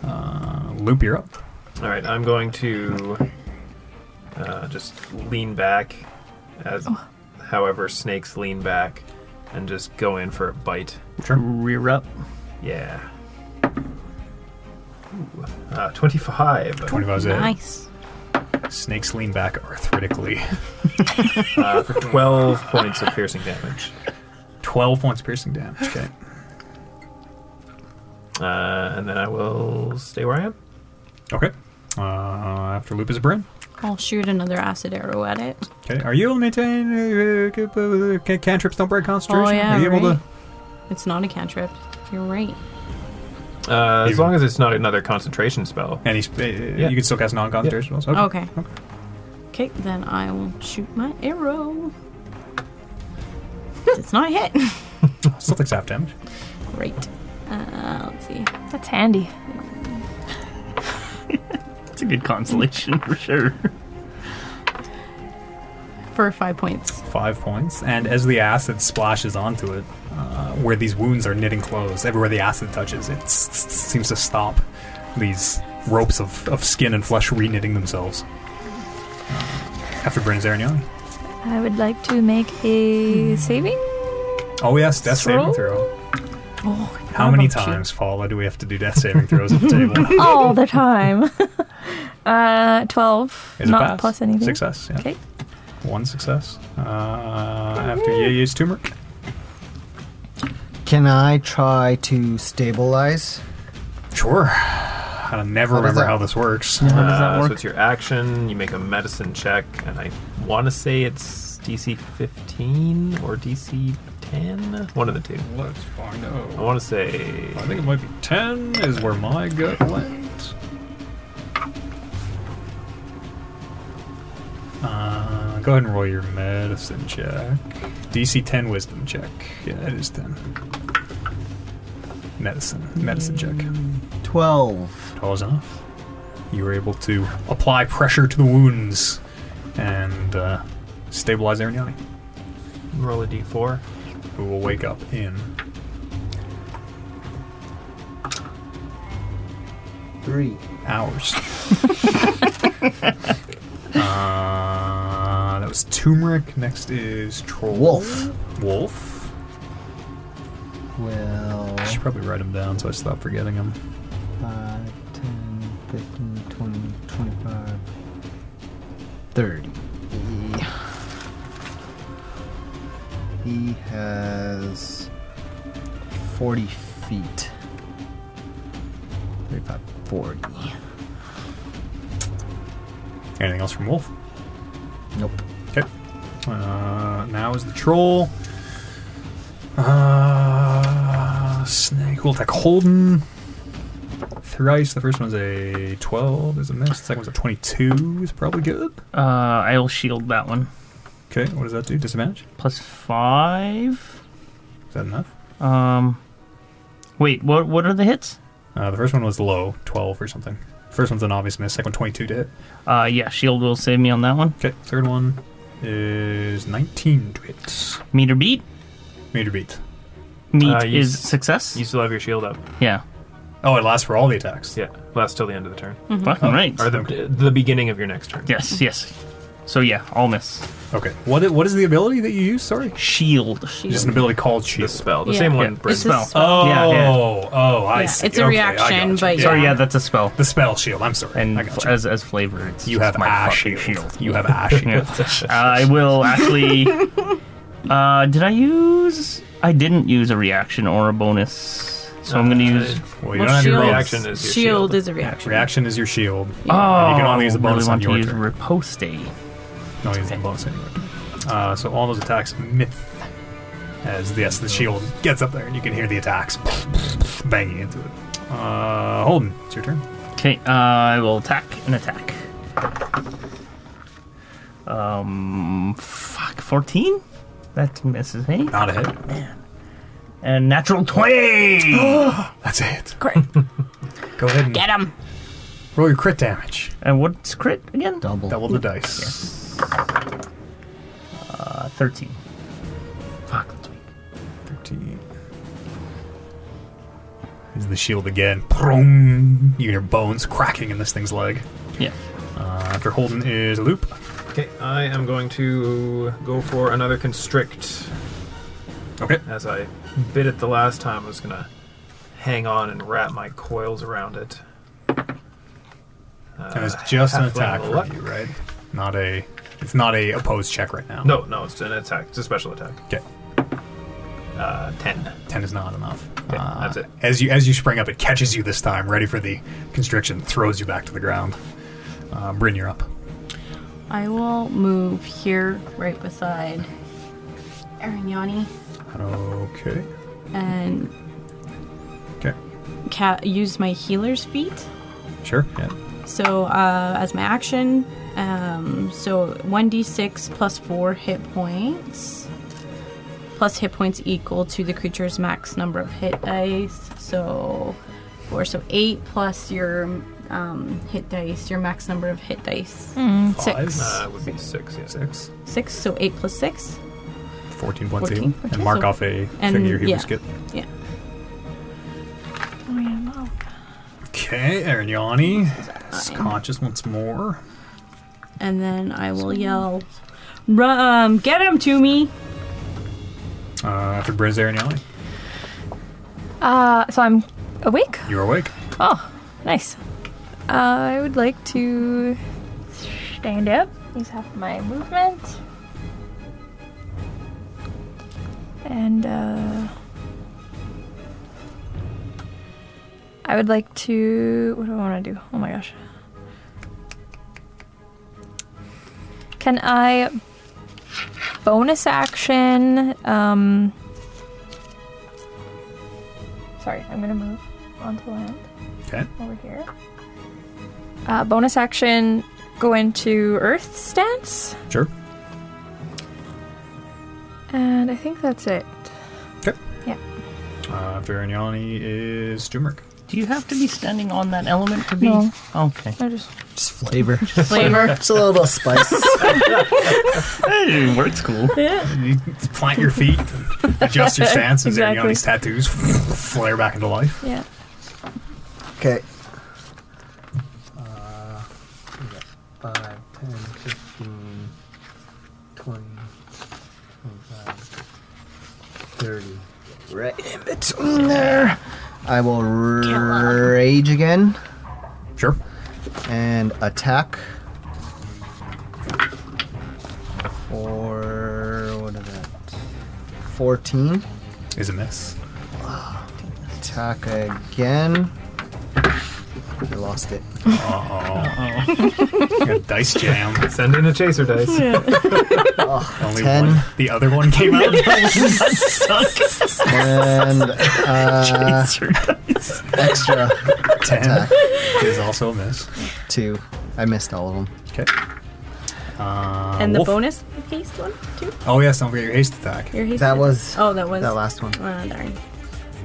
Uh, loop, you're up.
All right, I'm going to uh, just lean back, as however snakes lean back, and just go in for a bite.
Sure.
Rear up.
Yeah. Ooh, uh, 25
25 is it.
Nice.
Snakes lean back arthritically.
uh, for 12 points of piercing damage.
12 points piercing damage. Okay.
Uh, and then I will stay where I am.
Okay. Uh, after loop is a burn.
I'll shoot another acid arrow at it.
Okay. Are you able to maintain uh, c- uh, c- cantrips don't break concentration?
Oh, yeah,
Are you able
right.
to?
It's not a cantrip. You're right.
Uh, as
Even-
long as it's not another concentration spell.
Any sp- uh, You can still cast non-concentration spells. Okay.
Okay. Okay, then I will shoot my arrow. it's not hit.
Still takes half damage.
Great. Uh, let's see.
That's handy.
That's a good consolation for sure.
For five points.
Five points. And as the acid splashes onto it, uh, where these wounds are knitting closed, everywhere the acid touches, it s- s- seems to stop these ropes of, of skin and flesh re-knitting themselves. Uh, after Bryn's Arignon.
I would like to make
Hmm.
a saving.
Oh yes, death saving throw.
Oh,
How many times, Paula, do we have to do death saving throws at the table?
All the time. uh, 12.
Is it
not
pass?
plus anything.
Success. Yeah.
Okay.
One success. Uh, after Yeye's tumor.
Can I try to stabilize?
Sure. I never
How does
remember
that-
how this works.
How does
Uh,
that
So
work?
it's your action. You make a medicine check, and I want to say it's DC 15 or DC 10. One of the two.
Let's find out.
I want to say.
I think it might be 10 is where my gut lands. Uh, go ahead and roll your medicine check. DC 10 wisdom check. Yeah, it is 10. Medicine. Medicine check.
12.
Tall is enough. You were able to apply pressure to the wounds and uh, stabilize Arignani,
Roll a d4.
who will wake up in.
Three.
hours. uh, that was turmeric. Next is troll.
Wolf.
Wolf.
Well,
I should probably write him down so I stop forgetting him.
5, 10, 15, 20, 25, 30. He has 40 feet. 35, 40.
Anything else from Wolf?
Nope.
Okay. Uh, now is the troll. Uh, snake will attack Holden. Thrice. The first one's a 12 is a miss. The second one's a 22 is probably good.
Uh, I'll shield that one.
Okay, what does that do? Disadvantage?
Plus five.
Is that enough?
Um, wait, what? What are the hits?
Uh, the first one was low, 12 or something. First one's an obvious miss. Second one, 22 to hit.
Uh, yeah, shield will save me on that one.
Okay, third one is 19 to hit.
Meter beat.
Meter beat.
Meet
Uh, you
is
s-
success.
You still have your shield up.
yeah.
Oh, it lasts for all the attacks.
Yeah, lasts till the end of the turn.
Oh,
Fucking right.
Or the, the beginning of your next turn.
Yes, yes. So yeah, all miss.
Okay. What i- what is the ability that you use? Sorry,
Shield.
just an ability called
The
shield.
spell. The
Yeah.
same one.
Yeah.
Brynn.
It's a spell.
Oh,
Yeah, yeah.
oh, I
Yeah,
see.
it's a
Okay, I
reaction,
gotcha.
but
Yeah.
Sorry, yeah, that's a spell.
the spell shield. I'm sorry.
And
I got you.
as as flavor, it's
you
just
have
my
ash
fucking
shield. You have ash shield.
Yeah. Uh, I will actually. Uh, did I use? I didn't use a reaction or a bonus, so I'm going to use.
Well, Uh, you
Well,
don't have your
shield-
reaction.
reaction is your
shield,
shield.
is a reaction.
Reaction is your shield.
Oh,
And you can only use a bonus
really want
on your
to use
turn.
riposte.
No, he's the bonus anyway. Uh, so all those attacks myth. As yes, the shield gets up there, and you can hear the attacks banging into it. Uh, Holden, it's your turn.
Okay, uh, I will attack and attack. Um, fuck, fourteen. That misses, hey.
Not a hit.
And natural twenty.
That's it.
Great.
Go ahead and
Get him.
roll your crit damage.
and what's crit again?
Double.
Double the dice.
Uh, Thirteen. Fuck, that's weak.
Thirteen. Is the shield again? Prong. You hear bones cracking in this thing's leg.
Yeah.
Uh, after Holden is Loop.
Okay, I am going to go for another constrict.
Okay.
As I bit it the last time, I was gonna hang on and wrap my coils around it.
And it's just an
half
attack
level
for
up.
you, right? Not a. It's not a opposed check right now.
No, no, it's an attack. It's a special attack.
Okay.
Uh, ten.
Ten is not enough.
Okay,
Uh,
that's it.
As you as you spring up, it catches you this time, ready for the constriction, throws you back to the ground. Uh, Bryn, you're up.
I will move here, right beside Arignani,
Okay.
and
Okay.
ca- use my healer's feet.
Sure. Yeah.
So uh, as my action, um, so 1d6 plus 4 hit points, plus hit points equal to the creature's max number of hit dice. So 4, so 8 plus your um, hit dice, your max number of hit dice.
Hmm.
Five.
Uh, it would be six. Yeah.
Six.
6, so 8 plus 6.
Fourteen points
14.
even.
Okay,
and mark
so-
off a
and,
figure he
yeah.
was getting.
Yeah.
Oh, yeah, no.
Okay, Arignani is conscious once more.
And then I will yell, Rum, get him to me!
Uh, after Bryn's Arignani,
Uh, so I'm awake.
you're awake.
Oh, nice. Uh, I would like to stand up. Use half of my movement. And uh, I would like to. What do I want to do? Oh my gosh. Can I bonus action? Um, sorry, I'm gonna move onto land
Okay.
over here. Uh, bonus action, go into Earth stance,
Sure.
and I think that's it.
Okay.
Yeah.
Uh, after Arignani is Stumeric.
Do you have to be standing on that element to be?
No.
Okay.
I just
Just flavor.
Flavor.
Just a little spice.
Hey, works cool.
You plant your feet, adjust your stance, and then you know,
Exactly.
these tattoos flare back into life.
yeah.
okay.
5, 10, 15, 20, 25, 30.
Right in between there. I will rage again
Sure.
and attack. Or what is that? 14.
Is a miss.
Attack again. I lost it.
You got dice jam.
Send in a chaser dice.
Only
Ten.
one. The other one came out.
And uh, extra
Ten is also a miss.
two. I missed all of them.
Okay. Uh,
Ah,
and the
wolf.
bonus haste one, too?
Oh yes, don't forget your haste attack.
Your haste
That
attack.
was-
Oh, that was.
That last one.
Uh, darn.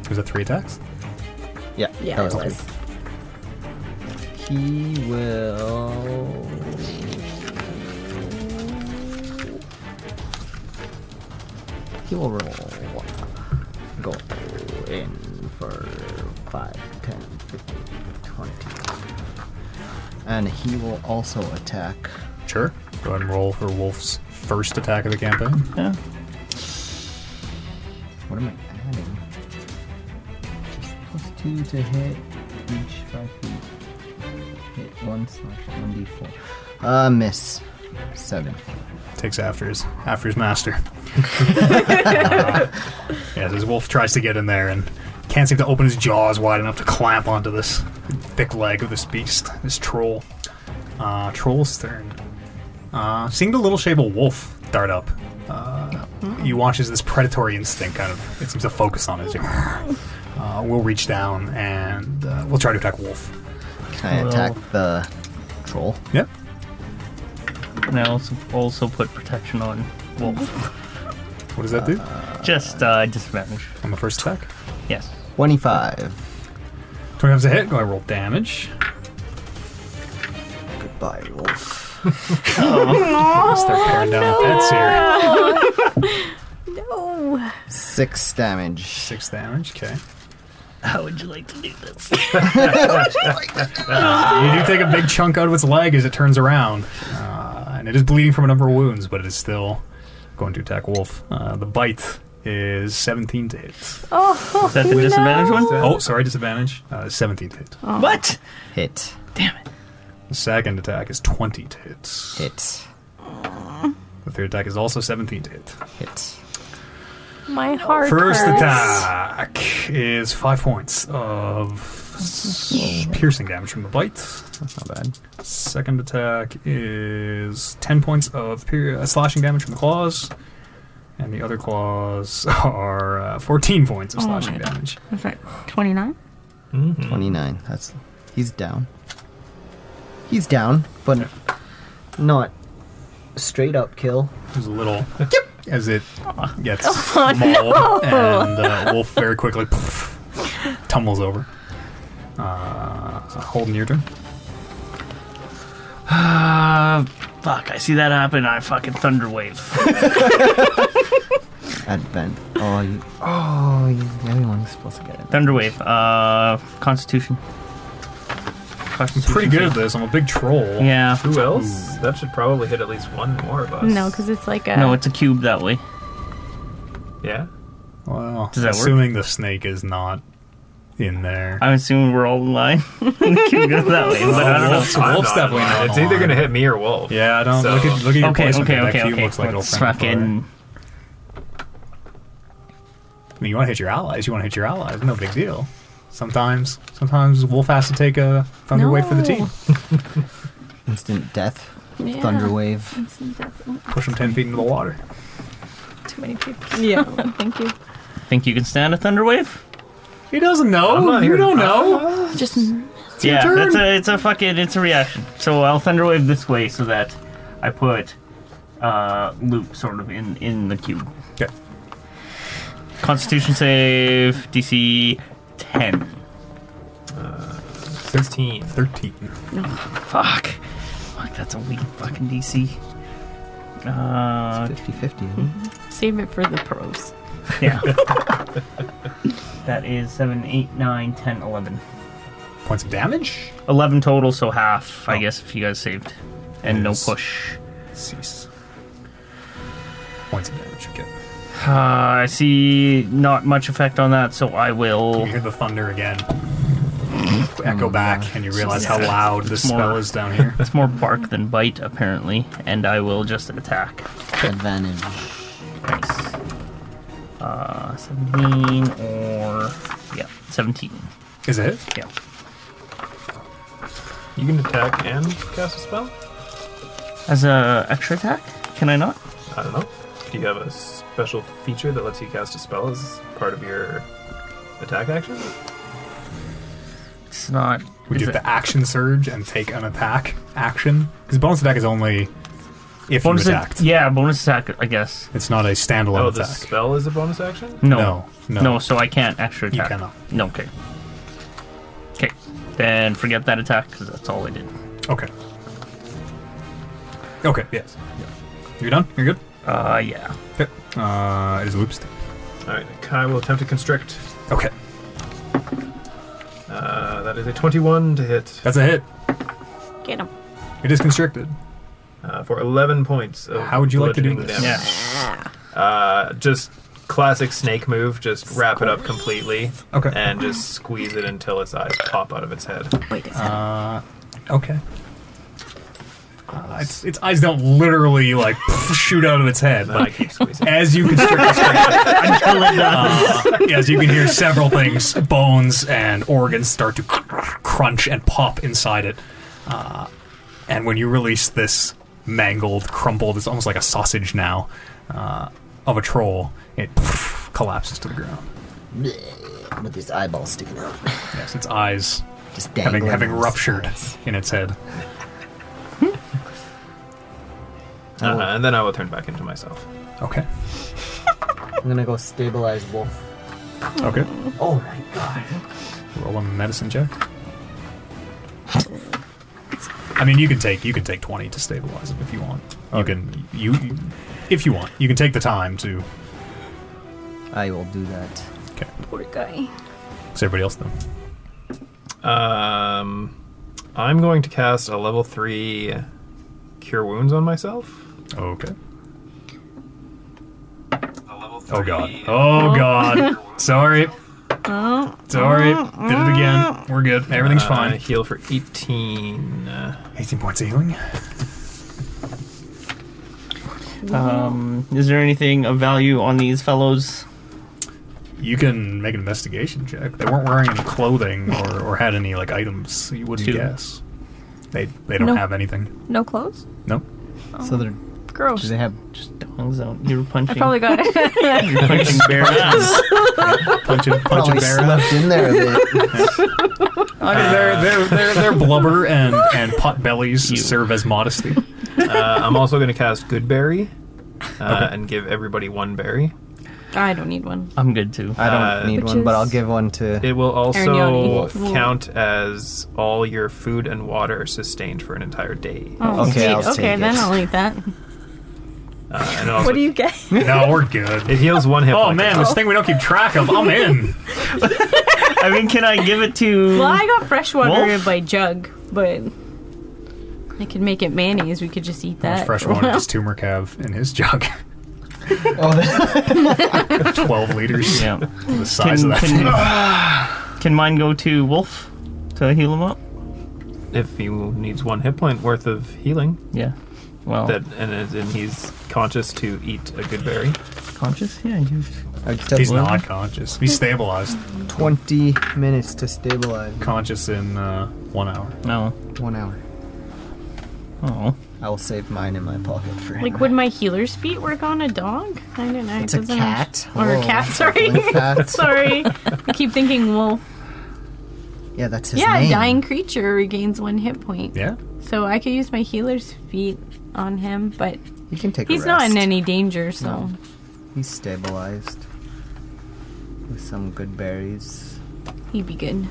Was it three attacks?
Yeah,
Yeah,
that
it
was three.
was.
He will. He will roll. Go in for 5, 10, 15, 20. And he will also attack.
Sure. Go ahead and roll for Wolf's first attack of the campaign.
Yeah.
What am I adding? Just plus two to hit each five feet. Hit one slash one d four. Uh, miss. Seven.
takes after his after his master. yeah, so his wolf tries to get in there and can't seem to open his jaws wide enough to clamp onto this thick leg of this beast, this troll. Uh, troll's turn. Uh, seeing the little shape of wolf dart up, uh, he watches this predatory instinct kind of. It seems to focus on it. Uh, we'll reach down and uh, we'll try to attack wolf.
Can I attack the troll?
Yep.
And I also also put protection on Wolf.
What does that do?
Just uh, disadvantage.
on the first attack.
Yes.
Twenty-five.
25's a hit. Go ahead and roll damage.
Goodbye, wolf.
Start tearing down pets here.
No.
Six damage.
Six damage. Okay.
How would you like to do this?
You do take a big chunk out of its leg as it turns around, uh, and it is bleeding from a number of wounds, but it is still going to attack Wolf. Uh, the bite is 17 to hit.
Oh,
Is that the disadvantage one?
Oh, sorry, disadvantage. Uh, 17 to hit.
What?
Hit.
The second attack is 20 to hit.
Hit.
The third attack is also 17 to hit.
Hit.
my heart.
First
hurts.
attack is five points of s- piercing damage from the bite.
That's not bad.
Second attack is 10 points of peri- uh, slashing damage from the claws. And the other claws are uh, 14 points of
Oh my
slashing
God.
damage.
Is that 29?
Hmm. Twenty-nine. That's. He's down. He's down, but not straight up kill.
There's a little as it gets
Oh,
mauled, and uh, Wolf very quickly tumbles over. Uh, holding your turn.
Uh, fuck! I see that happen. I fucking thunderwave.
Advent. Oh, you, oh, you, everyone's supposed to get it.
Thunderwave. Uh, Constitution. Constitution
Pretty good
save.
at this. I'm a big troll.
Yeah.
Who else? That should probably hit at least one more of us.
No, because it's like a.
No, it's a cube that way.
Yeah.
Well,
Does that work?
assuming the snake is not in there.
I'm assuming we're all in line. the cube goes that way, but I don't know.
Wolf's,
I'm
Wolf's
not
definitely
in line.
not.
It's either
on.
going to hit me or Wolf.
Yeah, I don't
So-
look at look at your
Okay,
placement.
okay,
that
okay,
cube
okay.
looks like
Let's
it'll frame for it.
fucking.
I mean, you want to hit your allies. You want to hit your allies. No big deal. Sometimes, sometimes Wolf has to take a thunder wave for the team.
Instant death.
Yeah.
Thunder wave.
It's definitely
Push him ten feet into the water.
Too many people.
Yeah.
Thank you.
Think you can stand a thunderwave?
He doesn't
I'm
know.
not
You
here to-
don't know.
Just
yeah,
turn.
that's a it's a fucking it's a reaction. So I'll thunderwave this way so that I put uh loop sort of in in the cube.
Okay.
Constitution save DC ten.
16.
Thirteen.
Fuck. Fuck, that's a weak fucking DC. Uh,
50 50.
Save it for the pros.
yeah. that is 7, 8, 9, 10, 11.
Points of damage.
11 total, so half, I
Oh.
guess, if you guys saved. And no
Yes.
push.
Cease. Points of damage. Okay.
Uh, I see not much effect on that, so I
You
will.
hear the thunder again.
Mm-hmm.
Echo back, and you realize how loud this
more-
spell is down here.
It's more bark than bite, apparently, and I will just attack.
Advantage.
Nice. Uh, 17 or. Yeah, 17.
Is it?
Yeah.
You can attack and cast a spell?
As a extra attack? Can I not?
I don't know. Do you have a special feature that lets you cast a spell as part of your attack action?
It's not.
We
is
do
it-
the action surge and take an attack action because bonus attack is only if
bonus
you
attack.
attacked.
yeah, bonus attack, I guess.
It's not a standalone
Oh, the
attack.
spell is a bonus action?
No.
No, no.
so I can't extra
You
attack.
cannot.
No, okay. Okay. Then forget that attack because that's all I did.
Okay. Okay. Yes. Yeah. You're done. You're good.
Uh, yeah.
Okay. Uh, it is loops.
Alright, Kai will attempt to constrict.
Okay,
Uh, that is a 21 to hit.
that's a hit.
Get him.
It is constricted.
uh, for 11 points of
How would you like to do this?
bludgeoning damage.
Ah,
Uh, just classic snake move. Just wrap it up completely.
Okay.
And just squeeze it until its eyes pop out of its head.
Wait a second.
Uh, okay. Uh, its, its eyes don't literally like shoot out of its head,
Then I
but
keep squeezing.
as you constrict the string, uh, yes, you can hear several things: bones and organs start to cr- crunch and pop inside it. Uh, and when you release this mangled, crumpled, it's almost like a sausage now uh, of a troll. It collapses to the ground.
Bleh, With his eyeball sticking out.
Yes, its eyes
Just
having
dangling.
having
on his
ruptured
sides.
in its head.
Uh-huh, and then I will turn back into myself.
Okay.
I'm gonna go stabilize Wolf.
Okay.
Oh my god.
Roll a medicine check. I mean, you can take you can take twenty to stabilize it if you want. You can you, you if you want. You can take the time to.
I will do that.
Okay.
Poor guy.
Is everybody else then?
Um, I'm going to cast a level three cure wounds on myself.
Okay.
A level three.
Oh god. Oh god. Sorry. Sorry. Did it again. We're good. Everything's
Uh,
fine.
Heal for 18. Uh,
Eighteen points of healing.
Um, is there anything of value on these fellows?
You can make an investigation check. They weren't wearing any clothing or, or had any like items. You wouldn't
Two.
guess. They they don't
No.
have anything.
No clothes?
No.
So they're. Do
Gross.
they have.
Dongs out. You were
I
punching.
probably got it.
you were punching bare ass.
Punch and punch
Oh,
Probably
and bear.
slept in there a bit.
I mean, their, their, their, their blubber and, and pot bellies
You.
serve as modesty.
uh, I'm also going to cast Good Berry uh, and give everybody one berry.
Uh,
I don't need one.
I'm good too.
I don't
Uh,
need
Which
one, but I'll
is-
give one to.
It will also
Arignoni.
count as all your food and water sustained for an entire day.
Oh,
Okay,
sweet.
I'll take
okay, then
it.
I'll eat that.
Uh, and also,
what do you get?
No, we're good.
It heals one hit.
Oh
point.
man, this thing we don't keep track of. I'm in.
I mean, can I give it to?
Well, I got fresh water
Wolf?
by jug, but I could make it mayonnaise. We could just eat that.
Fresh water does turmeric have in his jug?
Oh, that-
Twelve liters.
Yeah.
The size
Can-
of that
can-
thing.
Can mine go to Wolf to heal him up?
If he needs one hit point worth of healing,
Yeah. Well,
that and, is- and he's conscious to eat a good berry.
conscious. Yeah. You,
I took
He's not conscious. He's stabilized.
20 minutes to stabilize.
Conscious in uh, one hour.
no.
One hour.
Oh.
I will save mine in my pocket for him.
Like, would my healer's feet work on a dog? I don't know.
It's
it
a
doesn't
cat. Oh,
Or a
Whoa.
cat, sorry.
Cat.
sorry. I keep thinking wolf.
Yeah, that's his
yeah,
name.
a dying creature regains one hit point.
Yeah.
So I could use my healer's feet on him, but
You can take.
he's
a
not in
rest.
any danger, so.
He's stabilized with some good berries.
He'd be good.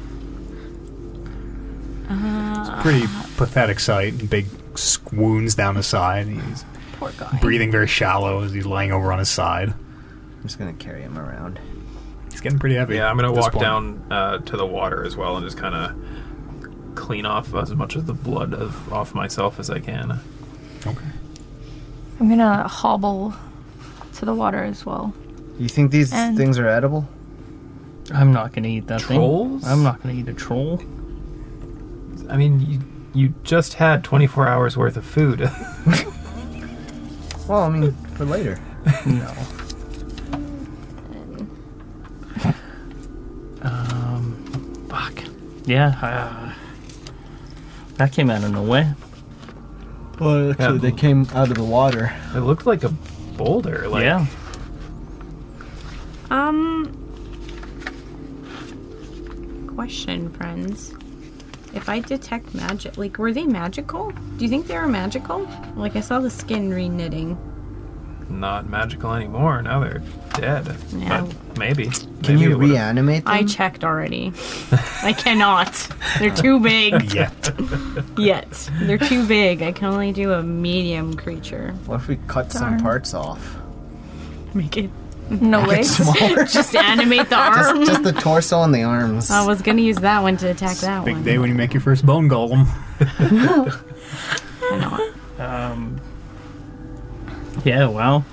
Uh,
Pretty
Ah.
pathetic sight. and Big s- wounds down his side. He's
poor guy.
breathing very shallow as he's lying over on his side.
I'm just gonna carry him around.
He's getting pretty heavy.
Yeah, I'm gonna
at this
walk
point.
down uh, to the water as well and just kind of clean off as much of the blood of off myself as I can.
Okay.
I'm gonna hobble to the water as well.
You think these
And-
things are edible?
I'm not gonna eat that
Trolls?
thing. I'm not gonna eat a troll.
I mean, you, you just had 24 hours worth of food.
Well, I mean, for later.
No. um. Fuck. Yeah. Uh, that came out of nowhere.
Well,
actually, they
came out of the water.
it looked like a boulder. Like,
yeah.
Um. Question, friends. If I detect magic, like, were they magical? Do you think they were magical? Like, I saw the skin reknitting.
not magical anymore. Now they're dead.
Yeah.
But maybe.
Can
maybe
you
it would've-
reanimate them?
I checked already. I cannot. They're too big
Yeah.
yet. They're too big. I can only do a medium creature.
what if we cut some
Darn.
parts off?
Make it
No legs.
Smaller.
just animate the arm.
just, just the torso and the arms.
I was gonna use that one to attack that
Big
one.
day when you make your first bone golem.
Why not?
Uh, Um, yeah, well.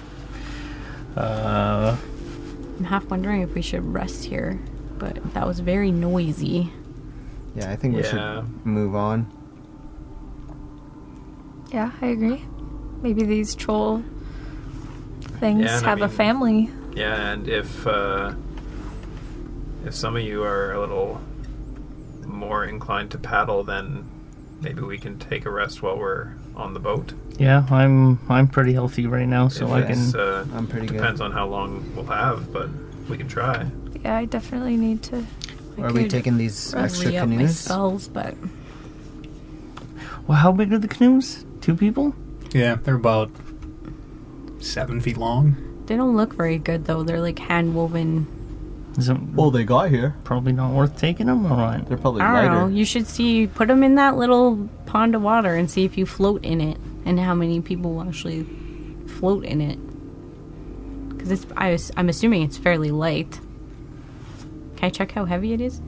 Uh,
I'm half wondering if we should rest here, but that was very noisy.
Yeah, I think we
Yeah.
should move on.
Yeah, I agree. Maybe these troll things
Yeah, and I
have a
mean-
family.
Yeah, and if uh, if some of you are a little more inclined to paddle, then maybe we can take a rest while we're on the boat.
yeah, I'm I'm pretty healthy right now, so
If
I
it's,
can.
uh,
I'm pretty good.
Depends on how long we'll have, but we can try.
Yeah, I definitely need to.
Are we
could
taking these extra
re-up my
canoes?
spells, but
Well, how big are the canoes? Two people?
Yeah, they're about seven feet long.
they don't look very good though. They're like hand woven.
Is it
Well, they got here.
probably not worth taking them or what?
They're probably
I don't know.
lighter.
You should see put them in that little pond of water and see if you float in it and how many people will actually float in it. Because it's I was, I'm assuming it's fairly light. Can I check how heavy it is?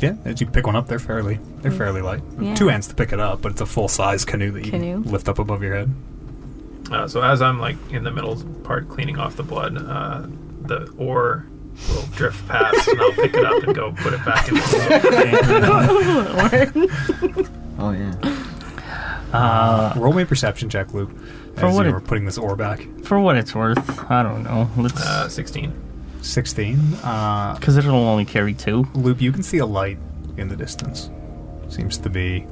Yeah, as you pick one up, they're fairly they're fairly light.
Mm. Yeah.
Two hands to pick it up, but it's a full size canoe that you
Canoe.
lift up above your head.
Uh, so as I'm like in the middle part cleaning off the blood, uh, the oar will drift past, and I'll pick it up and go put it back in the boat.
Oh yeah.
uh, Roll me a perception check, Luke.
For
as
what
you
it-
were putting this oar back.
For what it's worth, I don't know. Let's
Uh, Sixteen.
Sixteen. Uh,
because it'll only carry two.
Luke, you can see a light in the distance. Seems to be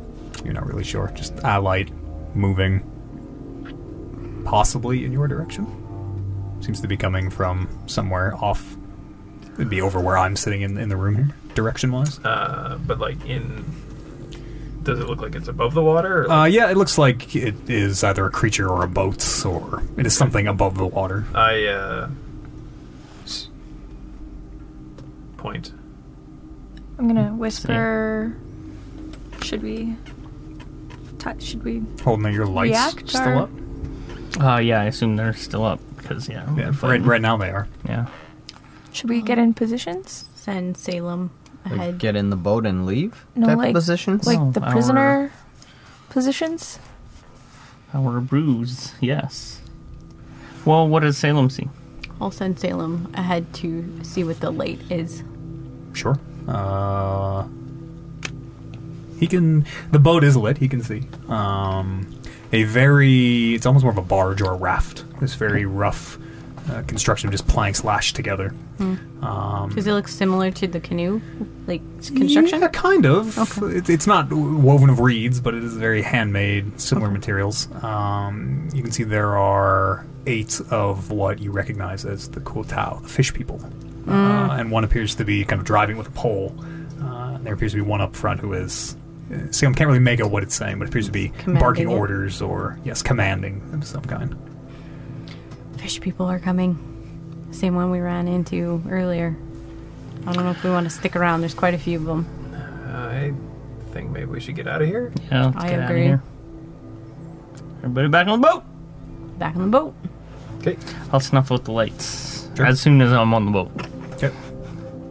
you're not really sure. Just a light moving possibly in your direction. Seems to be coming from somewhere off it'd be over where I'm sitting in, in the room here, direction wise.
Uh, but like in, does it look like it's above the water? Or
Uh,
like-
yeah, it looks like it is either a creature or a boat, or it is something above the water.
I uh, s- point.
I'm
Hmm.
gonna whisper. Should we? Touch? Should we?
Holding your lights
React
still
or-
up.
Uh, yeah, I assume they're still up because yeah,
Yeah,
we're
right,
fighting.
right now they are.
Yeah,
Should we
Hmm.
get in positions?
Send Salem
Like,
ahead.
get in the boat and leave.
No,
type
like-
of positions.
Like
Oh,
No,
the
our-
prisoner positions?
our bruise. Yes. Well, what does Salem see?
I'll send Salem ahead to see what the light is.
Sure. Uh, he can. The boat is lit. He can see. Um, a very. It's almost more of a barge or a raft. This very rough uh, construction of just planks lashed together.
Um,
Does it look similar to the canoe, like s- construction?
Yeah, kind of.
Okay.
It, it's not w- woven of reeds, but it is very handmade, similar materials. Um, you can see there are eight of what you recognize as the Kuotao, the fish people.
Mm.
Uh, and one appears to be kind of driving with a pole. Uh, and there appears to be one up front who is. uh, Sam can't really make out what it's saying, but it appears to be
Commanding
barking
it.
orders or, yes, commanding of some kind.
Fish people are coming. Same one we ran into earlier. I don't know if we want to stick around. There's quite a few of them.
I think uh, maybe we should get out of here.
Yeah, let's
I
get
agree.
Out of here. Everybody back on the boat.
Back on the boat.
Okay.
I'll snuff out the lights
Sure.
as soon as I'm on the boat.
Okay.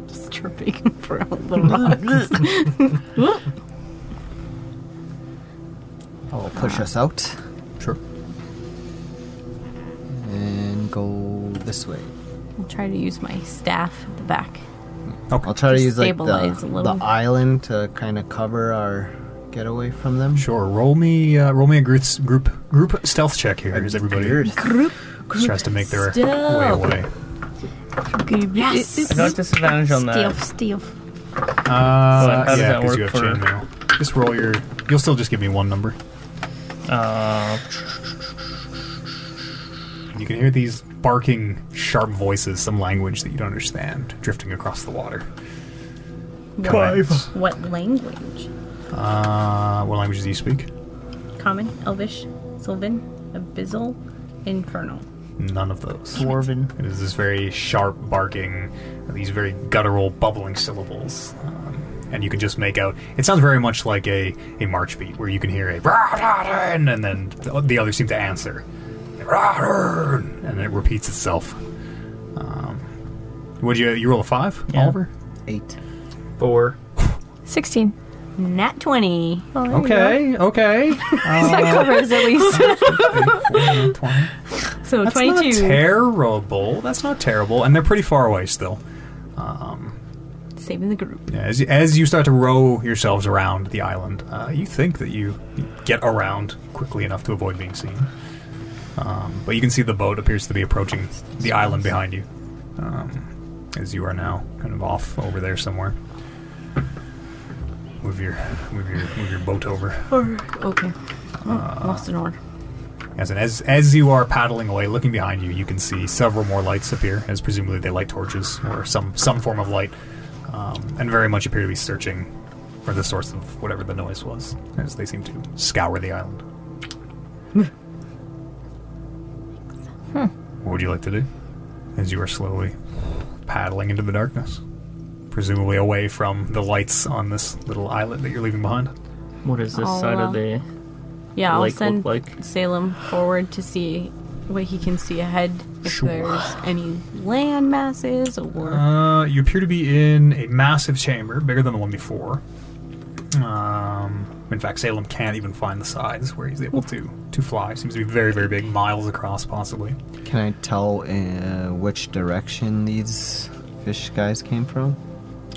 Just tripping for all the rocks.
I'll Oh, push us out
Sure.
and go this way.
I'll try to use my staff at the back.
I'll try to
Just
use like the,
stabilize a
the
little.
island to kind of cover our getaway from them.
Sure. Roll me, uh, roll me a group group group stealth check here as everybody
Weird.
tries to make their
stealth.
way away.
Yes!
I got disadvantage on
Steal,
that.
steal.
Uh,
So how does
yeah,
that
because you
work
have
for-
chainmail. Just roll your. You'll still just give me one number.
Uh,
You can hear these barking, sharp voices, some language that you don't understand, drifting across the water. Commands.
What language?
Uh, what languages do you speak?
Common, Elvish, Sylvan, Abyssal, Infernal.
None of those.
dwarven.
It is this very sharp barking, these very guttural, bubbling syllables. Um, and you can just make out. It sounds very much like a, a march beat, where you can hear a "Rah-rah-rah," and then the- the others seem to answer. "Rah-rah," And it repeats itself. Um, would you you roll a five,
Yeah.
Oliver?
Eight.
Four.
16.
Nat 20.
Well, there you
Okay, okay.
go. That
Oh.
covers at least.
So
That's
22.
not terrible. That's not terrible, and they're pretty far away still.
Saving the group.
Yeah, as, as you start to row yourselves around the island, uh, you think that you get around quickly enough to avoid being seen. Um, but you can see the boat appears to be approaching the island behind you, um, as you are now kind of off over there somewhere. Move your move your move your boat over.
Or, okay. Oh, lost an oar.
As, and as as you are paddling away, looking behind you, you can see several more lights appear, as presumably they light torches or some some form of light, um, and very much appear to be searching for the source of whatever the noise was, as they seem to scour the island. What would you like to do? As you are slowly paddling into the darkness, presumably away from the lights on this little islet that you're leaving behind.
What does this
I'll,
Oh,
side
uh,
of the
Yeah, I'll
lake
send
look like?
Salem forward to see what he can see ahead. If
Sure.
there's any land masses or.
Uh, you appear to be in a massive chamber, bigger than the one before. Um, in fact, Salem can't even find the sides where he's able to to fly. Seems to be very, very big, miles across, possibly.
Can I tell uh, which direction these fish guys came from?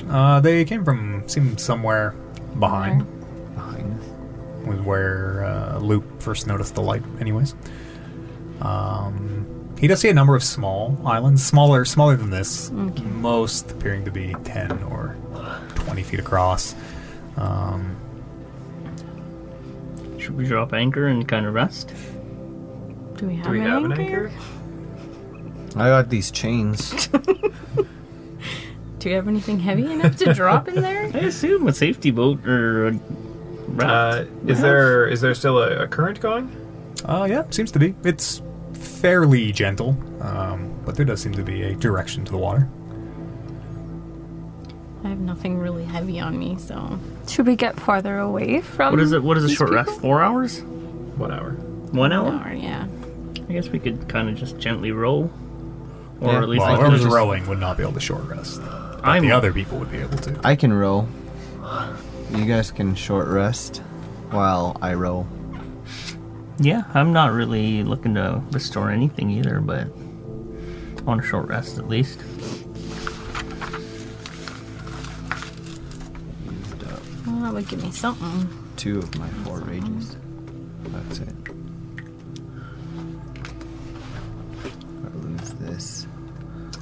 Uh, they came from seem somewhere behind
Behind us.
was where uh, Luke first noticed the light. Anyways, um, he does see a number of small islands, smaller, smaller than this. Most appearing to be ten or twenty feet across. Um,
Should we drop anchor and kind of rest?
do we have,
Do we
an,
have an
anchor?
anchor?
I got these chains.
Do you have anything heavy enough to drop in there?
I assume a safety boat or a raft.
Uh, is there is there still a, a current going?
Uh, yeah, seems to be. It's fairly gentle, um, but there does seem to be a direction to the water.
I have nothing really heavy on me, so.
Should we get farther away from?
what is it? What is a
these
short rest?
people?
Four hours?
One hour.
One
Oh.
hour?
Or, yeah.
I guess we could kind of just gently roll, or
Yeah.
at least
Well,
I can
whoever's
just,
rowing would not be able to short rest.
I'm
The other people would be able to.
I can row. You guys can short rest while I row.
Yeah, I'm not really looking to restore anything either, but on a short rest at least.
Well, Oh, that would give me something.
Two of my four rages. That's it. I lose this.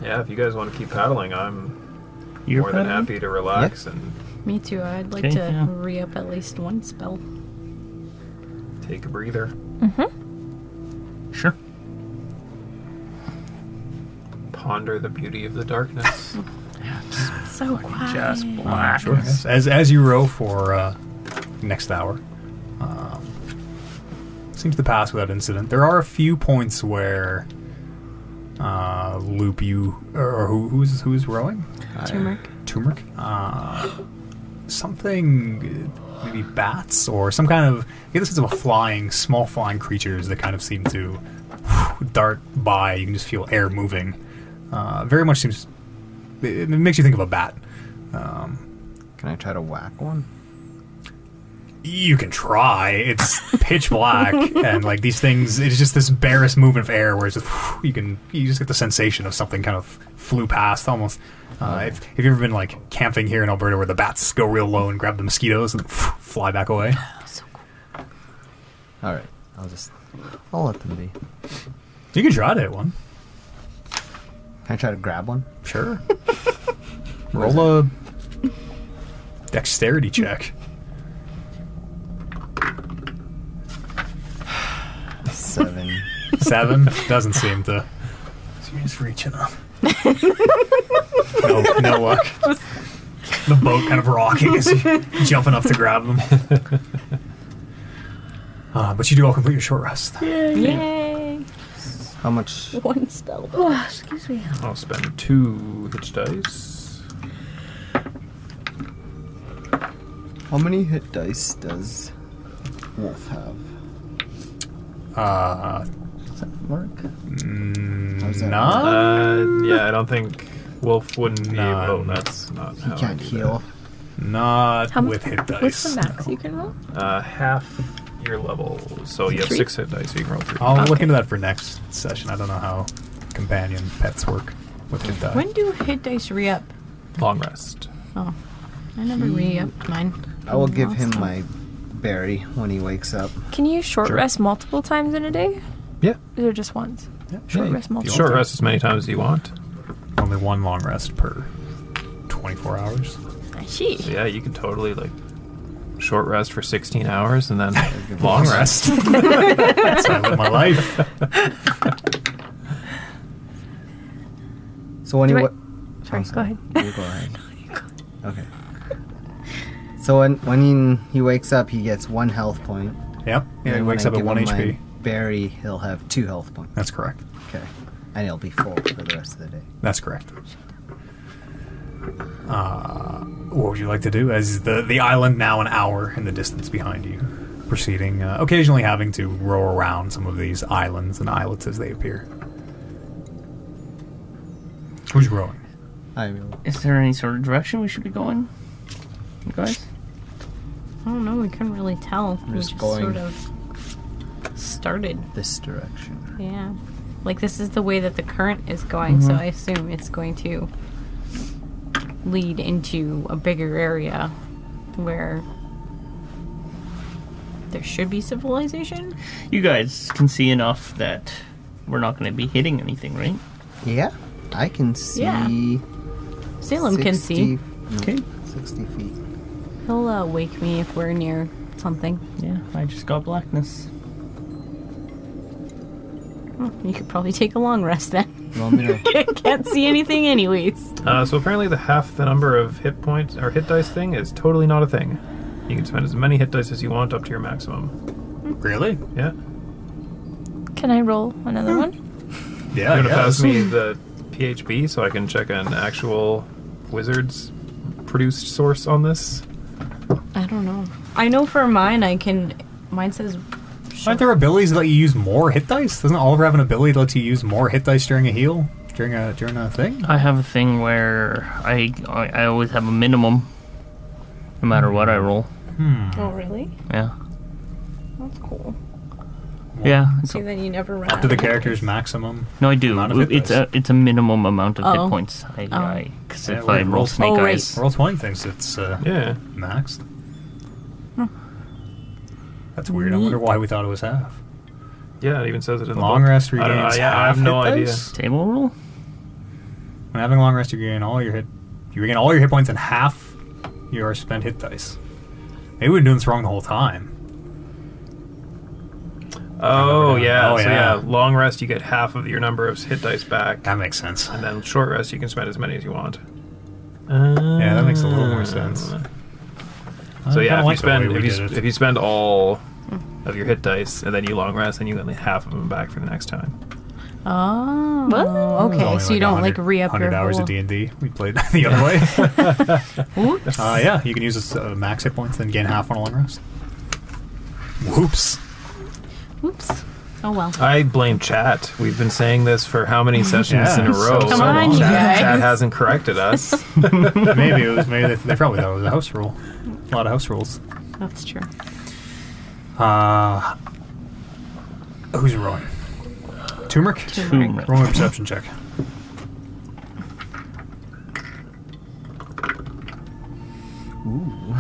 Yeah, if you guys want to keep paddling, I'm
You're
more than happy to relax and
Me too. I'd like
Okay,
to
yeah.
re up at least one spell.
take a breather.
Sure.
Ponder the beauty of the darkness.
So quiet.
Just
Uh,
black.
sure. yes. As as you row for uh, next hour, um, seems to pass without incident. There are a few points where uh, loop you or who, who's who's rowing.
Turmeric.
turmeric, uh, something, uh, maybe bats or some kind of. You get the sense of a flying, small flying creatures that kind of seem to dart by. You can just feel air moving. Uh, very much seems. It, it makes you think of a bat.
Can I try to whack one?
You can try. It's pitch black, and like these things, it's just this barest movement of air where it's just you can you just get the sensation of something kind of flew past almost. Uh, if, if you've ever been like camping here in Alberta where the bats go real low and grab the mosquitoes and fly back away,
All right. I'll just. I'll let them be.
you can try to hit one.
Can I try to grab one?
Sure. Roll a dexterity check.
Seven.
Seven doesn't seem to. So you're just reaching up. no, no luck. The boat kind of rocking as you jump enough to grab them. Uh, but you do all complete your short rest.
Yay!
How much?
One spell.
I'll spend two hitch dice.
How many hit dice does Wolf have?
Uh,
Does that work?
mm,
How's that
none?
Uh, yeah, I don't think Wolf wouldn't be.
Nah.
Oh, that's not.
He
how I
can't
do
heal.
Not
How much-
with hit dice.
What's the max
no.
you can roll?
Uh, half your level, so you have
Three?
six hit dice. You can roll three.
I'll look
Okay.
into that for next session. I don't know how companion pets work with hit die.
When do hit dice re up?
Long rest.
Oh, I never re upped mine.
I will give him
Awesome.
my berry when he wakes up.
Can you short
Sure.
rest multiple times in a day?
Yeah.
Or just once?
Yeah,
Short
yeah,
rest
if you want
multiple.
Short
to.
rest as many times as you want.
Only one long rest per 24 hours.
She.
Yeah, you can totally like short rest for 16 hours and then long
Long
rest.
rest. That's how I live my life.
So when
Do
he
I-
wa-
Sorry,
Oh,
go ahead.
You go ahead. okay. So when when he, he wakes up, he gets one health point.
Yep. Yeah, he
And when
wakes
I
up at
give
1
him my
HP.
Berry, he'll have two health points.
That's correct.
Okay, and he'll be full for the rest of the day.
That's correct. Uh, what would you like to do? As the the island now an hour in the distance behind you, proceeding, uh, occasionally having to row around some of these islands and islets as they appear. Who's rowing?
I will.
Is there any sort of direction we should be going, you guys?
I don't know. We couldn't really tell. we
just
just
going-
sort of started.
This direction.
Yeah. Like this is the way that the current is going,
Mm-hmm.
so I assume it's going to lead into a bigger area where there should be civilization.
You guys can see enough that we're not going to be hitting anything, right?
Yeah, I can see.
Yeah. Salem can
60
see.
no,
Okay.
Sixty feet.
He'll uh, wake me if we're near something.
Yeah, I just got blackness.
Oh, you could probably take a long rest then.
You want me to?
Can't see anything anyways.
Uh, so apparently, the half the number of hit points or hit dice thing is totally not a thing. You can spend as many hit dice as you want up to your maximum.
Really?
Yeah.
Can I roll
Hmm.
another one?
Yeah.
You're gonna
yeah.
pass me the PHB so I can check an actual wizard's produced source on this.
I don't know. I know for mine, I can. Mine says.
Aren't there abilities that let you use more hit dice? Doesn't Oliver have an ability that lets you use more hit dice during a heal? During a during a thing?
I have a thing where I I, I always have a minimum, no matter what I roll.
Hmm.
Oh, really?
Yeah.
That's cool.
Yeah. it's-
See, then you never run
Up to the character's maximum.
no, I do.
amount of hit
It's a
dice.
it's a minimum amount of
Oh.
hit points. I,
Oh.
I cause
Yeah,
if
roll-
I
roll-
roll snake
Oh, right.
eyes,
Roll twenty thinks it's uh,
Yeah.
Max. That's weird. I wonder why we thought it was half.
Yeah, it even says it in the
Long
book.
rest
I don't know,
regains.
yeah, I have
half
no
hit
idea.
dice?
table roll.
When having long rest, you regain all your hit. You regain all your hit points and half your spent hit dice. Maybe we've been doing this wrong the whole time.
Oh yeah.
Oh,
so
yeah.
yeah, long rest you get half of your number of hit dice back,
That makes sense.
and then short rest you can spend as many as you want. Yeah,
that makes a little more sense.
So
I
yeah,
kinda
if you
like the way
spend
we
if you,
did
sp-
it.
if you spend all of your hit dice and then you long rest, then you get only half of them back for the next time.
Oh,
It was
okay.
only
So you don't like
100
re up your
100 hours
whole-
of D&D. We played the other way.
Oops.
uh, yeah, you can use this, uh, max hit points, then gain half on a long rest. Whoops.
Oops. Oh well.
I blame chat. We've been saying this for how many sessions
Yeah.
in a row?
Come
on,
chat,
you guys.
chat hasn't corrected us.
maybe it was. Maybe they, they probably thought it was a house rule. A lot of house rules.
That's true.
Uh, who's rolling? Turmeric?
Turmeric.
Roll a perception check.
Ooh.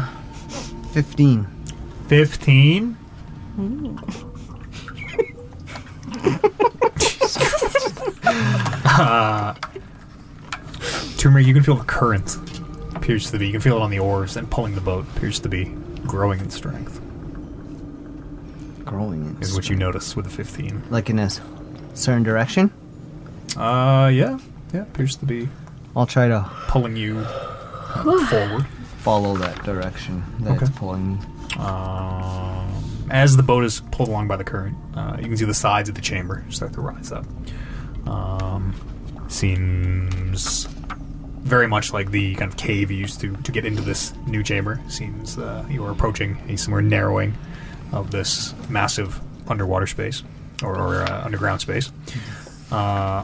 Fifteen.
15. uh, Turmeric, you can feel the current appears to be. You can feel it on the oars and pulling the boat appears to be growing in strength,
Growing in.
is what you notice with the 15.
Like in a s- certain direction.
Uh, yeah. Yeah, appears to be
I'll try to
pulling you uh, forward.
follow that direction that
Okay.
it's pulling me.
Um, as the boat is pulled along by the current, uh, you can see the sides of the chamber start to rise up. Um, seems very much like the kind of cave you used to to get into this new chamber. Seems uh, you are approaching a similar narrowing of this massive underwater space or, or uh, underground space. Uh,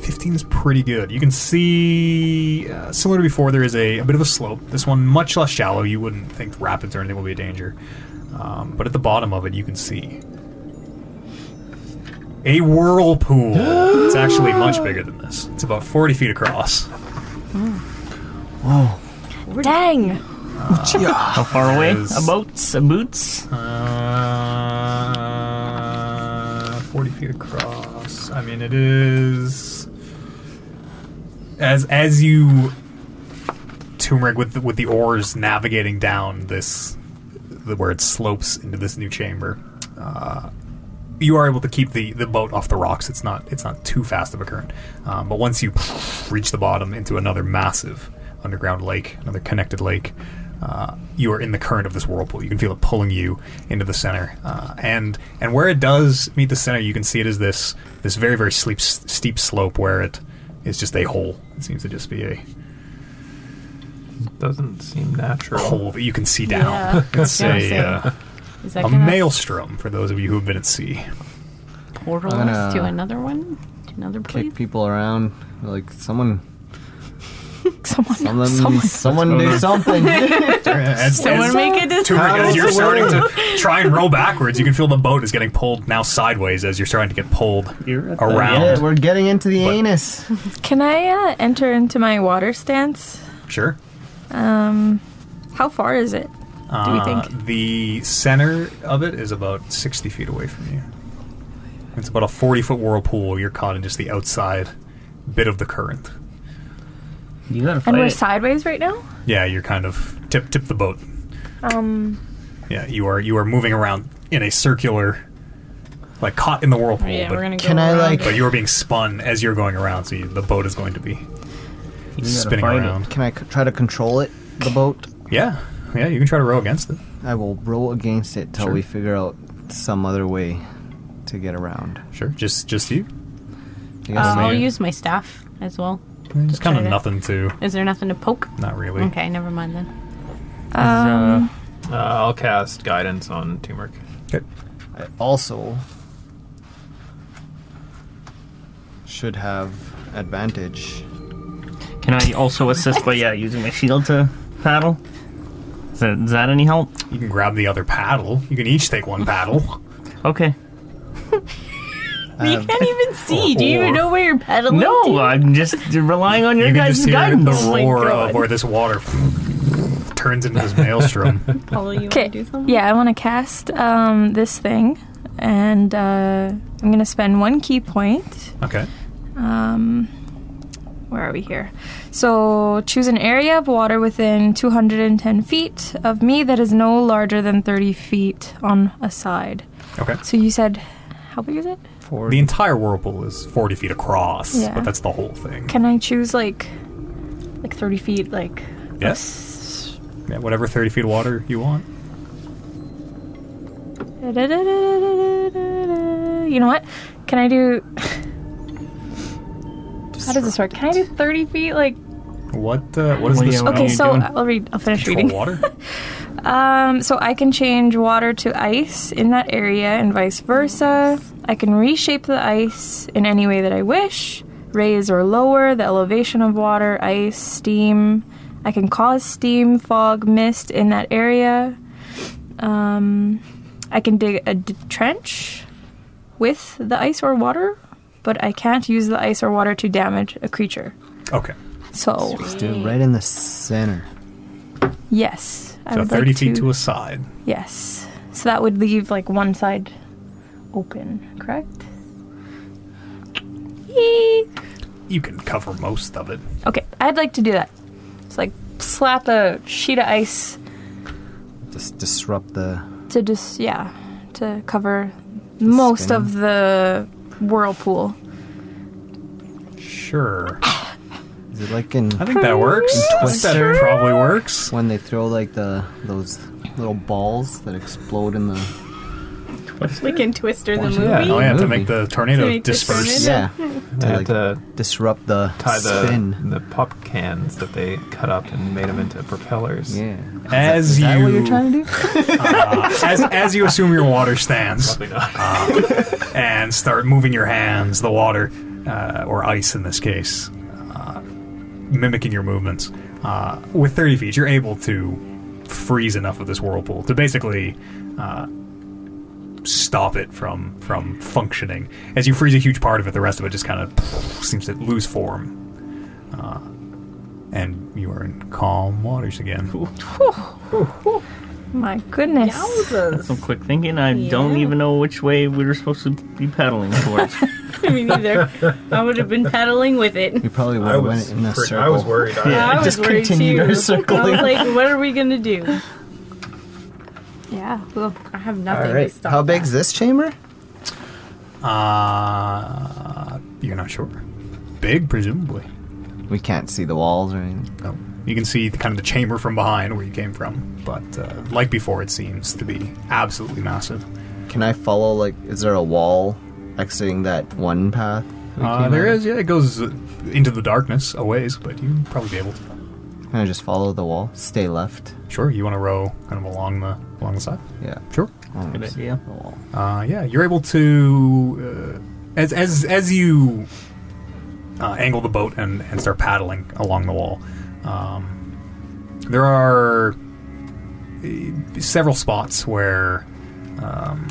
15 is pretty good. You can see, uh, similar to before, there is a, a bit of a slope. This one, much less shallow. You wouldn't think rapids or anything will be a danger. Um, but at the bottom of it, you can see a whirlpool. it's actually much bigger than this, it's about 40 feet across.
Dang!
How far away?
Yes.
A boats, a boots.
Uh, 40 feet across. I mean, it is as as you turmeric with the, with the oars navigating down this the, where it slopes into this new chamber. Uh, you are able to keep the, the boat off the rocks. It's not it's not too fast of a current, um, but once you reach the bottom into another massive underground lake, another connected lake, uh, you are in the current of this whirlpool. You can feel it pulling you into the center, uh, and and where it does meet the center, you can see it as this this very very steep steep slope where it is just a hole. It seems to just be a
Doesn't seem natural.
hole that you can see down.
Yeah, I was
It's
gonna
a,
say.
uh,
Is that
a
gonna
maelstrom for those of you who have been at sea.
portal
I'm
us to
gonna
another one? To another place?
Kick people around. Like, someone.
Someone,
Someone,
someone.
someone, do something.
As-
Someone
as-
make a decision.
Turmeric, as
Paddles
you're
away.
starting to try and row backwards, you can feel the boat is getting pulled now sideways as you're starting to get pulled
You're at the-
around.
Yeah, we're getting into the
But-
anus.
Can I uh, enter into my water stance?
Sure.
Um, how far is it? Do we
Uh,
think?
the center of it is about 60 feet away from you? It's about a 40 foot whirlpool. You're caught in just the outside bit of the current.
You gotta fight
And we're
it.
sideways right now.
Yeah, you're kind of tip tip the boat.
Um,
Yeah, you are you are moving around in a circular, like caught in the whirlpool.
yeah,
but,
we're gonna go
Can I,
around.
like-
but you are being spun as you're going around, so you, the boat is going to be
You gotta
spinning
fight it.
around.
Can I c- try to control it, the boat?
Yeah, yeah, you can try to row against it.
I will roll against it till
Sure.
we figure out some other way to get around.
Sure, just just you.
You
Uh,
guys
I'll
see it?
use my staff as well.
Just kind
try
of
that.
nothing to,
Is there nothing to poke?
not really.
Okay, never mind then.
um,
Uh, I'll cast guidance on Turmeric.
Okay.
Oh. I also should have advantage.
Can I also assist by yeah using my shield to paddle? Is that, is that any help?
You can grab the other paddle. You can each take one paddle.
Okay.
I
You
have-
can't even see. Do
Oh.
you
or-
even know where you're pedaling?
No,
to?
I'm just relying on your
You can
guys'
just hear
guidance. Oh
the
my
roar
God.
of where this water turns into this maelstrom.
Follow you
Okay.
and do something.
Yeah, I want to cast um, this thing, and uh, I'm going to spend one key point.
okay.
Um, where are we here? So choose an area of water within 210 feet of me that is no larger than 30 feet on a side.
Okay.
So you said, how big is it?
The entire whirlpool is 40 feet across,
Yeah.
but that's the whole thing.
Can I choose like, like 30 feet? Like
yes. Yeah, whatever 30 feet of water you want.
you know what? Can I do? How does this work? Can I do 30 feet? Like
What uh, what is
What do
this?
you- what
okay,
are
so
doing?
I'll read. I'll finish
Control
reading.
water?
Um, so I can change water to ice in that area and vice versa. I can reshape the ice in any way that I wish, raise or lower the elevation of water, ice, steam. I can cause steam, fog, mist in that area. Um, I can dig a d- trench with the ice or water, but I can't use the ice or water to damage a creature.
Okay.
So,
Let's do it right in the center.
yes. I
So
would like
30 feet to a side.
Yes. So that would leave like one side open, correct? Yee.
You can cover most of it.
Okay, I'd like to do that. It's like slap a sheet of ice
Just disrupt the.
to just yeah, to cover most
spinning.
of the whirlpool.
Sure.
Is it like in
I think that works. I think
Twister.
that probably works.
when they throw like the those little balls that explode in the
We can Twister the movie.
Yeah.
Oh, yeah, to
Movie.
make the tornado
make the
disperse.
tornado.
yeah
I
to
had
like
to
disrupt the
tie the,
spin.
the pop cans that they cut up and made them into propellers.
Yeah.
As
Is
you,
that what you're trying to do?
as, as you assume your water stance Um,
Probably not.
and start moving your hands, the water uh, or ice in this case, uh, mimicking your movements. Uh, with 30 feet, you're able to freeze enough of this whirlpool to basically uh, stop it from from functioning. As you freeze a huge part of it, the rest of it just kind of seems to lose form, uh, and you are in calm waters again.
My goodness.
Some quick thinking. I don't even know which way we were supposed to be paddling towards.
Me neither. I would have been pedaling with it.
We probably would
I
have went
was,
in a
pretty-
circle.
I was worried. I-
Yeah.
I was
just
worried
continued
too.
our circling.
I was like, what are we gonna do?
Yeah. Look.
I have
All
nothing
right.
to stop.
How
that.
big's this chamber?
Uh, you're not sure. Big, presumably.
We can't see the walls or anything.
No. You can see the, kind of the chamber from behind where you came from, but uh, like before, it seems to be absolutely massive.
Can I follow? Like, is there a wall exiting that one path? we
Uh,
came
there
out?
is, yeah, it goes uh, into the darkness a ways, but you'd probably be able to.
Can I just follow the wall? Stay left.
Sure, you want to row kind of along the along the side.
Yeah.
Sure.
I'll
Good
just-
idea.
the wall.
Uh, yeah, you're able to uh, as as as you uh, angle the boat and and start paddling along the wall. Um, there are uh, several spots where um,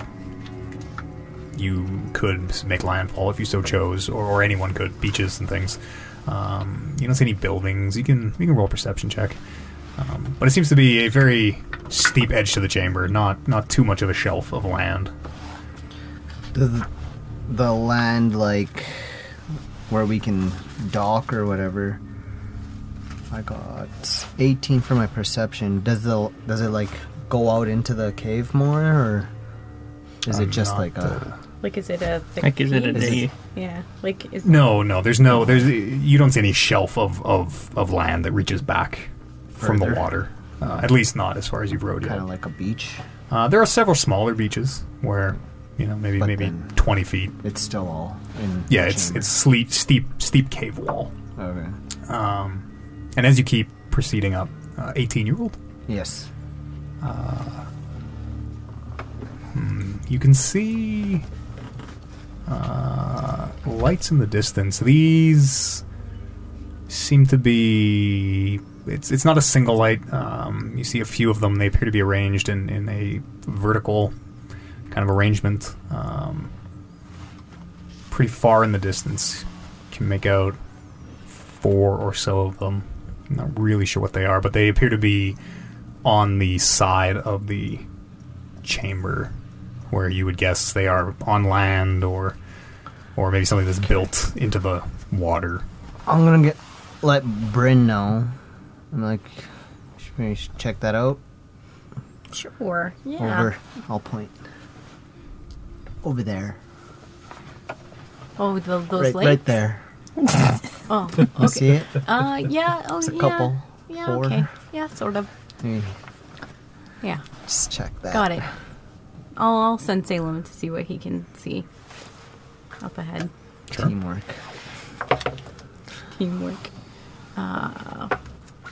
you could make landfall if you so chose, or, or anyone could. Beaches and things. Um, you don't see any buildings. You can you can roll a perception check, um, but it seems to be a very steep edge to the chamber. Not not too much of a shelf of land.
Does the land like where we can dock or whatever? I got 18 for my perception. Does the does it like go out into the cave more or is
I'm
it just
not,
like
uh,
a
Like, is it a thick
Like, is it a
piece?
day?
Yeah. Like, is
No, no. There's no. There's you don't see any shelf of of, of land that reaches back from the
Further.
water. Uh, at least not as far as you've rowed yet.
kind of like a beach?
Uh, there are several smaller beaches where you know maybe
But
maybe
then-
20 feet.
It's still all in
Yeah,
the
it's
chamber.
it's sleep, steep steep cave wall.
okay.
Um, and as you keep proceeding up, uh, 18 year old,
Yes.
you can see uh, lights in the distance. These seem to be. It's it's not a single light. Um, you see a few of them. They appear to be arranged in, in a vertical kind of arrangement. Um, pretty far in the distance, can make out four or so of them. I'm not really sure what they are, but they appear to be on the side of the chamber where you would guess they are on land or or maybe something that's built into the water.
I'm gonna get let Bryn know. I'm like, should we check that out?
sure. Yeah.
Over. I'll point. Over there.
Oh, the, those
right,
lights.
right there.
Oh.
You see it?
Uh. Yeah. Oh.
It's a
yeah.
couple.
Yeah.
four.
Okay. Yeah. Sort of.
Hey,
Yeah.
Just check that.
Got it. I'll, I'll send Salem to see what he can see up ahead.
Teamwork.
Teamwork. Uh,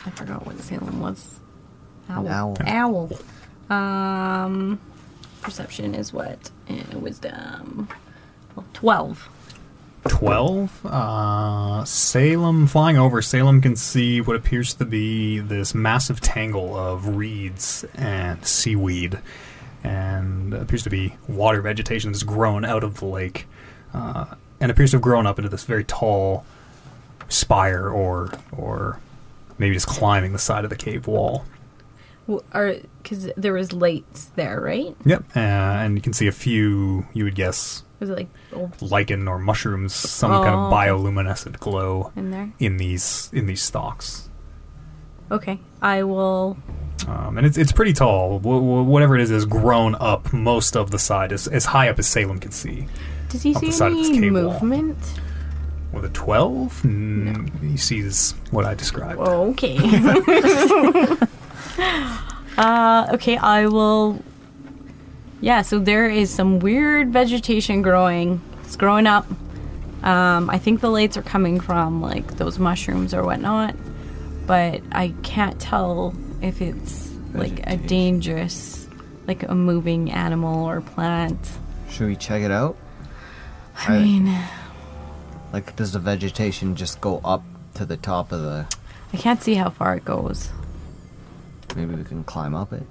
I forgot what Salem was.
An
Owl. Um, perception is what? And wisdom. Well, 12.
12 uh Salem flying over Salem can see what appears to be this massive tangle of reeds and seaweed and appears to be water vegetation that's grown out of the lake uh, and appears to have grown up into this very tall spire or or maybe just climbing the side of the cave wall
Because there was lights there, right?
Yep. Uh, and you can see a few, you would guess,
Was it like oh,
lichen or mushrooms, some kind
Oh.
of bioluminescent glow
in there?
in these in these stalks.
Okay. I will.
Um, and it's it's pretty tall. W- w- whatever it is is grown up. Most of the side is as high up as Salem can see.
Does he
Up the
see
side of this
any
cave wall.
movement?
With a twelve, mm, he sees what I described.
Oh, okay. uh, okay, I will. Yeah, so there is some weird vegetation growing. It's growing up. Um, I think the lights are coming from like those mushrooms or whatnot, but I can't tell if it's like a
Vegetation.
dangerous, like a moving animal or plant.
Should we check it out?
I mean,
Like, does the vegetation just go up to the top of the?
I can't see how far it goes.
Maybe we can climb up it.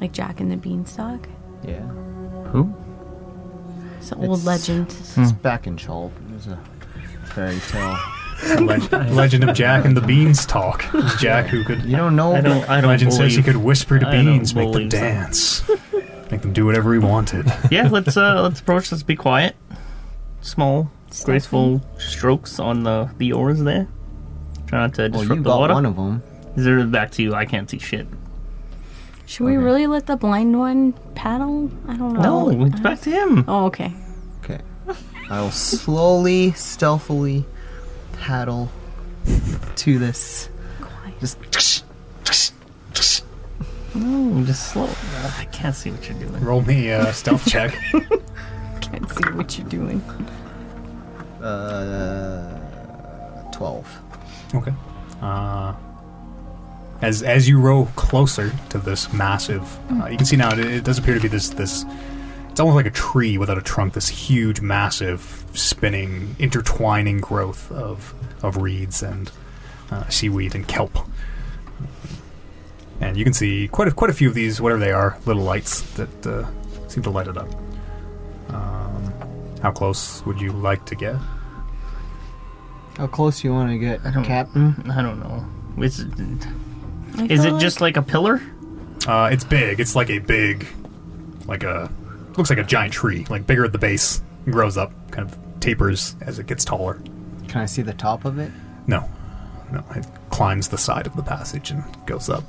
Like Jack and the Beanstalk.
Yeah.
Who?
It's an old
It's-
legend.
It's
Hmm.
back in Chult. There's a fairy tale.
Leg- Legend of Jack and the Beanstalk. It was Jack who could.
You don't know.
I don't. I don't
Legend says he
believe-
could whisper to
I don't
beans, make them
believe that.
dance, make them do whatever he wanted.
yeah, let's uh, let's approach. Let's be quiet. Small, graceful strokes on the the oars there. Try not to
Well,
disrupt
you
the
got
water.
one of them.
Is there back to you? I can't see shit.
Should we really let the blind one paddle? I don't know.
No, it's back to him.
Oh, okay.
Okay. I'll slowly, stealthily paddle to this. Just
No, just slow. I can't see what you're doing.
Roll me a stealth check.
Can't see what you're doing.
uh, twelve.
Okay. Uh, as as you row closer to this massive, uh, you can see now it, it does appear to be this this. It's almost like a tree without a trunk. This huge, massive, spinning, intertwining growth of of reeds and uh, seaweed and kelp. And you can see quite a, quite a few of these, whatever they are, little lights that uh, seem to light it up. Um, how close would you like to get?
How close you want to get,
don't-
Captain?
I don't know. Is it,
I
is
feel
it
like-
just like a pillar?
Uh, it's big. It's like a big, like a looks like a giant tree, like bigger at the base, grows up, kind of tapers as it gets taller.
Can I see the top of it?
No, no, it climbs the side of the passage and goes up.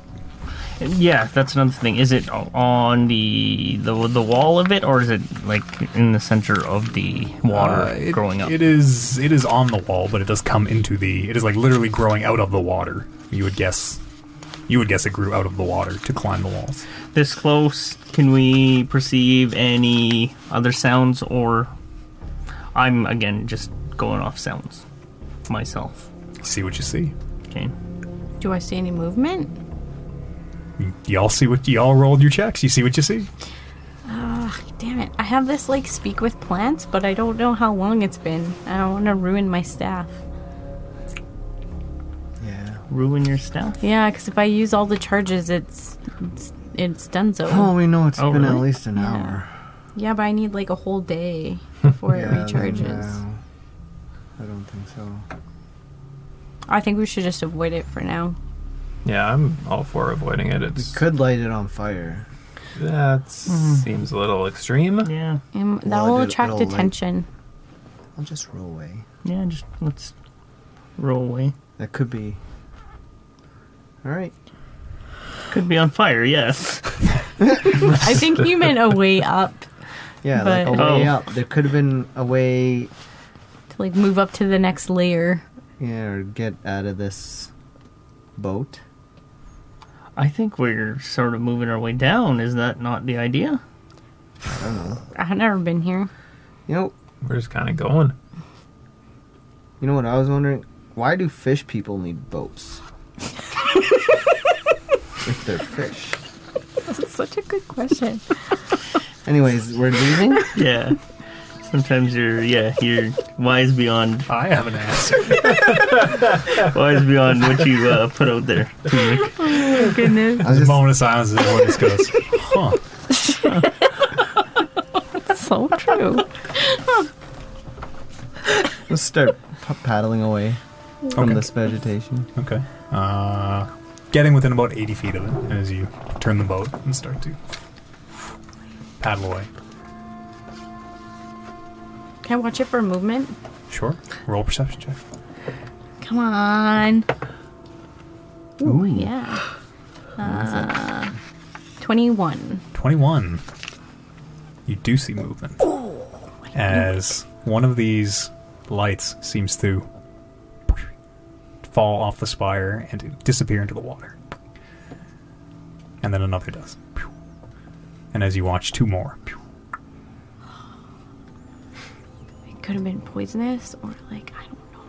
Yeah, that's another thing. Is it on the the the wall of it, or is it like in the center of the water
Uh, it-
growing up?
It is. It is on the wall, but it does come into the. It is like literally growing out of the water. You would guess. You would guess it grew out of the water to climb the walls.
this close, can we perceive any other sounds or I'm again just going off sounds myself.
See what you see.
Okay.
Do I see any movement?
Y'all see what y'all rolled your checks. You see what you see.
Damn it. I have this like speak with plants, but I don't know how long it's been. I don't want to ruin my staff.
Yeah.
Ruin your stuff.
Yeah, because if I use all the charges, it's it's, it's done so.
Oh, we know it's
Oh,
been at
really?
least an hour.
Yeah, but I need like a whole day before it
Yeah,
recharges.
no. I don't think so.
I think we should just avoid it for now.
Yeah, I'm all for avoiding it.
We
It's
could Mm. light it on fire.
that seems a little extreme.
Yeah.
Um, that
Well,
will
it-
attract
it'll, like-
attention.
I'll just roll away.
Yeah, just let's roll away.
That could be. All right.
Could be on fire, yes.
I think you meant a way up
Yeah, like
But-
a way
Oh.
up. There could have been a way
to like move up to the next layer.
Yeah, or get out of this boat.
I think we're sort of moving our way down, is that not the idea?
I don't know.
I've never been here.
You know,
We're just kind of going.
you know what I was wondering? Why do fish people need boats? if they're fish.
That's such a good question.
Anyways, we're leaving.
Yeah. Sometimes you're yeah, you're wise beyond
I have an answer.
wise beyond what you uh, put out there.
Goodness.
I was
Just...
just,
Moment of silence as everyone just goes, huh?
so true.
let's start p- paddling away from
Okay.
this vegetation.
Okay. Uh, getting within about 80 feet of it as you turn the boat and start to paddle away.
Can I watch it for movement?
Sure. Roll perception check.
Come on.
Ooh.
Yeah. Uh, 21.
21. You do see movement. As one of these lights seems to fall off the spire and to disappear into the water. And then another does. And as you watch, two more.
It could have been poisonous or like I don't know.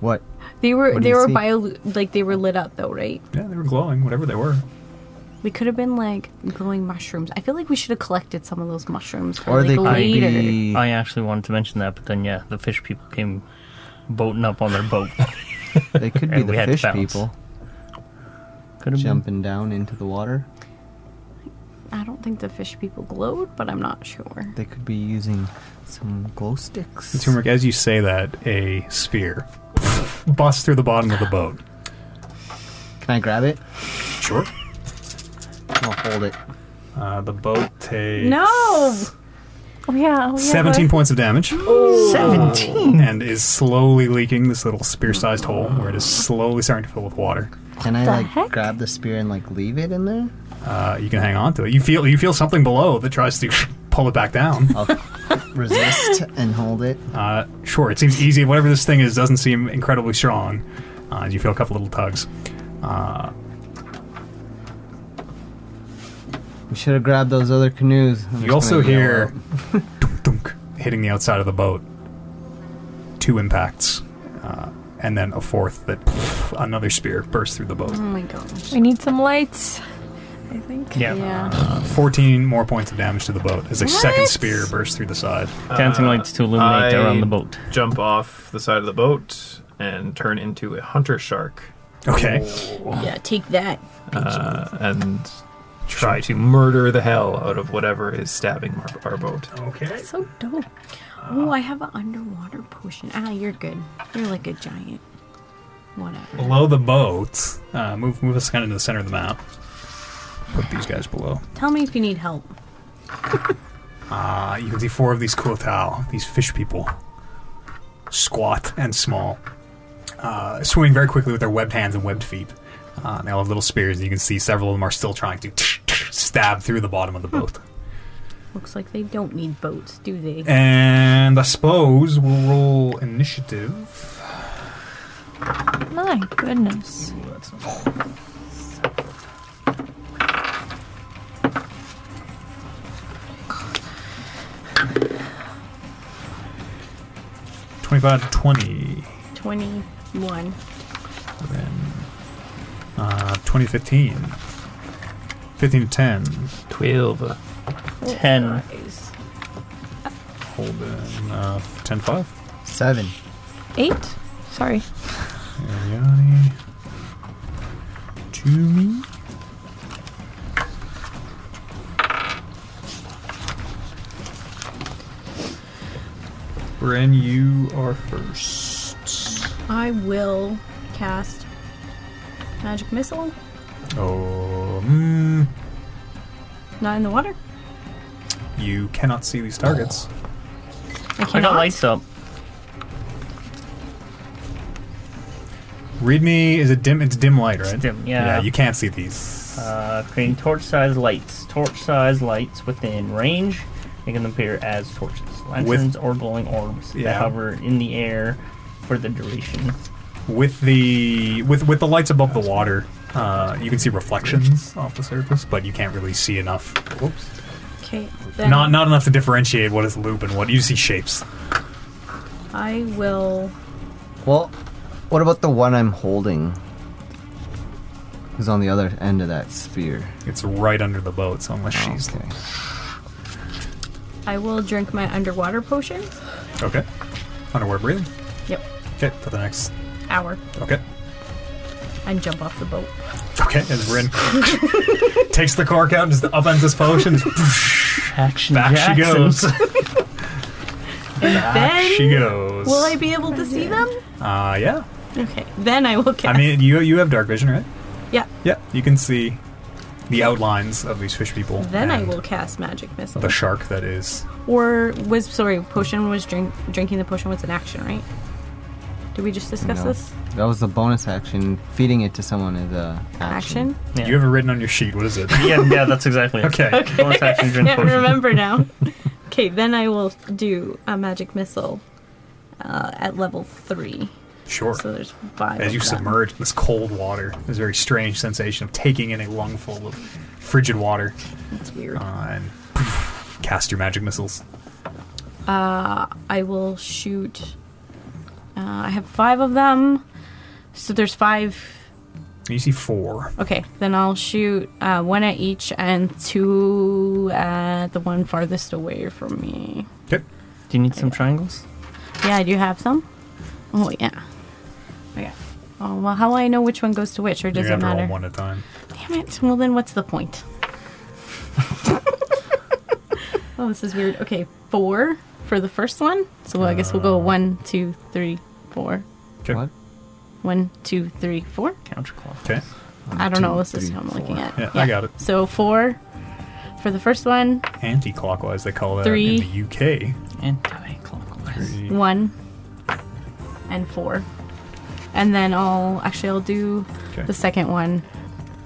What?
They were
What do
they
you
were
see?
bio like they were lit up though, right?
Yeah, they were glowing, whatever they were.
We could have been like glowing mushrooms. I feel like we should have collected some of those mushrooms for
Or
like
they could
later.
be.
I actually wanted to mention that, but then yeah, the fish people came boating up on their boat.
They could be
and we
the
had to
fish
bounce.
people
Could have been.
jumping down into the water.
I don't think the fish people glowed, but I'm not sure.
They could be using some glow sticks.
Turmeric, as you say that, a spear busts through the bottom of the boat.
Can I grab it?
Sure.
I'll hold it.
Uh, the boat takes
No,
Oh, yeah. Oh, yeah
17 points of damage
Seventeen.
and is slowly leaking this little spear sized hole where it is slowly starting to fill with water.
Can I
the
like
heck?
grab the spear and like leave it in there?
Uh, you can hang on to it. You feel you feel something below that tries to pull it back down.
I'll resist and hold it.
Uh, sure, it seems easy. Whatever this thing is doesn't seem incredibly strong. Uh, you feel a couple little tugs. Uh,
We should have grabbed those other canoes. I'm just
you
gonna
also
yell
hear
out.
dunk, dunk, hitting the outside of the boat. Two impacts, uh, and then a fourth that another spear bursts through the boat.
Oh my gosh.
We need some lights, I think.
Yeah.
Yeah.
Uh, 14 more points of damage to the boat as a second
What?
spear bursts through the side.
Dancing
Uh,
lights to illuminate
I
around the boat.
Jump off the side of the boat and turn into a hunter shark,
Okay.
Yeah, take that.
uh, and try to murder the hell out of whatever is stabbing our, our boat.
Okay.
So dope. Oh, I have an underwater potion. Ah, you're good. You're like a giant. Whatever.
Below the boat, uh, move move us kind of to the center of the map. Put these guys below.
Tell me if you need help.
Uh, you can see four of these Kuotao, these fish people, squat and small, uh, swimming very quickly with their webbed hands and webbed feet. Uh, they all have little spears, and you can see several of them are still trying to stab through the bottom of the boat.
Looks like they don't need boats, do they?
And I suppose we'll roll initiative.
My goodness.
Twenty-five to twenty,
21.
then uh, twenty fifteen. Fifteen to ten.
Twelve.
Ten.
Guys.
Hold in uh, ten five.
seven.
Eight? Sorry.
Ariani to me. Bren, you are first.
I will cast magic missile.
Oh, mm,
Not in the water.
you cannot see these targets.
Oh.
I
I
can't.
got lights up.
Read me is it dim? It's dim light, right?
dim,
Yeah,
yeah.
you can't see these.
Uh, creating torch-sized lights. Torch-sized lights within range, making them appear as torches, lanterns, or glowing orbs
Yeah.
that hover in the air for the duration.
with the with with the lights above the water, uh, you can see reflections off the surface, but you can't really see enough. Whoops.
Okay. Then
Not not enough to differentiate what is loop and what you see shapes.
I will.
Well, what about the one I'm holding? Who's on the other end of that spear?
It's right under the boat, so unless she's
Okay.
I will drink my underwater potion.
okay. Underwater breathing.
Yep.
Okay, for the next.
Hour.
Okay,
And jump off the boat.
okay. As Rin takes the cork out, and just upends his potion. just
Action
back she
Jackson.
goes.
then
Ah, she goes.
will I be able to see them?
Uh, yeah.
Okay. Then I will cast.
I mean, you you have dark vision, right?
yeah.
Yeah. You can see the outlines of these fish people.
Then I
and
will cast magic missile.
The shark that is.
or was sorry, potion was drink drinking the potion was an action, right? Did we just discuss
No.
this
That was the bonus action. Feeding it to someone is a action.
action?
Yeah.
You have it written on your sheet. What is it?
yeah, yeah, that's exactly it.
Okay. Okay.
Bonus action drink
Can't
potion.
remember now. okay, then I will do a magic missile uh, at level three.
Sure.
So there's five.
As you
of them.
submerge in this cold water, this very strange sensation of taking in a lungful of frigid water,
That's weird.
uh, and cast your magic missiles.
I will shoot. Uh, I have five of them, so there's five
You see four.
Okay, then I'll shoot uh, one at each and two at the one farthest away from me.
Okay.
Do you need some triangles?
Yeah, do you have some? Oh, yeah. Okay. Oh, well, how will I know which one goes to which, or
you
does it
have to
matter?
roll one at a time.
Damn it. Well, then what's the point? oh, this is weird. Okay, four for the first one. So I guess we'll
Uh,
go one, two, three, four.
Okay.
What?
One, two, three, four.
Counterclock.
Okay.
I don't know
two,
what system
three,
I'm looking at.
Yeah, I got it.
So four for the first one,
Anti-clockwise, they call that
Three. Mm,
in the UK.
Anti-clockwise.
Three.
one, and four. And then I'll actually I'll do
Okay.
the second one,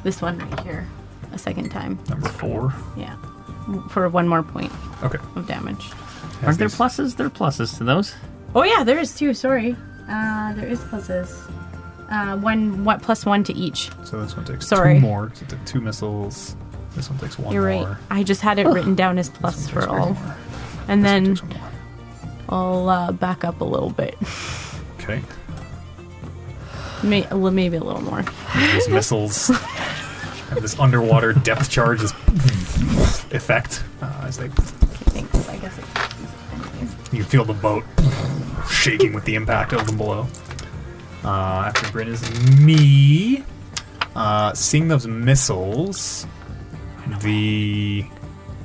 this one right here, a second time.
Number four.
Yeah, for one more point
Okay.
of damage.
Has
Aren't there
these-
pluses? There are pluses to those.
Oh yeah, there is two. Sorry, uh, there is pluses. Uh, one what plus one to each.
So this one takes
Sorry.
two more. 'cause It took two missiles. This one takes one
You're
more.
right. I just had it written down as
This
plus
one takes
for
one
all,
more.
and
This one
then
takes one more.
I'll uh, back up a little bit,
Okay.
May- well, maybe a little more.
These missiles have this underwater depth charge this effect uh, as they
Thanks. I guess it's
You feel the boat shaking with the impact of them below. Uh, after Bryn is me. Uh, seeing those missiles, the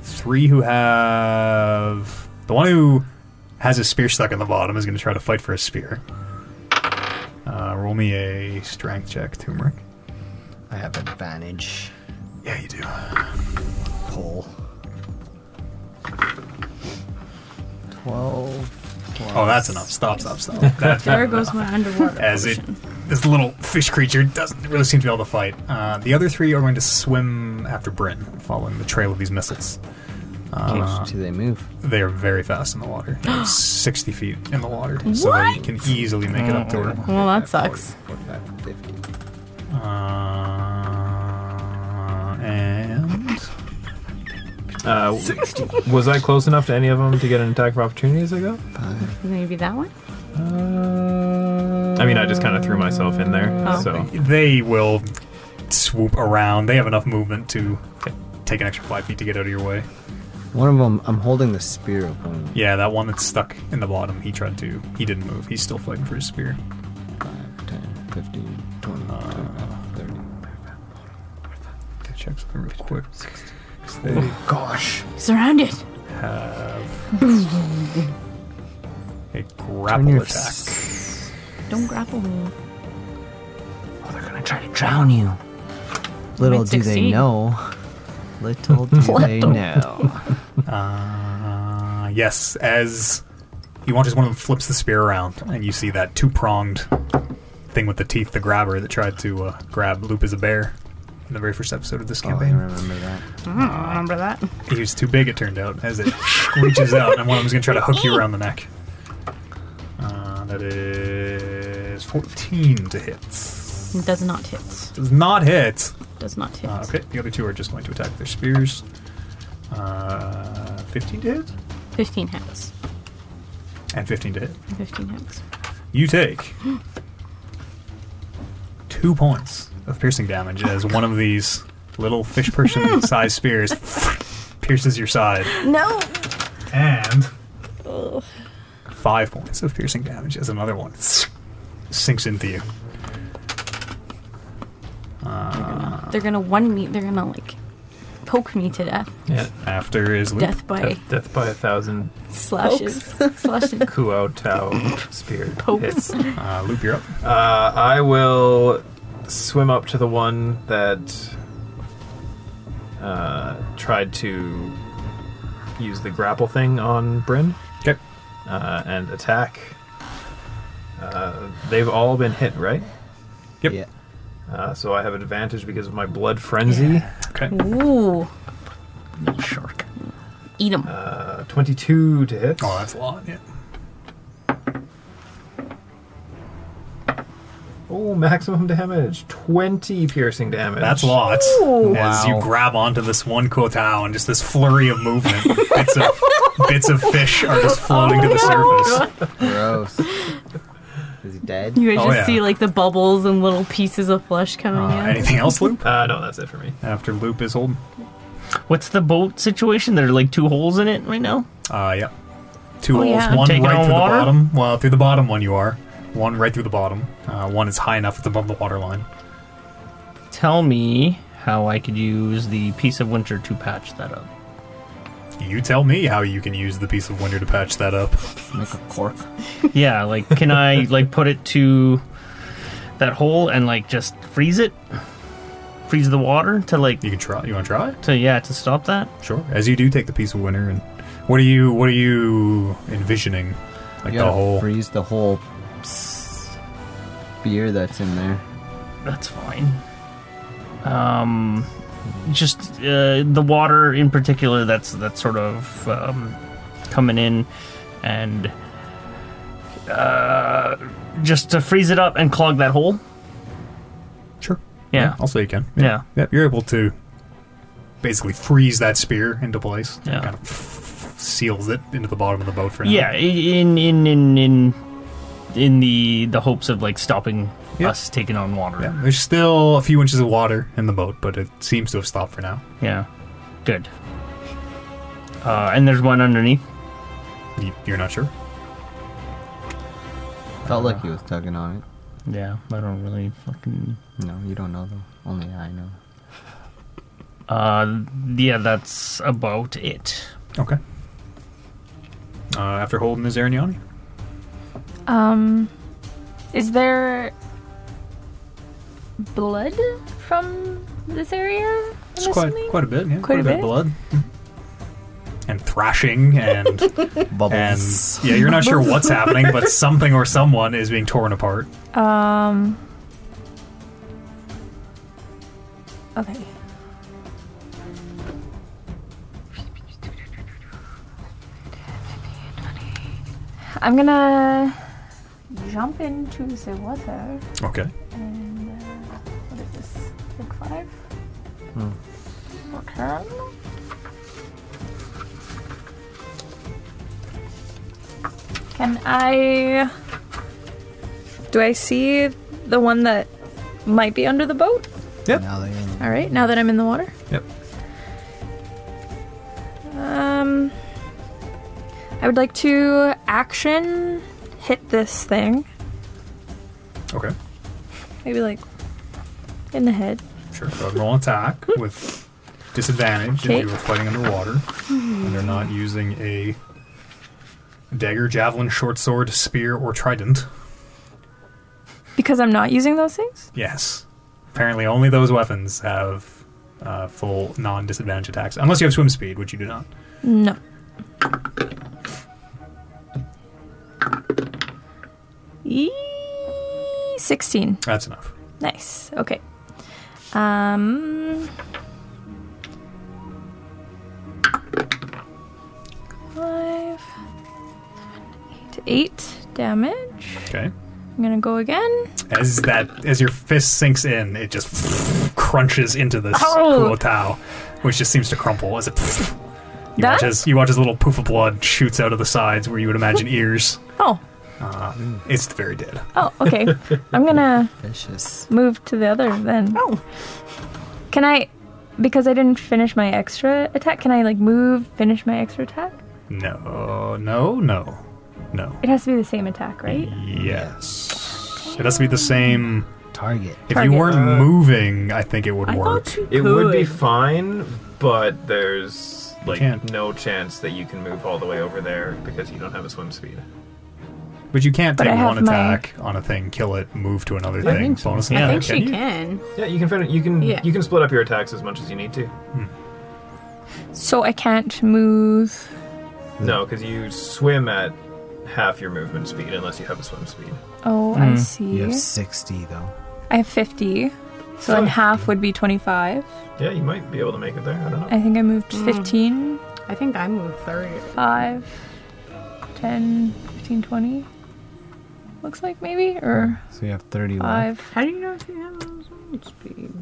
three who have the one who has a spear stuck in the bottom is going to try to fight for a spear. Uh, roll me a strength check, Turmeric.
I have advantage.
Yeah, you do.
Pull. 12.
Oh, that's enough. Stop, stop, stop. That's
there goes my underwater.
as it
potion.
this little fish creature doesn't really seem to be able to fight. Uh, the other three are going to swim after Bryn, following the trail of these missiles. Uh,
do they move?
they are very fast in the water, They're sixty feet in the water, so they can easily make it up to her.
Well, that sucks.
45, 50.
Uh, and
Uh, was I close enough to any of them to get an attack of opportunity as I go?
Maybe that one.
I mean, I just kind of threw myself in there,
Oh.
so
they will swoop around. They have enough movement to take an extra five feet to get out of your way.
One of them, I'm holding the spear open.
Yeah, that one that's stuck in the bottom. He tried to. He didn't move. He's still fighting for his spear.
5, 10, 15, 20, 25, 30.
check something real quick. 'Cause They
Gosh.
Surrounded.
have a
Turn
grapple
your
attack.
s-
Don't grapple me.
Oh, they're gonna try to drown you.
Little
Might
do they
succeed.
know. Little do they know.
Uh, yes, as you watch as one of them flips the spear around, and you see that two pronged thing with the teeth, the grabber that tried to uh, grab Loop as a bear in the very first episode of this
Oh, I
campaign.
remember that.
I don't remember that.
he was too big, it turned out, as it reaches out, and one of them's going to try to hook you around the neck. Uh, that is 14 to hit.
It does not hit.
Does not hit.
Does not hit.
Uh, okay, the other two are just going to attack with their spears. Uh, 15 to hit?
Fifteen hits.
And 15 to hit.
Fifteen hits.
You take two points of piercing damage as one of these little fish person sized spears pierces your side.
No.
And five points of piercing damage as another one sinks into you.
They're gonna one me. They're gonna like poke me to death.
yeah.
After is Luke.
Death by
Death, death by a thousand
slashes. slashes.
Kuo Tao spear
Pokes.
hits.
Uh, Loop, you're up.
Uh, I will swim up to the one that uh, tried to use the grapple thing on Bryn
Okay.
uh, and attack. Uh, they've all been hit, right?
Yep.
Yeah.
Uh, so I have advantage because of my blood frenzy.
Okay.
Ooh,
Little shark.
eat them.
Uh, 22 to hit.
Oh, that's a lot. Yeah.
Oh, maximum damage. 20 piercing damage.
That's lots. As
Wow.
you grab onto this one kotao and just this flurry of movement, bits of
Oh
bits of fish are just floating to the surface.
Gross. Does he dead.
You guys
Oh,
just
yeah.
see like the bubbles and little pieces of flesh coming
Uh,
out.
anything else, Loop?
Uh, no, that's it for me.
After Loop is old.
What's the boat situation? There are like two holes in it right now.
Uh, yeah. Two
Oh,
holes.
yeah.
One
Taking
right
on
through
water?
the bottom. Well, through the bottom one you are. One right through the bottom. Uh, one is high enough it's above the water line.
Tell me how I could use the piece of winter to patch that up.
You tell me how you can use the piece of winter to patch that up.
Make a cork.
yeah, like can I like put it to that hole and like just freeze it? Freeze the water to like
You can try. You want to try?
to yeah, to stop that?
Sure. As you do, take the piece of winter and what are you? What are you envisioning? Like
You
the
gotta
whole.
freeze the whole beer that's in there.
That's fine. Um just uh, the water in particular that's that's sort of um, coming in and uh, just to freeze it up and clog that hole.
Sure.
Yeah.
I'll say you can.
Yeah.
Yep, you're able to basically freeze that spear into place.
Yeah.
Kind of seals it into the bottom of the boat for now.
Yeah, i- in in in in in the the hopes of like stopping
Yeah.
us taking on water.
Yeah, There's still a few inches of water in the boat, but it seems to have stopped for now.
Yeah. Good. Uh, and there's one underneath.
You, you're not sure?
Felt like he was tugging on it.
Yeah, I don't really fucking.
No, you don't know though. Only I know.
Uh, yeah, that's about it.
Okay. Uh, after holding is Arignani.
Um, is there blood from this area? I'm
It's quite,
assuming?
quite a bit, yeah. Quite,
a
a bit
bit?
of blood. Mhm. And thrashing and and
Bubbles.
yeah, you're not sure what's happening, but something or someone is being torn apart.
Um. Okay. I'm gonna jump into the water
Okay.
and uh, what is this? Big five. Okay. Can I? Do I see the one that might be under the boat?
Now they're in
All right, now that I'm in the water.
Yep.
Um, I would like to action hit this thing.
Okay.
Maybe like in the head.
Sure. So roll an attack with disadvantage
Okay.
if you were fighting underwater and they're not using a dagger, javelin, short sword, spear, or trident.
Because I'm not using those things?
Yes. Apparently, only those weapons have uh, full non-disadvantage attacks, unless you have swim speed, which you do not.
No. E- 16.
That's enough.
Nice. Okay. Um. Five, eight, eight damage.
Okay.
I'm gonna go again.
As that, as your fist sinks in, it just crunches into this
Ow!
cool towel, which just seems to crumple as it. You
That-
watch as you watch as a little poof of blood shoots out of the sides where you would imagine ears.
Oh,
Uh, it's very dead.
oh, okay. I'm gonna
vicious.
move to the other then. Oh. Can I? Because I didn't finish my extra attack. Can I like move? Finish my extra attack?
No, no, no, no.
It has to be the same attack, right?
Yes. It has to be the same.
Target.
If
Target.
you weren't moving, I think it would
I
work.
thought you
It
could.
would be fine, but there's like
can't.
no chance that you can move all the way over there because you don't have a swim speed.
But you can't
But
take
I have
one
my-
attack on a thing, kill it, move to another thing.
think so.
Bonus
I
I
attack,
think she
you?
can.
Yeah, you can fin- you can
Yeah.
you can split up your attacks as much as you need to.
So I can't move.
No, because you swim at half your movement speed unless you have a swim speed.
Oh,
Hmm,
I see.
You have 60 though.
I have 50. So in
Fuck.
half would be 25.
Yeah, you might be able to make it there. I don't know.
I think I moved 15,
I think I moved third.
5, 10, 15, 20. Looks like maybe? Or
So you have 30 left.
5.
How do you know if you have a swim speed?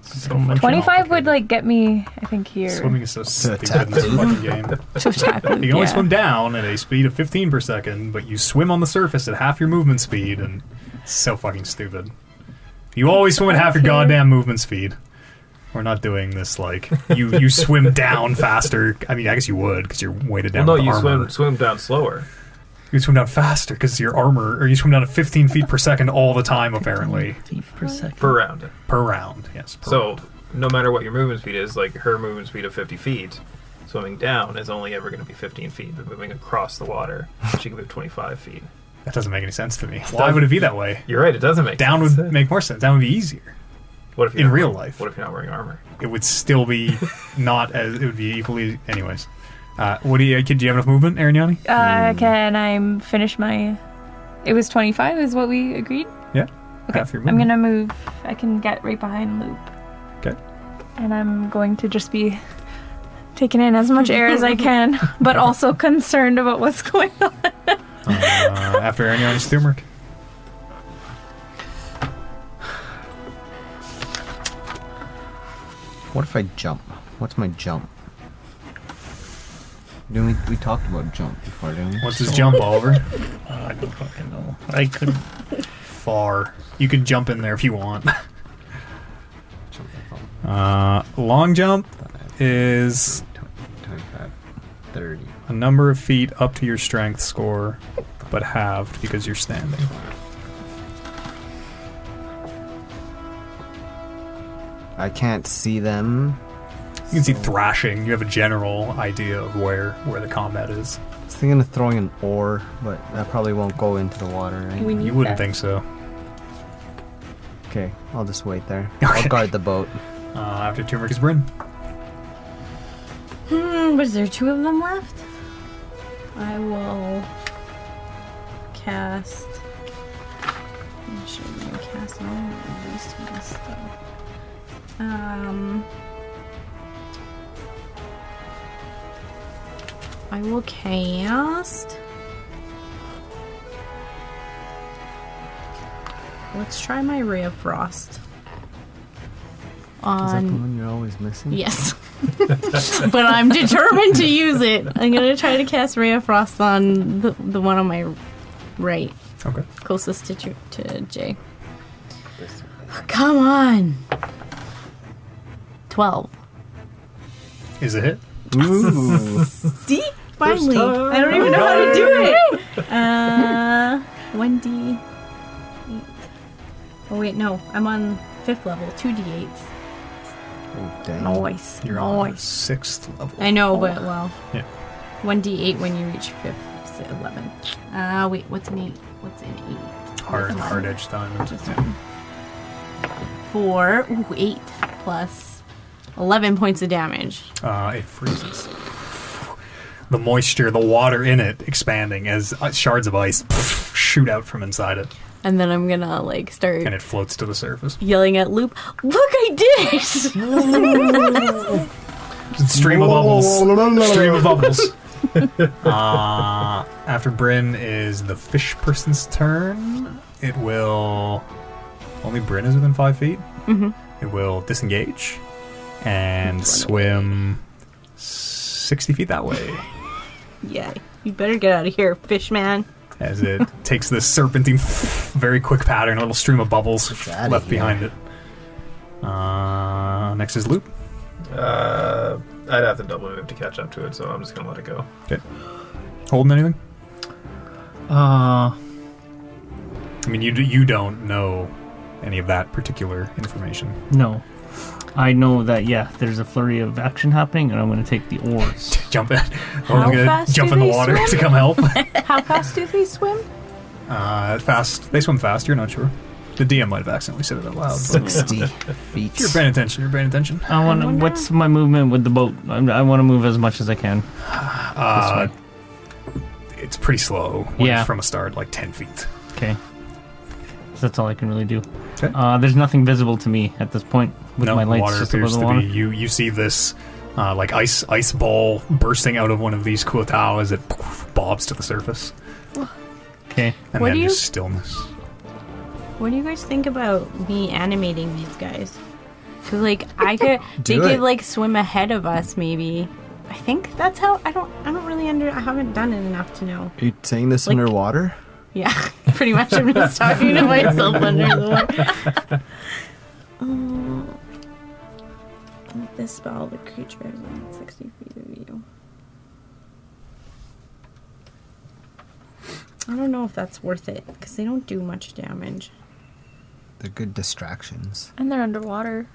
so much.
25 would like get me, I think, here
Swimming is so stupid in this
attack
fucking game.
to
You
attack.
can only
yeah.
swim down at a speed of 15 per second, but you swim on the surface at half your movement speed, and it's so fucking stupid. You always swim at half your goddamn movement speed. We're not doing this like you you swim down faster. I mean, I guess you would because you're weighted down.
Well, no,
with
you
armor.
swim swim down slower.
You swim down faster because your armor, or you swim down at 15 feet per second all the time, apparently
feet per second.
per round.
per round. Yes. Per
So no matter what your movement speed is, like her movement speed of 50 feet, swimming down is only ever going to be 15 feet. But moving across the water, she can move 25 feet.
that doesn't make any sense to me. Why would it be that way?
You're right; it doesn't make
Down
sense.
would make more sense. Down would be easier.
what if you're
in
not-
real life.
What if you're not wearing armor?
it would still be not as it would be equally. Anyways, uh, what do you? Kid, do you have enough movement, Aaron Yanni?
Hmm.
Uh, can I m- finish my? It was 25, is what we agreed.
Yeah.
Okay,
Half your
Hmm.
I'm
movement.
gonna move. I can get right behind Loop,
Okay.
and I'm going to just be taking in as much air as I can, but also concerned about what's going on.
Uh, after Aaron Yanni's Thumeric.
What if I jump? What's my jump? Didn't we, we talked about jump before, didn't we?
What's his jump, Oliver?
I don't fucking know. I could.
Far. You could jump in there if you want. Uh, long jump is
25, 30.
a number of feet up to your strength score, but halved because you're standing.
I can't see them.
You can see thrashing. You have a general idea of where where the combat is.
I was thinking of throwing an oar, but that probably won't go into the water, right?
We need
You wouldn't
that.
think so.
Okay, I'll just wait there.
Okay.
I'll guard the boat.
Uh, after Turmeric is Bryn.
Hmm, was there two of them left? I will cast. I should even cast all of this kind of stuff. Um. I will cast. Let's try my Ray of Frost.
Is that the
On
one you're always missing?
Yes. but I'm determined to use it. I'm going to try to cast Ray of Frost on the, the one on my right,
Okay.
closest to, Ju- to Jay. Come on! 12.
Is it hit?
Ooh. Oh,
See? Finally! I don't even know how to do it! Uh, 1d8. Oh, wait, no. I'm on fifth level, 2d8s.
oh, dang.
Noise.
You're on your sixth level.
I know, but well.
Oh. Yeah.
1d8 when you reach 5th, 11. Uh, wait, what's an 8? What's an 8?
Hard, hard edge diamond.
Just one. 4, ooh, 8 plus 11 points of damage.
Uh, it freezes. The moisture, the water in it, expanding as uh, shards of ice shoot out from inside it,
And then I'm gonna, like, start
and it floats to the surface.
yelling at Loop, Look, I did it!
Stream of bubbles. Stream of bubbles. uh, after Bryn is the fish person's turn. It will. Only Bryn is within five feet. It will disengage and swim 60 feet that way
yeah, you better get out of here, fish man.
as it takes this serpentine, very quick pattern, a little stream of bubbles
outta
left
here.
behind it. Uh, next is Loop.
Uh, I'd have to double move to catch up to it, so I'm just gonna let it go.
Holding anything?
Uh,
I mean, you, d- you don't know any of that particular information.
no. I know that, yeah, there's a flurry of action happening, and I'm going to take the oars.
jump in. Or I'm gonna
fast
jump
do
in the
they
water
swim?
to come help.
How fast do they swim?
Uh, fast. They swim fast. You're not sure. The DM might have accidentally said it out loud. but
60 feet.
You're paying attention. You're paying attention.
I want to.
wonder-
What's my movement with the boat? I, I want to move as much as I can.
Uh, it's pretty slow. when
Yeah.
it's From a start, like ten feet.
Okay. So that's all I can really do.
'Kay.
Uh, there's nothing visible to me at this point with
no,
my lights
water
just above
appears
the
to
water.
be. You you see this. Uh, like ice, ice ball bursting out of one of these kuatao as it bobs to the surface,
Okay.
and
What
then
do you-
just stillness.
What do you guys think about me animating these guys? Cause like I could, they
Do
could
it.
like swim ahead of us. Maybe. I think that's how. I don't. I don't really under. I haven't done it enough to know.
Are you saying this
Like-
underwater?
Yeah, pretty much. I'm just talking to myself under the water.
Um, with this spell, the creature is within 60 feet of you.
I don't know if that's worth it because they don't do much damage.
They're good distractions.
And they're underwater.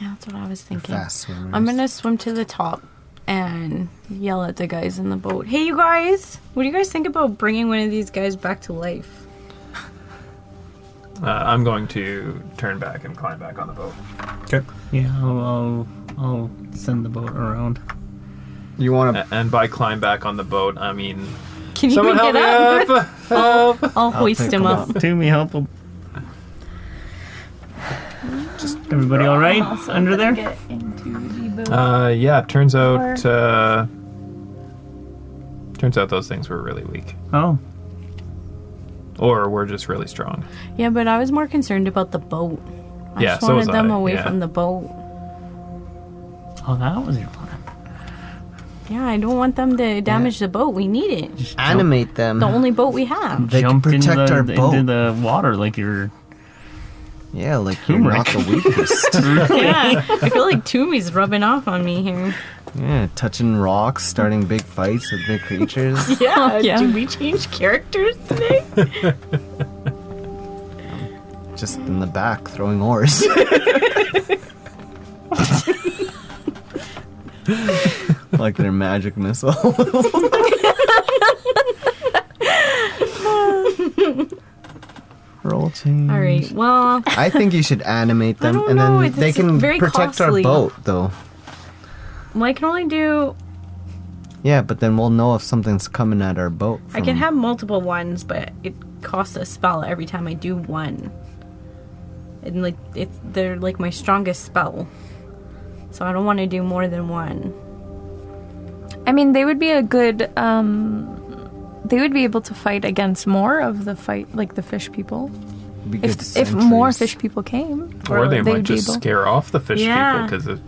Yeah, that's what I was
They're
thinking.
fast swimmers.
I'm gonna swim to the top and yell at the guys in the boat. Hey, you guys! What do you guys think about bringing one of these guys back to life?
Uh, I'm going to turn back and climb back on the boat.
Okay.
Yeah, I'll, I'll, I'll send the boat around.
You want to?
A- And by climb back on the boat, I mean
Can you
someone
even
help
get
me
up?
up. Help!
I'll hoist
pick
him
him
up.
to me, help him. Just everybody, all right? Under there?
Get into the boat.
Uh, yeah. Turns out, uh, turns out those things were really weak,
Oh,
or we're just really strong.
Yeah, but I was more concerned about the boat. I
Yeah,
just
so
wanted
was
them
I,
away
yeah.
from the boat.
oh, that was your plan.
Yeah, Mm-hmm. I don't want them to damage the boat. We need it.
Just jump,
Animate them.
The only boat we have.
They can
jump into
protect
the,
our
the-
boat.
into the water like you're.
yeah, like you're not
Turmeric.
the weakest.
yeah, I feel like Toomey's rubbing off on me here.
yeah, touching rocks, starting big fights with big creatures.
Yeah, do we change characters today?
Just in the back, throwing oars. like their magic missile. Roll change.
All right, well,
I think you should animate them,
don't
and then
know, it's-
they
it's
can
very
protect
costly.
our boat, though.
well, I can only do.
Yeah, but then we'll know if something's coming at our boat.
I can
from-
have multiple ones, but it costs a spell every time I do one. And like it's they're like my strongest spell. So I don't want to do more than one.
I mean, they would be a good. um They would be able to fight against more of the fight, like the fish people.
be good
If if more
sentries.
fish people came,
Or, they might
would be
just
able-
scare off the fish
Yeah.
people because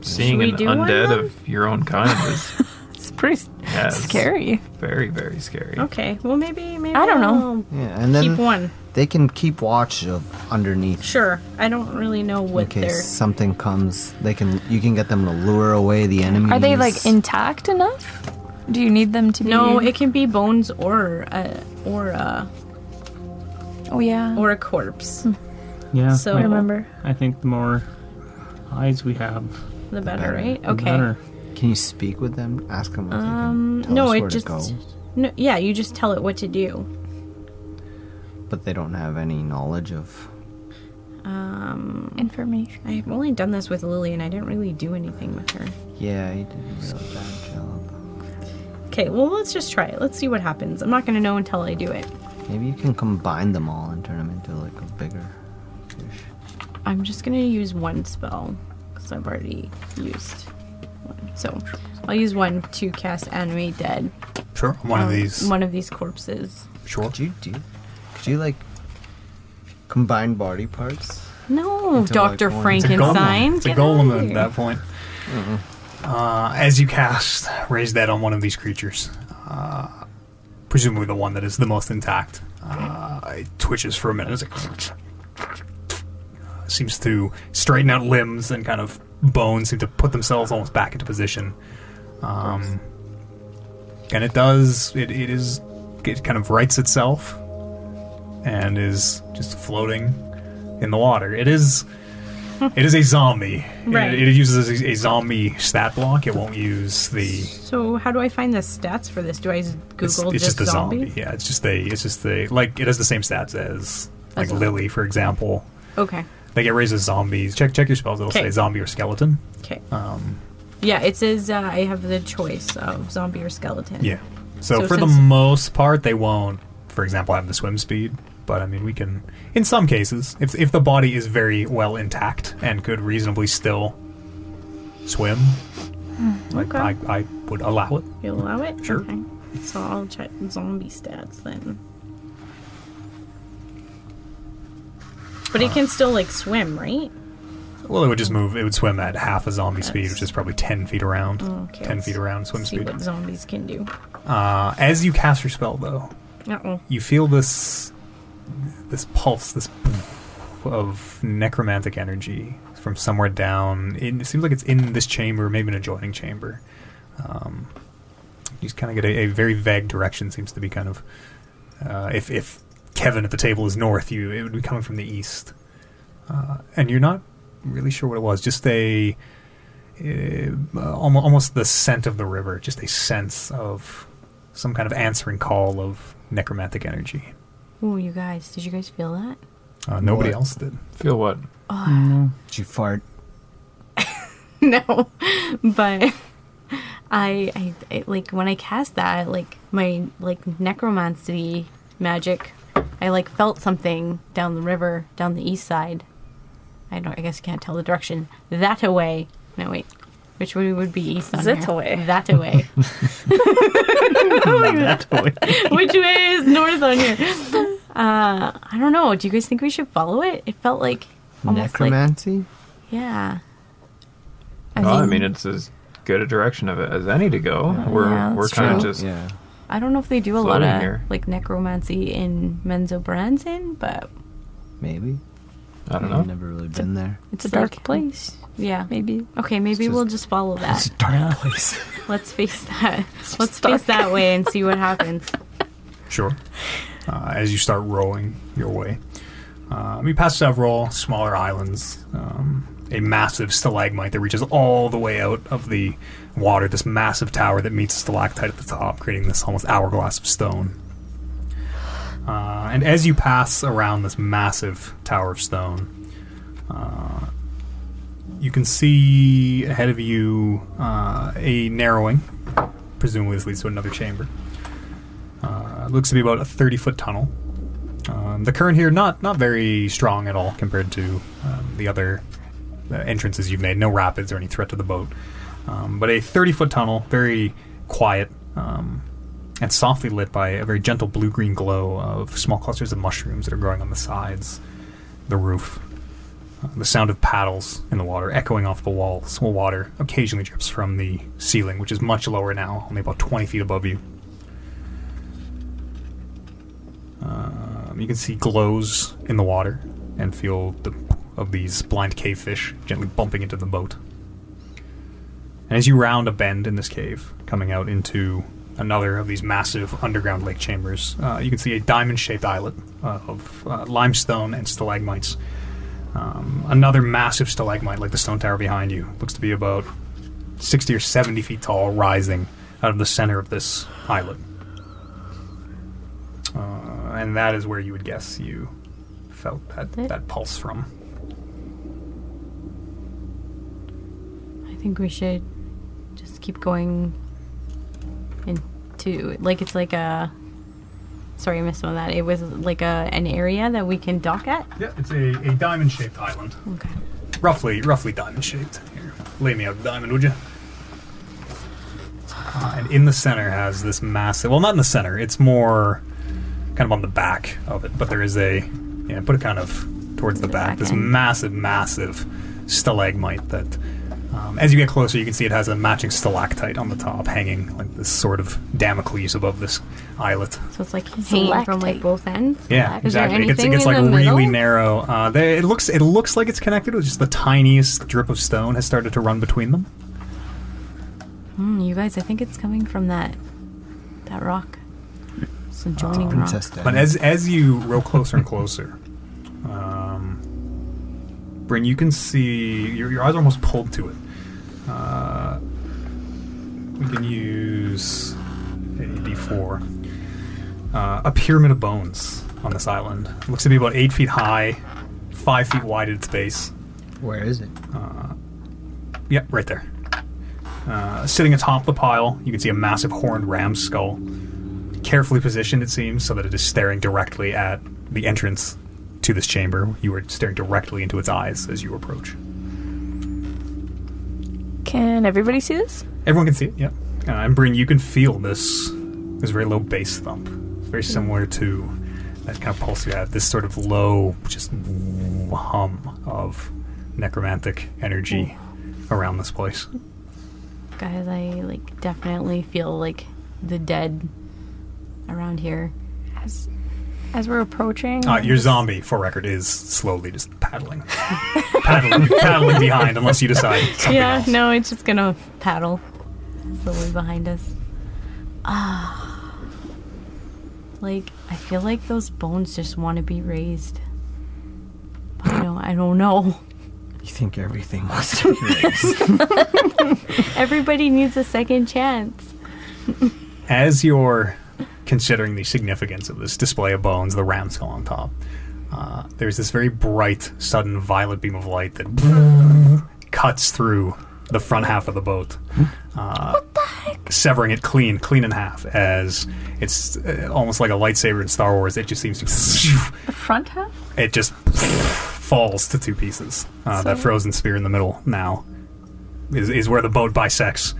seeing
we
an
do one
undead
then?
of your own kind is
It's pretty s-
yeah, it's
scary.
Very very scary.
Okay, well maybe maybe
I don't know.
I'll
Yeah, and then
Keep one.
they can keep watch of underneath
Sure. I don't really know
in
what
case
they're
something comes. They can you can get them to lure away the enemies.
Are they like intact enough? Do you need them to be?
No, it can be bones or a or a
oh yeah.
or a
Hmm.
corpse.
Yeah,
So-
I,
I remember.
I think the more eyes we have,
The better,
better.
right?
the
Okay.
better.
Can you speak with them? Ask them. If
Um,
they can tell
no,
us
it
where
just-
to go,
No, yeah, you just tell it what to do.
but they don't have any knowledge of.
Um,
Information.
I've only done this with Lily, and I didn't really do anything with her.
Yeah, you did a really bad job.
Okay, well, let's just try it. Let's see what happens. I'm not going to know until I do it.
Maybe you can combine them all and turn them into like a bigger fish.
I'm just going to use one spell because I've already used one. So I'll use one to cast Animate Dead.
Sure. One of
on
these.
One of these corpses.
Sure.
Could you do? Could you like combine body parts?
No,
Into, like,
Dr.
one-
Frankenstein.
It's a
Get out of
golem at
here.
that point. Uh, as you cast, raise that on one of these creatures. Uh, presumably the one that is the most intact. Uh, it twitches for a minute. It's like uh, seems to straighten out limbs and kind of bones seem to put themselves almost back into position. Um, and it does. It, it is. It kind of rights itself and is just floating in the water. It is. It is a zombie.
Right.
It, it uses a, a zombie stat block. It won't use the.
So, how do I find the stats for this? Do I s- Google
It's, it's
just,
just a
zombie?
zombie. Yeah. It's just a. It's just a. Like it has the same stats as like
zombie.
Lily, for example.
Okay.
Like it raises zombies. Check check your spells. It'll
Okay.
say zombie or skeleton.
Okay.
Um,
Yeah, it says uh, I have the choice of zombie or skeleton.
yeah. So,
So
for the
since-
most part, they won't. For example, have the swim speed, but I mean, we can. In some cases, if if the body is very well intact and could reasonably still swim, like
Hmm, Okay.
I, I would allow it.
You allow it?
Sure.
Okay. So I'll check zombie stats then.
Uh.
But it can still like swim, right?
Well, it would just move. It would swim at half a zombie speed, which is probably ten feet around.
Okay,
ten
let's
feet around swim
See
speed.
what zombies can do.
Uh, as you cast your spell, though,
Uh oh.
you feel this this pulse, this of necromantic energy from somewhere down. In, it seems like it's in this chamber, maybe an adjoining chamber. Um, you just kind of get a, a very vague direction. Seems to be kind of uh, if if Kevin at the table is north, you it would be coming from the east, uh, and you're not really sure what it was. Just a uh, almo- almost the scent of the river, just a sense of some kind of answering call of necromantic energy.
Ooh, you guys, did you guys feel that?
Uh, nobody
What?
else did.
Feel what?
Did you fart?
no, but I, I, I like when I cast that, like my like necromancy magic, I like felt something down the river, down the east side. I don't. I guess I can't tell the direction. That away. No wait, which way would be east on
That
here?
away.
That away. Oh
That way.
which way is north on here? Uh, I don't know. Do you guys think we should follow it? It felt like almost like
Necromancy?
yeah.
I
Well, Oh, I
think-
mean, it's as good a direction of it as any to go. We're
Yeah,
we're
that's
kind of
true.
just
yeah.
I don't know if they do a lot
Floating
of
here.
like necromancy in Menzoberranzan, but
Maybe.
I don't
I've
know.
never really been there.
it's
It's a dark
like-
place,
Yeah.
maybe.
Okay, maybe
just-
we'll just follow that.
dark place.
Let's face that. Let's
dark.
face that way and see what happens.
Sure. Uh, as you start rolling your way, um, you pass several smaller islands. Um, a massive stalagmite that reaches all the way out of the water. This massive tower that meets stalactite at the top, creating this almost hourglass of stone. Uh, and as you pass around this massive tower of stone, uh, you can see ahead of you uh, a narrowing. Presumably, this leads to another chamber. Uh, it looks to be about a 30 foot tunnel. Um, the current here not not very strong at all compared to um, the other uh, entrances you've made. No rapids or any threat to the boat, um, but a 30 foot tunnel, very quiet um, and softly lit by a very gentle blue green glow of small clusters of mushrooms that are growing on the sides, the roof. Uh, The sound of paddles in the water echoing off the walls, while water occasionally drips from the ceiling, which is much lower now, only about 20 feet above you. Um, you can see glows in the water and feel the of these blind cave fish gently bumping into the boat. And as you round a bend in this cave, coming out into another of these massive underground lake chambers, uh, you can see a diamond-shaped islet uh, of uh, limestone and stalagmites. Um, another massive stalagmite, like the stone tower behind you, looks to be about sixty or seventy feet tall, rising out of the center of this islet. Uh, and that is where you would guess you felt that,
That-
that pulse from.
I think we should just keep going into like it's like a sorry, I missed one of that. It was like a an area that we can dock at.
Yeah, it's a, a diamond shaped island.
Okay.
Roughly, roughly diamond shaped. Here, lay me out a diamond, would you? Uh, and in the center has this massive. Well, not in the center. It's more kind of on the back of it, but there is a yeah. Put it kind of towards the, back.
back
This
end.
massive, massive stalagmite that. Um, as you get closer, you can see it has a matching stalactite on the top, hanging like this sort of Damocles above this islet.
So it's like hanging from like
Stalactite.
both ends.
Yeah,
Is there
exactly. It gets, it
anything
gets
in
like
the
really
middle?
narrow. Uh, they, it looks it looks like it's connected with just the tiniest drip of stone has started to run between them.
Hmm, you guys, I think it's coming from that that rock. It's a joining
Uh,
rock.
Princess
But as as you row closer and closer, um, Bryn, you can see your, your eyes are almost pulled to it. Uh, we can use a d4. Uh, a pyramid of bones on this island looks to be about eight feet high, five feet wide at its base.
Where is it?
Yep, right there. Uh, sitting atop the pile, you can see a massive horned ram's skull, carefully positioned, it seems, so that it is staring directly at the entrance to this chamber. You are staring directly into its eyes as you approach.
Can everybody see this?
Everyone can see it, yeah. Uh, and Bryn, you can feel this this very low bass thump, very similar to that kind of pulse you have. This sort of low, just hum of necromantic energy around this place.
Guys, I like definitely feel like the dead around here.
As, as we're approaching,
Uh, your zombie, for record, is slowly just paddling, paddling, paddling behind, unless you decide. something
yeah,
else.
no, it's just gonna paddle slowly behind us. Ah, like I feel like those bones just want to be raised. But I don't, I don't know.
You think everything was to be raised.
Everybody needs a second chance.
as you're considering the significance of this display of bones, the ram skull on top, uh, there's this very bright, sudden violet beam of light that cuts through the front half of the boat, uh, severing it clean, clean in half. As it's uh, almost like a lightsaber in Star Wars, it just seems to
the front half.
it just falls to two pieces. Uh, that
So-
frozen spear in the middle now is, is where the boat bisects.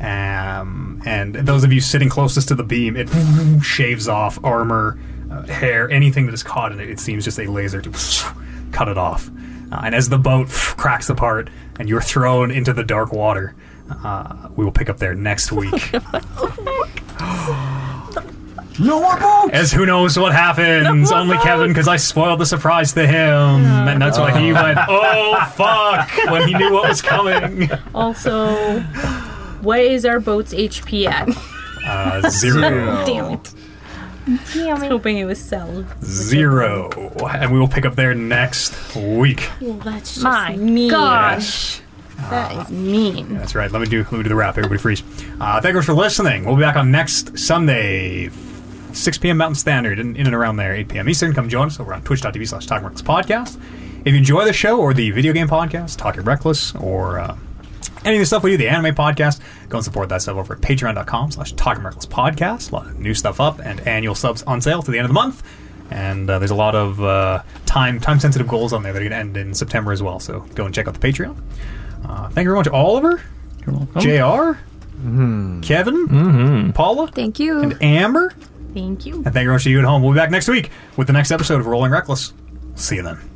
Um, and those of you sitting closest to the beam, it shaves off armor, uh, hair, anything that is caught in it. It seems just a laser to cut it off. Uh, and as the boat cracks apart and you're thrown into the dark water, uh, we will pick up there next week.
no more boats!
As who knows what happens? Only Kevin, because I spoiled the surprise to him, and that's why he went, "Oh fuck!" when he knew what was coming.
Also, what is our boat's HP at?
Uh, zero,
Damn it.
Yeah,
I was hoping it was cell.
zero, and we will pick up there next week.
Well, that's just
My
mean.
Gosh.
That is mean.
That's right. Let me do let me do the wrap. Everybody freeze. Uh, thank you for listening. We'll be back on next Sunday, 6 p.m. Mountain Standard, in, in and around there, 8 p.m. Eastern. Come join us over on twitch.tv slash Talking Reckless Podcast. If you enjoy the show or the video game podcast, Talking Reckless, or uh, any of the stuff we do, the anime podcast, go and support that stuff over at patreon.com slash Talking Reckless Podcast. A lot of new stuff up and annual subs on sale to the end of the month. And uh, there's a lot of uh, time time sensitive goals on there that are going to end in September as well. So go and check out the Patreon. Uh, thank you very much, Oliver. JR, Kevin, Paula,
Thank you.
and Amber.
Thank you.
And thank you very much to you at home. We'll be back next week with the next episode of Rolling Reckless. See you then.